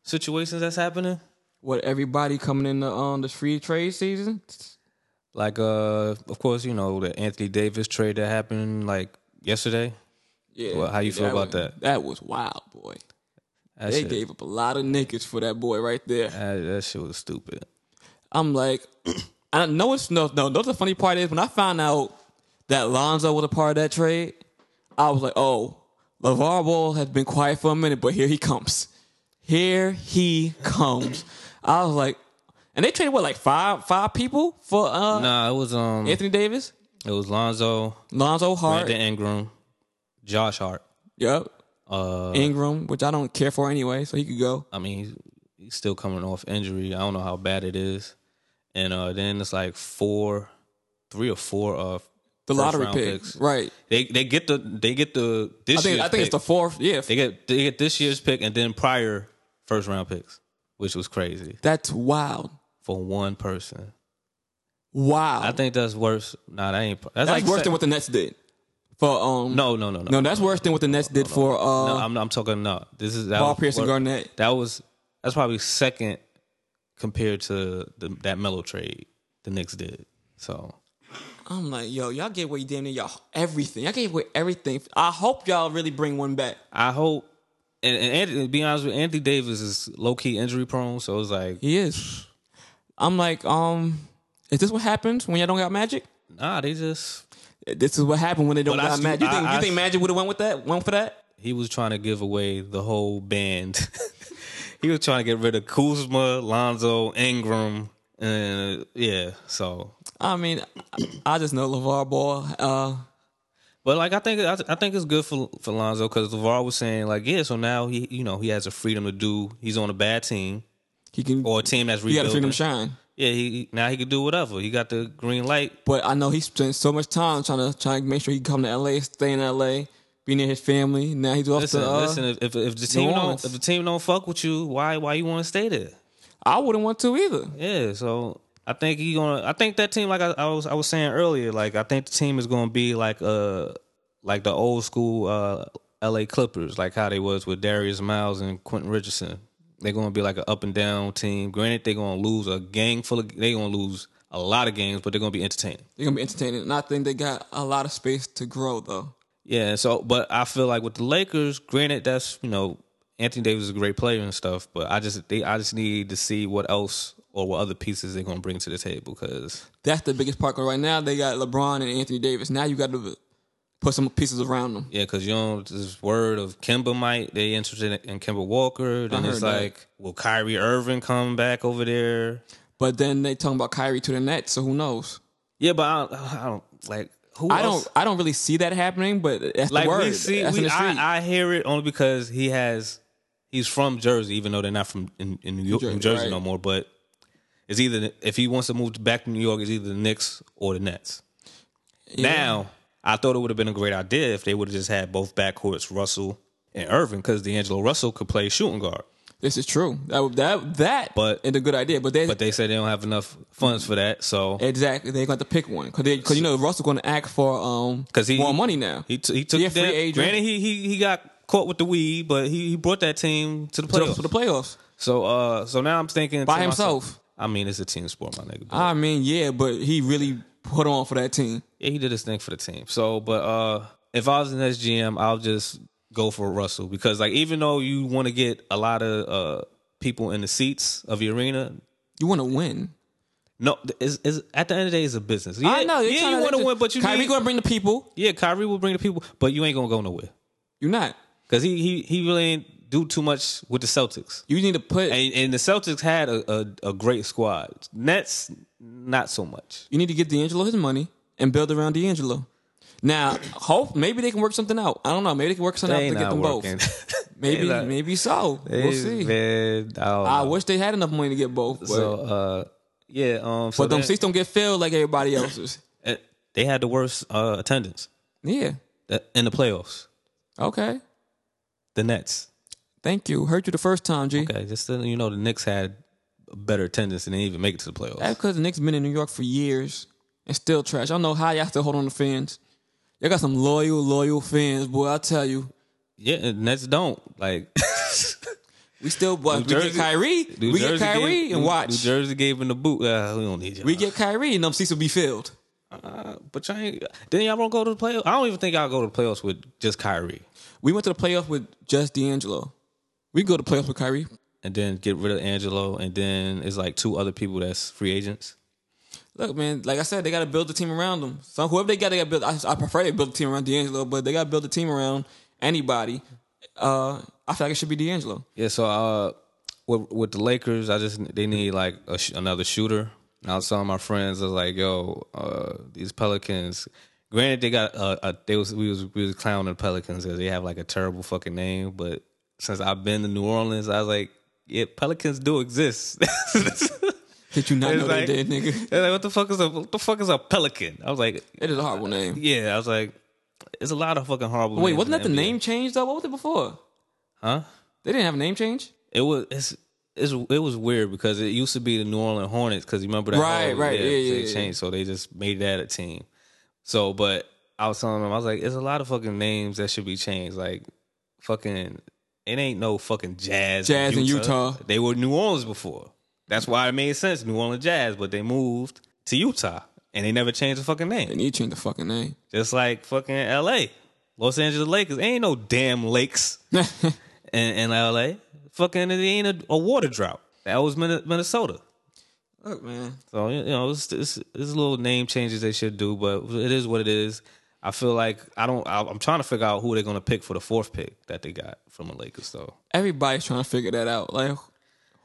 [SPEAKER 2] situations that's happening?
[SPEAKER 1] What everybody coming in the um this free trade season?
[SPEAKER 2] Like uh, of course you know the Anthony Davis trade that happened like yesterday.
[SPEAKER 1] Yeah.
[SPEAKER 2] Well, how you feel about
[SPEAKER 1] was-
[SPEAKER 2] that?
[SPEAKER 1] That was wild, boy.
[SPEAKER 2] That
[SPEAKER 1] they
[SPEAKER 2] shit-
[SPEAKER 1] gave up a lot of niggas for that boy right there.
[SPEAKER 2] that, that shit was stupid.
[SPEAKER 1] I'm like, I know it's no, no. Know what the funny part is when I found out that Lonzo was a part of that trade, I was like, oh, LeVar Ball has been quiet for a minute, but here he comes. Here he comes. I was like, and they traded what like five five people for uh,
[SPEAKER 2] Nah, it was um,
[SPEAKER 1] Anthony Davis,
[SPEAKER 2] it was Lonzo,
[SPEAKER 1] Lonzo Hart,
[SPEAKER 2] Brandon Ingram, Josh Hart.
[SPEAKER 1] yep,
[SPEAKER 2] Uh,
[SPEAKER 1] Ingram, which I don't care for anyway, so he could go.
[SPEAKER 2] I mean, he's, he's still coming off injury. I don't know how bad it is. And uh, then it's like four, three or four uh, of
[SPEAKER 1] The lottery pick, right?
[SPEAKER 2] They they get the they get the this
[SPEAKER 1] I think
[SPEAKER 2] year's
[SPEAKER 1] I think it's
[SPEAKER 2] pick.
[SPEAKER 1] the fourth. Yeah,
[SPEAKER 2] they get they get this year's pick and then prior first round picks, which was crazy
[SPEAKER 1] that's wild.
[SPEAKER 2] for one person.
[SPEAKER 1] Wow,
[SPEAKER 2] I think that's worse. Nah, that ain't. That's,
[SPEAKER 1] that's
[SPEAKER 2] like
[SPEAKER 1] worse
[SPEAKER 2] sa-
[SPEAKER 1] than what the Nets did for um
[SPEAKER 2] No, no, no, no.
[SPEAKER 1] No, that's worse than what the Nets did for uh,
[SPEAKER 2] No, I'm, I'm talking no. This is that
[SPEAKER 1] Paul
[SPEAKER 2] was
[SPEAKER 1] Pierce and
[SPEAKER 2] wor-
[SPEAKER 1] Garnett.
[SPEAKER 2] That was that's probably second compared to the, that mellow trade the Knicks did. So
[SPEAKER 1] I'm like, yo, y'all gave away damn near y'all everything. Y'all gave away everything. I hope y'all really bring one back.
[SPEAKER 2] I hope. And, and Anthony, to be honest with you, Anthony Davis is low key injury prone, so it's like
[SPEAKER 1] He is. I'm like, um, is this what happens when y'all don't got magic?
[SPEAKER 2] nah, they just
[SPEAKER 1] This is what happened when they don't
[SPEAKER 2] Well, I
[SPEAKER 1] got
[SPEAKER 2] see-
[SPEAKER 1] magic. You think
[SPEAKER 2] I-
[SPEAKER 1] you
[SPEAKER 2] I-
[SPEAKER 1] think magic would have went with that? Went for that?
[SPEAKER 2] he was trying to give away the whole band. he was trying to get rid of Kuzma, Lonzo, Ingram, and uh, yeah. So,
[SPEAKER 1] I mean, I, I just know LeVar Ball. Uh,
[SPEAKER 2] but like I think I, I think it's good for for Lonzo because Lavar was saying like yeah, so now he you know he has the freedom to do. He's on a bad team.
[SPEAKER 1] he can.
[SPEAKER 2] or a team that's
[SPEAKER 1] You got to
[SPEAKER 2] rebuilding.
[SPEAKER 1] see him shine.
[SPEAKER 2] Yeah, he now he can do whatever. He got the green light.
[SPEAKER 1] But I know he spent so much time trying to trying to make sure he come to LA, stay in LA, be near his family. Now he's off
[SPEAKER 2] Listen,
[SPEAKER 1] to. Uh,
[SPEAKER 2] listen. If, if if the team
[SPEAKER 1] Orleans.
[SPEAKER 2] don't if the team don't fuck with you, why why you want to stay there?
[SPEAKER 1] I wouldn't want to either.
[SPEAKER 2] Yeah, so I think he gonna. I think that team, like I, I was I was saying earlier, like I think the team is gonna be like uh like the old school uh L.A. Clippers, like how they was with Darius Miles and Quentin Richardson. They're gonna be like an up and down team. Granted, they're gonna lose a gang full of. They're gonna lose a lot of games, but they're gonna be entertaining.
[SPEAKER 1] They're gonna be entertaining, and I think they got a lot of space to grow though.
[SPEAKER 2] Yeah. So, but I feel like with the Lakers, granted, that's you know Anthony Davis is a great player and stuff, but I just they I just need to see what else or what other pieces they're gonna bring to the table because
[SPEAKER 1] That's the biggest part. 'cause right now they got LeBron and Anthony Davis. Now you got to put some pieces around them.
[SPEAKER 2] Yeah, because you know this word of Kimba might they interested in Kimba Walker. Then
[SPEAKER 1] I
[SPEAKER 2] it's
[SPEAKER 1] heard that.
[SPEAKER 2] like, will Kyrie Irving come back over there?
[SPEAKER 1] But then they talking about Kyrie to the Nets, so who knows?
[SPEAKER 2] Yeah, but I don't, I don't like who
[SPEAKER 1] I
[SPEAKER 2] else?
[SPEAKER 1] don't. I don't really see that happening. But that's
[SPEAKER 2] like
[SPEAKER 1] the word.
[SPEAKER 2] we see.
[SPEAKER 1] That's in
[SPEAKER 2] We,
[SPEAKER 1] the street.
[SPEAKER 2] I, I hear it only because he has he's from Jersey, even though they're not from in, in New York,
[SPEAKER 1] Jer-
[SPEAKER 2] New Jersey
[SPEAKER 1] right.
[SPEAKER 2] no more. But it's either if he wants to move back to New York, it's either the Knicks or the Nets.
[SPEAKER 1] Yeah.
[SPEAKER 2] Now, I thought it would have been a great idea if they would have just had both backcourts, Russell and Irving, because D'Angelo Russell could play shooting guard.
[SPEAKER 1] This is true. That would- that that
[SPEAKER 2] But-
[SPEAKER 1] is a good idea. But they
[SPEAKER 2] But they said they don't have enough funds for that. So
[SPEAKER 1] exactly they're going to pick one because you know Russell's going to act for um
[SPEAKER 2] 'Cause he-
[SPEAKER 1] more money now.
[SPEAKER 2] he t- he took
[SPEAKER 1] He a
[SPEAKER 2] them.
[SPEAKER 1] free agent.
[SPEAKER 2] Granted, he he he got caught with the weed, but he, he brought that team to the
[SPEAKER 1] To
[SPEAKER 2] playoffs.
[SPEAKER 1] the- for the playoffs.
[SPEAKER 2] so uh, so now I'm thinking
[SPEAKER 1] By
[SPEAKER 2] to myself,
[SPEAKER 1] himself.
[SPEAKER 2] I mean, it's a team sport, my nigga. But,
[SPEAKER 1] I mean, yeah, but he really put on for that team.
[SPEAKER 2] yeah, he did his thing for the team. So, but uh, if I was an SGM, I'll just go for Russell because like even though you want to get a lot of uh people in the seats of the arena,
[SPEAKER 1] You want to win.
[SPEAKER 2] no, is is at the end of the day, it's a business. Yeah,
[SPEAKER 1] I know. they're
[SPEAKER 2] yeah,
[SPEAKER 1] trying
[SPEAKER 2] you want to
[SPEAKER 1] they-
[SPEAKER 2] win, but you
[SPEAKER 1] Kyrie
[SPEAKER 2] need,
[SPEAKER 1] going to bring the people.
[SPEAKER 2] yeah, Kyrie will bring the people, but you ain't gonna go nowhere.
[SPEAKER 1] You're not.
[SPEAKER 2] Because he, he he really ain't do too much with the Celtics.
[SPEAKER 1] You need to put.
[SPEAKER 2] And, and the Celtics had a, a, a great squad. Nets, not so much.
[SPEAKER 1] You need to get D'Angelo his money and build around D'Angelo. Now, hope maybe they can work something out. I don't know. Maybe they can work something out to get them both. Maybe,
[SPEAKER 2] They not-
[SPEAKER 1] maybe so.
[SPEAKER 2] Hey,
[SPEAKER 1] we'll see.
[SPEAKER 2] Man, I don't
[SPEAKER 1] I
[SPEAKER 2] know.
[SPEAKER 1] wish they had enough money to get both, but,
[SPEAKER 2] So, uh, yeah. Um, so
[SPEAKER 1] but them
[SPEAKER 2] then-
[SPEAKER 1] seats don't get filled like everybody else's.
[SPEAKER 2] uh, they had the worst uh, attendance
[SPEAKER 1] yeah.
[SPEAKER 2] uh, in the playoffs.
[SPEAKER 1] Okay.
[SPEAKER 2] The Nets.
[SPEAKER 1] Thank you. Heard you the first time, G.
[SPEAKER 2] Okay, just so you know, the Knicks had a better attendance and they didn't even make it to the playoffs.
[SPEAKER 1] That's because the Knicks been in New York for years and still trash. I don't know how y'all still hold on to fans. Y'all got some loyal, loyal fans, boy. I tell you,
[SPEAKER 2] yeah, and Nets don't. Like,
[SPEAKER 1] we still watch. We get
[SPEAKER 2] Jersey-
[SPEAKER 1] Kyrie,
[SPEAKER 2] New
[SPEAKER 1] we
[SPEAKER 2] Jersey
[SPEAKER 1] get Kyrie,
[SPEAKER 2] gave-
[SPEAKER 1] and
[SPEAKER 2] New-
[SPEAKER 1] watch.
[SPEAKER 2] New Jersey gave him the boot. Uh, we don't need you.
[SPEAKER 1] we get Kyrie, and them seats will be filled.
[SPEAKER 2] Uh, but y'all ain't, then y'all won't go to the playoffs. I don't even think y'all go to the playoffs with just Kyrie,
[SPEAKER 1] We went to the playoffs with just D'Angelo. We go to playoffs with Kyrie.
[SPEAKER 2] and then get rid of Angelo, and then it's like two other people that's free agents.
[SPEAKER 1] Look, man, like I said, they got to build the team around them. So whoever they got, they got to build. I, I prefer they build the team around D'Angelo, but they got to build the team around anybody. Uh, I feel like it should be D'Angelo.
[SPEAKER 2] Yeah. So uh, with with the Lakers, I just they need like a sh- another shooter. And I was telling my friends, I was like, "Yo, uh, these Pelicans." Granted, they got uh, uh they was we was we was clowning the Pelicans because they have like a terrible fucking name. But since I've been to New Orleans, I was like, "Yeah, Pelicans do exist."
[SPEAKER 1] Did you not
[SPEAKER 2] It's
[SPEAKER 1] know
[SPEAKER 2] like-
[SPEAKER 1] they did, nigga?
[SPEAKER 2] They're like, what the fuck is a what the fuck is a pelican? I was like,
[SPEAKER 1] It is a horrible name.
[SPEAKER 2] yeah. I was like, it's a lot of fucking horrible.
[SPEAKER 1] Wait,
[SPEAKER 2] names
[SPEAKER 1] wasn't
[SPEAKER 2] in
[SPEAKER 1] that the
[SPEAKER 2] NBA.
[SPEAKER 1] name change though? What was it before?
[SPEAKER 2] Huh?
[SPEAKER 1] They didn't have a name change.
[SPEAKER 2] It was. It's, it's, it was weird because it used to be the New Orleans Hornets because you remember that
[SPEAKER 1] Right,
[SPEAKER 2] whole-
[SPEAKER 1] right, yeah,
[SPEAKER 2] they
[SPEAKER 1] yeah, yeah.
[SPEAKER 2] changed so they just made that a team so but I was telling them I was like there's a lot of fucking names that should be changed like fucking it ain't no fucking jazz
[SPEAKER 1] Jazz in Utah.
[SPEAKER 2] they were New Orleans before that's why it made sense New Orleans Jazz but they moved to Utah and they never changed the fucking name
[SPEAKER 1] They need to change the fucking name.
[SPEAKER 2] just like fucking L.A. Los Angeles Lakers. Ain't no damn lakes in, in L.A. Fucking it ain't a, a water drought. That was Min- Minnesota.
[SPEAKER 1] Look, man.
[SPEAKER 2] So you know, it's, it's, it's little name changes they should do, but it is what it is. I feel like I don't. I- I'm trying to figure out who they're gonna pick for the fourth pick that they got from the Lakers. Though
[SPEAKER 1] Everybody's trying to figure that out. Like,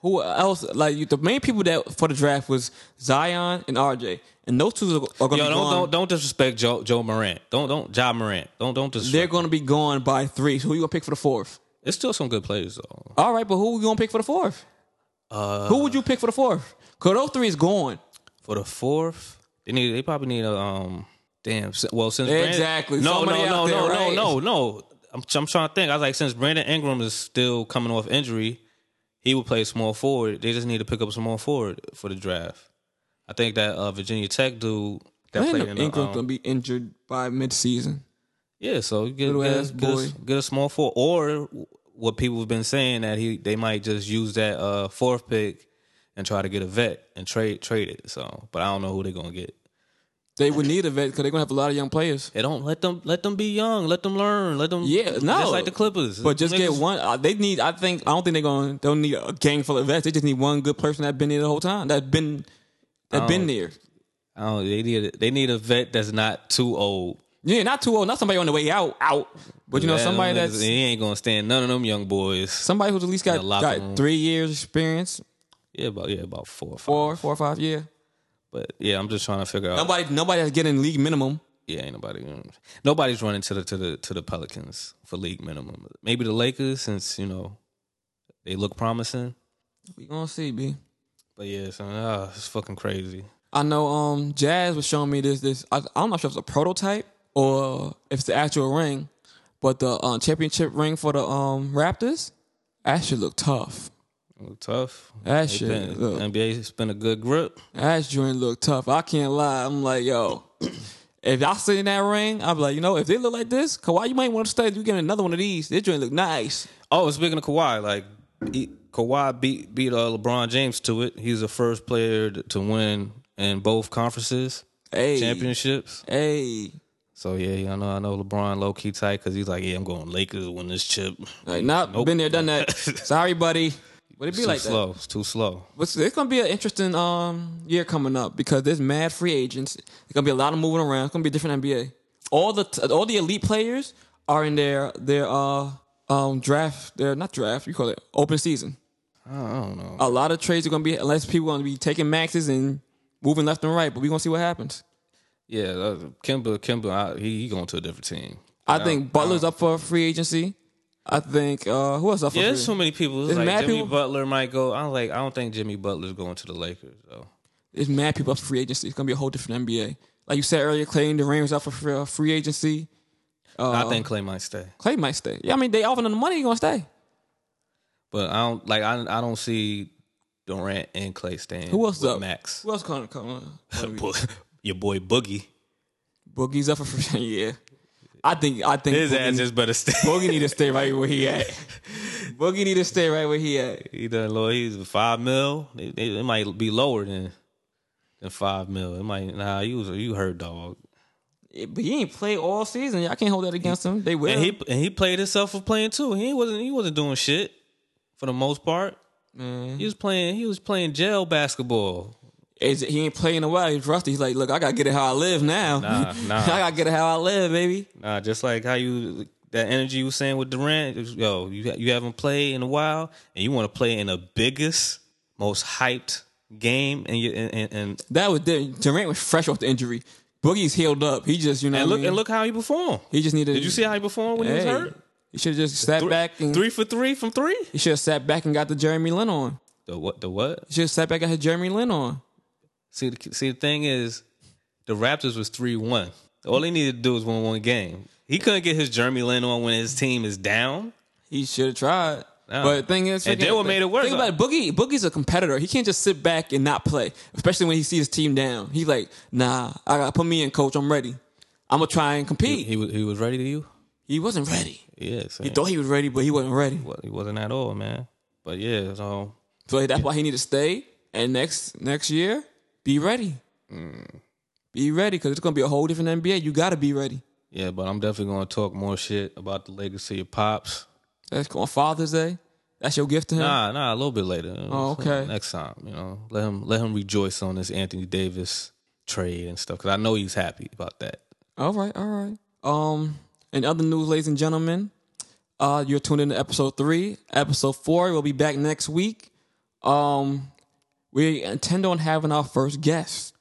[SPEAKER 1] who else? Like, you- the main people that for the draft was Zion and RJ, and those two are, are going to
[SPEAKER 2] yo,
[SPEAKER 1] be
[SPEAKER 2] don't
[SPEAKER 1] gone.
[SPEAKER 2] don't don't disrespect Joe Joe Morant. Don't don't Ja Morant. Don't don't
[SPEAKER 1] They're
[SPEAKER 2] disrespect.
[SPEAKER 1] going to be gone by three. So who you going to pick for the fourth?
[SPEAKER 2] It's still some good players though.
[SPEAKER 1] All right, but who are you going to pick for the fourth?
[SPEAKER 2] Uh,
[SPEAKER 1] Who would you pick for the fourth? Because those three is gone.
[SPEAKER 2] for the fourth, they need they probably need a um damn s- well since
[SPEAKER 1] Exactly.
[SPEAKER 2] Brandon, no
[SPEAKER 1] Somebody
[SPEAKER 2] no no
[SPEAKER 1] out
[SPEAKER 2] no
[SPEAKER 1] there, right?
[SPEAKER 2] no no no I'm I'm trying to think I was like since Brandon Ingram is still coming off injury he would play small forward they just need to pick up small forward for the draft I think that uh Virginia Tech dude that
[SPEAKER 1] Brandon
[SPEAKER 2] played in the,
[SPEAKER 1] Ingram's
[SPEAKER 2] um,
[SPEAKER 1] going to be injured by midseason.
[SPEAKER 2] Yeah, so get,
[SPEAKER 1] Little
[SPEAKER 2] get,
[SPEAKER 1] ass
[SPEAKER 2] a, get, a,
[SPEAKER 1] boy.
[SPEAKER 2] get a small four, or what people have been saying that he they might just use that uh, fourth pick and try to get a vet and trade trade it. So, but I don't know who they're gonna get.
[SPEAKER 1] They would need a vet because they're gonna have a lot of young players.
[SPEAKER 2] They don't let them let them be young, let them learn, let them
[SPEAKER 1] Yeah, no.
[SPEAKER 2] just like the Clippers.
[SPEAKER 1] But just
[SPEAKER 2] Niggas-
[SPEAKER 1] get one. Uh, they need. I think. I don't think they're going. They'll need a gang full of vets. They just need one good person that been there the whole time. That been. That
[SPEAKER 2] Oh.
[SPEAKER 1] been there.
[SPEAKER 2] I don't, Oh, they need a, they need a vet that's not too old.
[SPEAKER 1] Yeah, not too old. Not somebody on the way out. Out. But you know,
[SPEAKER 2] Them
[SPEAKER 1] somebody
[SPEAKER 2] niggas-
[SPEAKER 1] that's
[SPEAKER 2] he ain't gonna stand none of them young boys.
[SPEAKER 1] somebody who's at least got,
[SPEAKER 2] the locker
[SPEAKER 1] got
[SPEAKER 2] room.
[SPEAKER 1] three years experience,
[SPEAKER 2] Yeah, about yeah about four or five.
[SPEAKER 1] four, four or five. Yeah.
[SPEAKER 2] But yeah, I'm just trying to figure out.
[SPEAKER 1] Nobody. Nobody that's getting league minimum.
[SPEAKER 2] Yeah, ain't nobody. Nobody's running to the to the to the Pelicans for league minimum. Maybe the Lakers, since you know they look promising.
[SPEAKER 1] We gonna see, b.
[SPEAKER 2] But yeah, so, ah, it's fucking crazy.
[SPEAKER 1] I know um Jazz was showing me this this I, I'm not sure if it's a prototype or if it's the actual ring, but the um, championship ring for the um Raptors, that should look tough.
[SPEAKER 2] Look tough.
[SPEAKER 1] That
[SPEAKER 2] They
[SPEAKER 1] shit
[SPEAKER 2] been-
[SPEAKER 1] look-
[SPEAKER 2] NBA has been a good grip.
[SPEAKER 1] That joint look tough. I can't lie. I'm like, yo, if y'all sit in that ring, I'm like, you know, if they look like this, Kawhi, you might want to stay. You get another one of these. This joint look nice.
[SPEAKER 2] Oh, speaking of Kawhi, like he, Kawhi beat beat uh, LeBron James to it. He's the first player to- to win in both conferences
[SPEAKER 1] Hey,
[SPEAKER 2] championships.
[SPEAKER 1] Hey,
[SPEAKER 2] So yeah, I know I know LeBron low key tight because he's like, yeah, I'm going Lakers to win this chip.
[SPEAKER 1] like, not
[SPEAKER 2] Nope.
[SPEAKER 1] been there, done that. Sorry, buddy. But it be
[SPEAKER 2] Too
[SPEAKER 1] like that.
[SPEAKER 2] slow. It's too slow.
[SPEAKER 1] But it's gonna be an interesting um year coming up because there's mad free agents. There's gonna be a lot of moving around. It's gonna be a different NBA. All the all the elite players are in their their uh um draft. They're not draft. You call it open season.
[SPEAKER 2] I don't- I don't know.
[SPEAKER 1] A lot of trades are gonna be unless people gonna be taking maxes and moving left and right. But we are gonna see what happens.
[SPEAKER 2] Yeah, uh, Kimba, Kimba, I, he, he going to a different team.
[SPEAKER 1] I think Butler's up for free agency. I think uh who else up for
[SPEAKER 2] Yeah,
[SPEAKER 1] free?
[SPEAKER 2] there's so many people. It's
[SPEAKER 1] There's
[SPEAKER 2] like
[SPEAKER 1] mad
[SPEAKER 2] Jimmy
[SPEAKER 1] people-
[SPEAKER 2] Butler might go. I'm like, I don't think Jimmy Butler's going to the Lakers though.
[SPEAKER 1] There's mad people up for free agency. It's gonna be a whole different NBA. Like you said earlier, Clay Durant was up for free- uh, free agency.
[SPEAKER 2] I think Clay might stay,
[SPEAKER 1] Clay might stay. Yeah, I mean they offering him the money, he gonna stay.
[SPEAKER 2] but I don't like. I, I don't see Durant and Clay staying.
[SPEAKER 1] Who else
[SPEAKER 2] with
[SPEAKER 1] up?
[SPEAKER 2] Max,
[SPEAKER 1] Who else gonna come on?
[SPEAKER 2] Bo- your boy Boogie.
[SPEAKER 1] Boogie's up for free. yeah. I think I think
[SPEAKER 2] His ass
[SPEAKER 1] Boogie,
[SPEAKER 2] just better stay.
[SPEAKER 1] Boogie need to stay right where he at. Boogie need to stay right where he at.
[SPEAKER 2] he done low. He's five mil. It, it- it might be lower than than five mil. It might. Nah, you was you hurt dog.
[SPEAKER 1] Yeah, But he ain't played all season. Y'all can't hold that against him. They will.
[SPEAKER 2] And he and he played himself for playing too. He wasn't he wasn't doing shit for the most part.
[SPEAKER 1] Man.
[SPEAKER 2] He was playing he was playing jail basketball.
[SPEAKER 1] Is- he ain't playing a while. He's rusty. He's like, look, I gotta get it how I live now.
[SPEAKER 2] Nah, nah.
[SPEAKER 1] I gotta get it how I live, baby.
[SPEAKER 2] Nah, just like how you that energy you was saying with Durant, it was, yo, you you haven't played in a while, and you want to play in the biggest, most hyped game, and you and and, and,
[SPEAKER 1] That was different. Durant was fresh off the injury. Boogie's healed up. He just, you know,
[SPEAKER 2] and
[SPEAKER 1] what
[SPEAKER 2] look
[SPEAKER 1] I mean?
[SPEAKER 2] and look how he performed.
[SPEAKER 1] He just needed.
[SPEAKER 2] Did you see how he performed when he was hurt?
[SPEAKER 1] He should have just sat back and
[SPEAKER 2] Three for three from three.
[SPEAKER 1] He should have sat back and got the Jeremy Lin on.
[SPEAKER 2] The what? The what?
[SPEAKER 1] He should have sat back and had Jeremy Lin on.
[SPEAKER 2] See, the, see, the thing is, the Raptors was three one. All he needed to do was win one game. He couldn't get his Jeremy Lin on when his team is down.
[SPEAKER 1] He should have tried.
[SPEAKER 2] Yeah.
[SPEAKER 1] But the thing is,
[SPEAKER 2] And then what made it worse-
[SPEAKER 1] Think about it. Boogie. Boogie's a competitor. He can't just sit back and not play, especially when he sees his team down. He's like, Nah, I gotta put me in, coach. I'm ready. I'm gonna try and compete. He,
[SPEAKER 2] He was he was ready to you.
[SPEAKER 1] wasn't ready.
[SPEAKER 2] Yeah,
[SPEAKER 1] He thought he was ready, but he wasn't ready.
[SPEAKER 2] he wasn't at all, man. But yeah, so
[SPEAKER 1] So that's why he need to stay. And next next year, be ready. Be ready because it's gonna be a whole different NBA. You gotta be ready.
[SPEAKER 2] yeah, but I'm definitely gonna talk more shit about the Lakers to your pops.
[SPEAKER 1] That's on Father's Day. That's your gift to him.
[SPEAKER 2] Nah, nah, a little bit later.
[SPEAKER 1] Oh, okay.
[SPEAKER 2] Next time, you know, let him let him rejoice on this Anthony Davis trade and stuff because I know he's happy about that.
[SPEAKER 1] All right, all right. Um, and other news, ladies and gentlemen, uh, you're tuned in to episode three. Episode four, we'll be back next week. Um, we intend on having our first guest.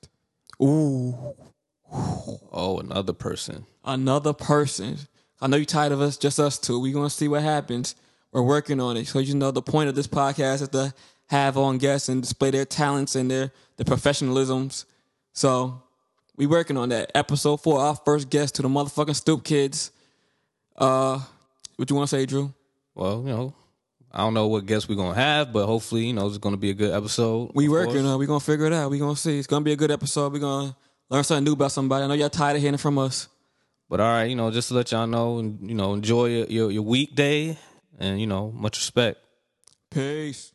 [SPEAKER 1] Ooh,
[SPEAKER 2] Oh, another person.
[SPEAKER 1] another person. I know you're tired of us, just us two. We're gonna see what happens. We're working on it. So you know the point of this podcast is to have on guests and display their talents and their their professionalisms. So we working on that. Episode four, our first guest to the motherfucking stoop kids. Uh what you wanna say, Drew?
[SPEAKER 2] Well, you know, I don't know what guests we're gonna have, but hopefully, you know, it's gonna be a good episode.
[SPEAKER 1] We
[SPEAKER 2] of
[SPEAKER 1] working
[SPEAKER 2] course.
[SPEAKER 1] on it. we gonna figure it out. we gonna see. It's gonna be a good episode. we gonna learn something new about somebody. I know y'all tired of hearing from us.
[SPEAKER 2] But all right, you know, just to let y'all know, and you know, enjoy your your, your weekday, and you know, much respect.
[SPEAKER 1] Peace.